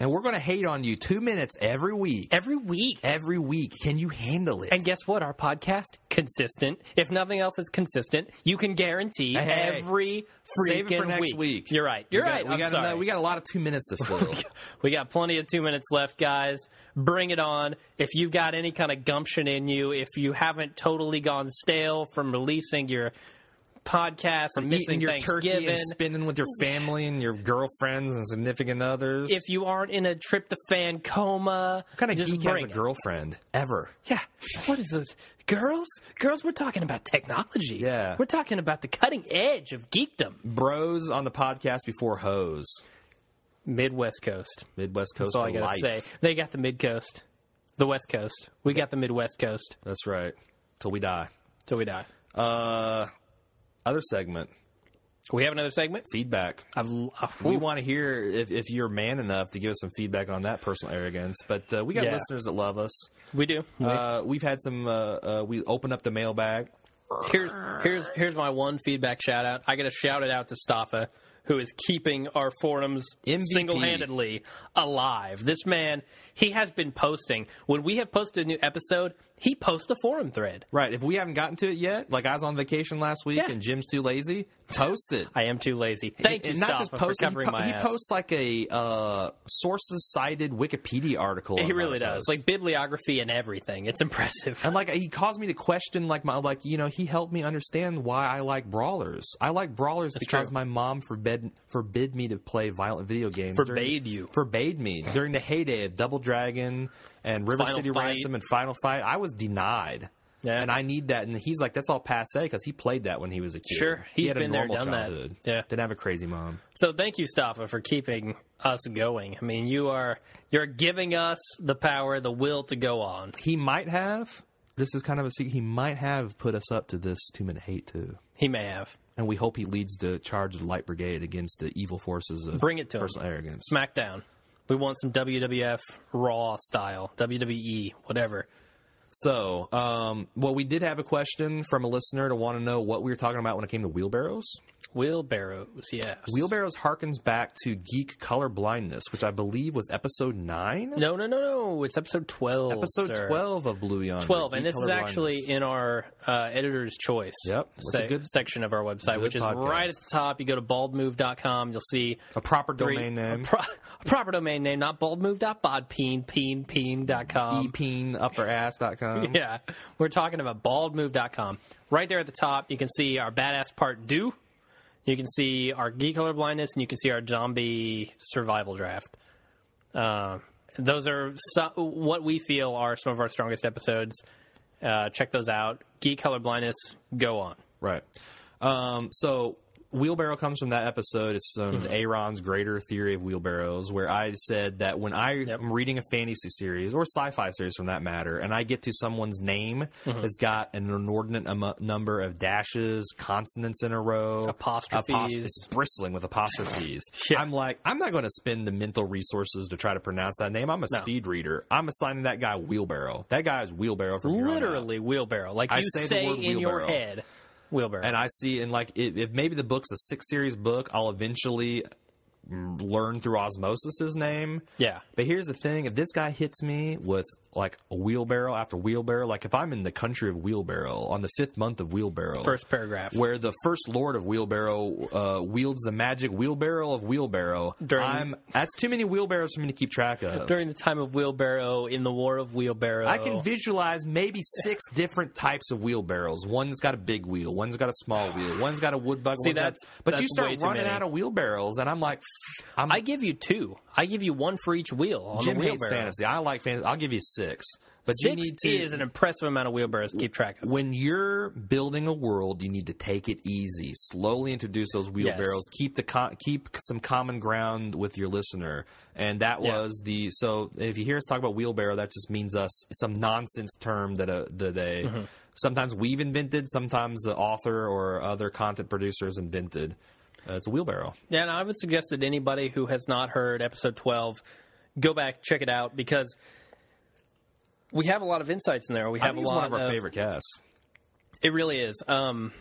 S1: And we're going to hate on you two minutes every week.
S2: every week.
S1: Every week. Can you handle it?
S2: And guess what? Our podcast consistent. If nothing else is consistent, you can guarantee
S1: Hey,
S2: every freaking
S1: Save it for next week.
S2: You're right. You're
S1: we got,
S2: right.
S1: We
S2: I'm
S1: got,
S2: sorry.
S1: ano- we got a lot of two minutes to fill.
S2: We got plenty of two minutes left, guys. Bring it on. If you've got any kind of gumption in you, if you haven't totally gone stale from releasing your podcast, from missing
S1: Eating your turkey
S2: Thanksgiving, Oh,
S1: and spending with your family and your girlfriends and significant others.
S2: if you aren't in a tryptophan coma,
S1: what kind of
S2: just
S1: geek has
S2: bring
S1: a
S2: it.
S1: girlfriend ever?
S2: Yeah. What is this? Girls? Girls, we're talking about technology.
S1: Yeah.
S2: We're talking about the cutting edge of geekdom.
S1: Bros on the podcast before hoes.
S2: Midwest Coast.
S1: Midwest Coast
S2: That's all I
S1: of
S2: gotta
S1: life.
S2: say. They got the mid coast. The West Coast. We got the Midwest Coast
S1: That's right. Till we die.
S2: till we die.
S1: Uh, other segment
S2: We have another segment.
S1: feedback.
S2: I've, l- uh,
S1: We
S2: ooh.
S1: want to hear if, if you're man enough to give us some feedback on that personal arrogance. But uh, we got
S2: Yeah.
S1: listeners that love us.
S2: We do.
S1: Uh, we've had some. Uh, uh, we opened up the mailbag.
S2: here's here's here's my one feedback shout out. I got to shout it out to Staffa, who is keeping our forums
S1: MVP.
S2: single handedly alive. This man, he has been posting. When we have posted a new episode, he posts a forum thread.
S1: Right. If we haven't gotten to it yet, like I was on vacation last week
S2: Yeah.
S1: and Jim's too lazy, toast it.
S2: I am too lazy. Thank you,
S1: and not
S2: Staffa,
S1: just
S2: for
S1: post it,
S2: covering
S1: he, po-
S2: my
S1: he
S2: ass.
S1: posts like a uh, sources cited Wikipedia article.
S2: he
S1: on
S2: really
S1: Monopost.
S2: does, like bibliography and everything. It's impressive.
S1: And like he caused me to question like my like you know he helped me understand why I like brawlers. I like brawlers because
S2: true.
S1: my mom forbid forbid me to play violent video games.
S2: Forbade you.
S1: Forbade me during the heyday of Double Dragon and River
S2: Final
S1: City
S2: Fight.
S1: Ransom and Final Fight. I was denied.
S2: Yeah.
S1: And I need that. And he's like, that's all passe because he played that when he was a kid.
S2: Sure.
S1: he
S2: He's
S1: had
S2: been
S1: a
S2: there,
S1: normal
S2: done that.
S1: childhood.
S2: Yeah.
S1: didn't have a crazy mom.
S2: So thank you, Staffa, for keeping us going. I mean, you are you're giving us the power, the will to go on.
S1: He might have. This is kind of a secret. He might have put us up to this two minute hate too.
S2: He may have.
S1: and we hope he leads the charge of the light brigade against the evil forces of
S2: Bring it to him.
S1: personal arrogance.
S2: SmackDown. We want some WWF Raw style, WWE, whatever.
S1: So, um, well, we did have a question from a listener to want to know what we were talking about when it came to wheelbarrows.
S2: Wheelbarrows, yes.
S1: Wheelbarrows harkens back to geek color blindness, which I believe was episode nine,
S2: No, no, no, no. It's episode 12.
S1: episode
S2: sir.
S1: twelve of Blue Yonder.
S2: 12.
S1: Geek
S2: And this is
S1: Colorblindness.
S2: actually in our uh, editor's choice
S1: Yep. That's a
S2: se-
S1: good-
S2: section of our website,
S1: good
S2: which is
S1: podcast.
S2: right at the top. You go to baldmove.com. You'll see
S1: a proper
S2: three-
S1: domain name.
S2: A, pro- a proper domain name, not
S1: E
S2: baldmove.bodpeenpeen.com.
S1: epeenupperass.com.
S2: Yeah, we're talking about baldmove.com. Right there at the top, you can see our badass part due. You can see our geek color blindness, and you can see our zombie survival draft. Uh, those are so, what we feel are some of our strongest episodes. Uh, check those out. Geek color blindness, go on.
S1: Right. Um, so wheelbarrow comes from that episode. It's um,
S2: Mm-hmm.
S1: Aaron's greater theory of wheelbarrows, where I said that when I am reading a fantasy series or sci-fi series, from that matter, and I get to someone's name
S2: Mm-hmm.
S1: that's got an inordinate amo- number of dashes, consonants in a row,
S2: Apostrophes.
S1: apos- it's bristling with apostrophes. I'm like, I'm not going to spend the mental resources to try to pronounce that name. I'm a speed reader. I'm assigning that guy wheelbarrow. That guy is wheelbarrow from here on out.
S2: Literally, wheelbarrow. Like you
S1: say
S2: say,
S1: the word
S2: in your
S1: wheelbarrow.
S2: head, wheelbarrow.
S1: and I see, and like, if, if maybe the book's a six series book, I'll eventually mm, learn through osmosis his name.
S2: yeah.
S1: But here's the thing: if this guy hits me with like a wheelbarrow after wheelbarrow, like if I'm in the country of wheelbarrow on the fifth month of wheelbarrow,
S2: First paragraph.
S1: where the first lord of wheelbarrow uh, wields the magic wheelbarrow of wheelbarrow,
S2: During-
S1: I'm that's too many wheelbarrows for me to keep track of.
S2: During the time of wheelbarrow, in the war of wheelbarrow.
S1: I can visualize maybe six different types of wheelbarrows. One's got a big wheel, one's got a small wheel, one's got a wood bucket.
S2: See,
S1: one's got-
S2: that's-
S1: but you
S2: that's way
S1: start
S2: too
S1: running
S2: many.
S1: out of wheelbarrows, and I'm like, I'm
S2: I give you two. I give you one for each wheel on
S1: Jim
S2: the
S1: hates
S2: wheelbarrow.
S1: fantasy. I like fantasy. I'll give you six, but you
S2: Six
S1: need to.
S2: is an impressive amount of wheelbarrows to keep track of.
S1: when you're building a world, you need to take it easy. Slowly introduce those wheelbarrows. Keep the con- keep some common ground with your listener. And that
S2: Yeah.
S1: was the so if you hear us talk about wheelbarrow, that just means us some nonsense term that uh, that they
S2: Mm-hmm.
S1: sometimes we've invented, sometimes the author or other content producers invented. Uh, it's a wheelbarrow.
S2: Yeah, and I would suggest that anybody who has not heard episode 12, go back, check it out, because we have a lot of insights in there. We
S1: I
S2: have
S1: think
S2: a
S1: it's
S2: lot
S1: one of our
S2: of
S1: favorite casts.
S2: It really is. Um,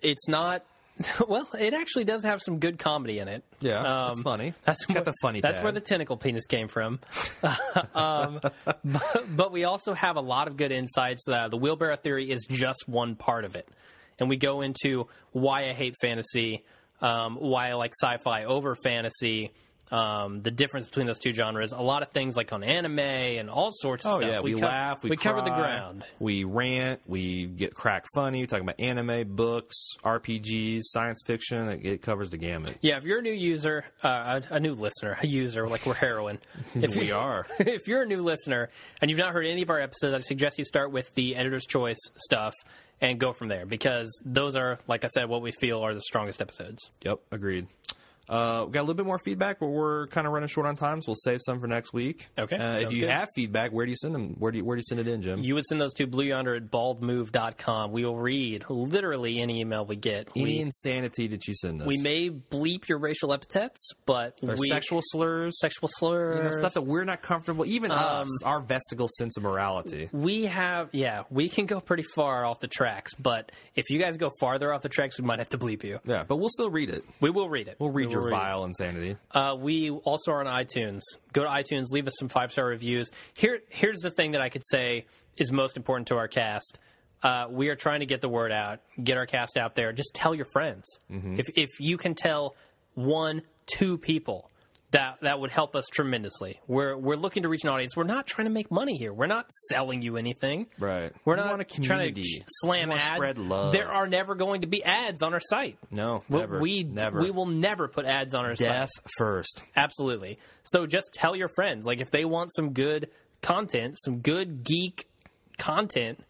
S2: it's not well, it actually does have some good comedy in it.
S1: Yeah, that's funny.
S2: um, That's
S1: It's got
S2: where,
S1: the funny
S2: That's
S1: tag.
S2: where the tentacle penis came from. um, but, but we also have a lot of good insights. Uh, the wheelbarrow theory is just one part of it, and we go into why I hate fantasy, um, why I like sci-fi over fantasy. Um, the difference between those two genres, a lot of things like on anime and all sorts of
S1: Oh
S2: stuff.
S1: yeah, we,
S2: co-
S1: laugh, we,
S2: we cover the
S1: cry,
S2: ground.
S1: we rant, we get crack funny. We talk about anime, books, RPGs, science fiction. It, it covers the gamut.
S2: Yeah, if you're a new user, uh, a, a new listener, a user, like we're heroin. If
S1: we
S2: you-
S1: are.
S2: if you're a new listener and you've not heard any of our episodes, I suggest you start with the editor's choice stuff and go from there because those are, like I said, what we feel are the strongest episodes.
S1: Yep, agreed. Uh, we got a little bit more feedback, but we're kind of running short on time, so we'll save some for next week.
S2: Okay,
S1: Uh, if
S2: sounds
S1: you
S2: good.
S1: have feedback, where do you send them? Where do you where do you send it in, Jim?
S2: You would send those to Blue Yonder at baldmove.com. We will read literally any email we get.
S1: Any
S2: We,
S1: insanity that you send us?
S2: we may bleep your racial epithets, but
S1: Or
S2: we
S1: sexual slurs,
S2: sexual slurs. Um,
S1: you know, stuff that we're not comfortable. Even us, our vestigial sense of morality.
S2: we have, yeah, we can go pretty far off the tracks, but if you guys go farther off the tracks, we might have to bleep you.
S1: Yeah, but we'll still read it.
S2: We will read it.
S1: We'll read
S2: We will
S1: your vile insanity.
S2: Uh, we also are on iTunes. Go to iTunes, leave us some five star reviews. Here, here's the thing that I could say is most important to our cast. Uh, we are trying to get the word out, get our cast out there. Just tell your friends.
S1: Mm-hmm.
S2: If if you can tell one, two people, that that would help us tremendously. We're we're looking to reach an audience. We're not trying to make money here. We're not selling you anything.
S1: Right.
S2: We're
S1: We
S2: not
S1: want a
S2: trying to
S1: community.
S2: slam
S1: We wanna
S2: ads.
S1: spread love.
S2: There are never going to be ads on our site.
S1: No,
S2: We-
S1: never,
S2: we
S1: never.
S2: we will never put ads on our site.
S1: Death first.
S2: Absolutely. So just tell your friends. Like if they want some good content, some good geek content,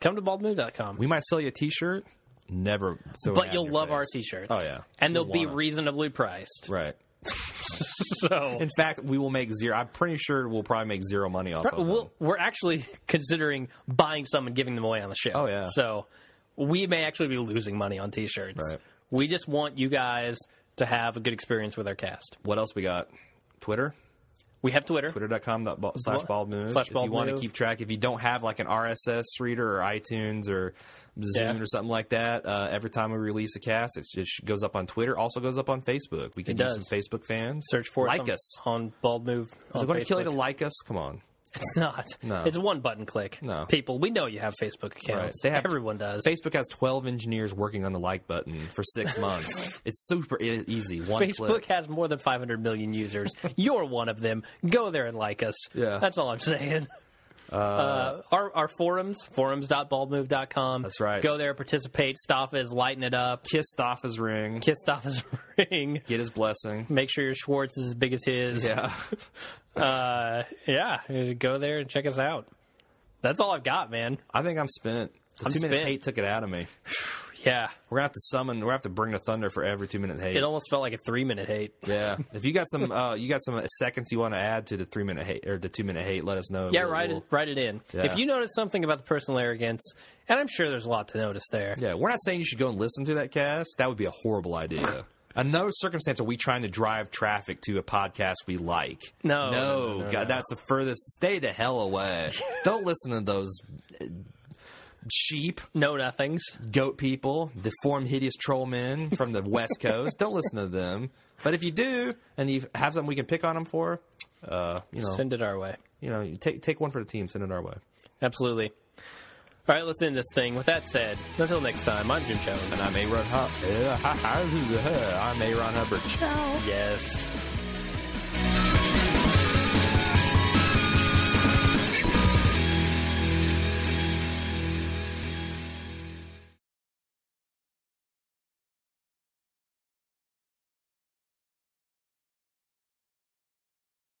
S2: come to baldmove.com.
S1: We might sell you a T-shirt. Never. throw an ad
S2: But
S1: in
S2: you'll
S1: your
S2: love
S1: face.
S2: our t-shirts.
S1: Oh yeah.
S2: And they'll
S1: You'll
S2: be
S1: wanna-
S2: reasonably priced.
S1: right.
S2: So
S1: In fact, we will make zero. I'm pretty sure we'll probably make zero money off of them.
S2: we'll, we're actually considering buying some and giving them away on the show.
S1: Oh, yeah.
S2: So we may actually be losing money on t-shirts.
S1: Right.
S2: We just want you guys to have a good experience with our cast.
S1: What else we got? Twitter.
S2: We have Twitter.
S1: Twitter.com dot bal- slash bald move.
S2: Slash
S1: if
S2: bald
S1: you want
S2: move.
S1: to keep track, if you don't have like an RSS reader or iTunes or Zoom
S2: Yeah.
S1: or something like that, uh, every time we release a cast, it's- it just goes up on Twitter. Also goes up on Facebook. We can
S2: It
S1: do
S2: does.
S1: some Facebook fans.
S2: Search for
S1: like
S2: on-
S1: us.
S2: on Bald Move.
S1: Is
S2: on
S1: it going to kill
S2: Facebook.
S1: you to like us? Come on.
S2: It's not.
S1: No.
S2: It's one button click.
S1: No.
S2: People, we know you have Facebook accounts.
S1: They have-
S2: Everyone does.
S1: Facebook has 12 engineers working on the like button for six months. it's super e- easy. One
S2: Facebook
S1: click.
S2: has more than 500 million users. You're one of them. Go there and like us.
S1: Yeah.
S2: That's all I'm saying. Uh, our, our forums, forums.baldmove.com.
S1: That's right.
S2: Go there, participate. Stoffa's lighten it up.
S1: Kissed off his ring.
S2: Kiss Stoffa's ring.
S1: Get his blessing.
S2: Make sure your Schwartz is as big as his.
S1: Yeah.
S2: Uh, yeah. Go there and check us out. That's all I've got, man.
S1: I think I'm spent. The
S2: I'm
S1: two minutes
S2: spent.
S1: hate took it out of me.
S2: Yeah.
S1: We're going to have to summon, we're going to have to bring the thunder for every two minute hate.
S2: It almost felt like a three minute hate.
S1: yeah. If you got some, uh, you got some seconds you want to add to the three minute hate or the two minute hate, let us know.
S2: Yeah,
S1: We'll-
S2: write
S1: we'll-
S2: it write it in.
S1: Yeah.
S2: If you notice something about the personal arrogance, and I'm sure there's a lot to notice there.
S1: Yeah. We're not saying you should go and listen to that cast. That would be a horrible idea. Another circumstance are we trying to drive traffic to a podcast we like? no,
S2: No, no, no, no,
S1: God,
S2: no.
S1: that's the furthest. Stay the hell away. Don't listen to those uh, sheep,
S2: No nothings.
S1: goat people, deformed, hideous troll men from the West Coast. Don't listen to them. But if you do, and you have something we can pick on them for, uh, you know,
S2: Send it our way.
S1: you know, you take take one for the team, send it our way.
S2: Absolutely. All right, let's end this thing. With that said, until next time, I'm Jim Jones.
S1: I'm Aaron Hubbard. I'm Aaron Hubbard.
S2: Yes.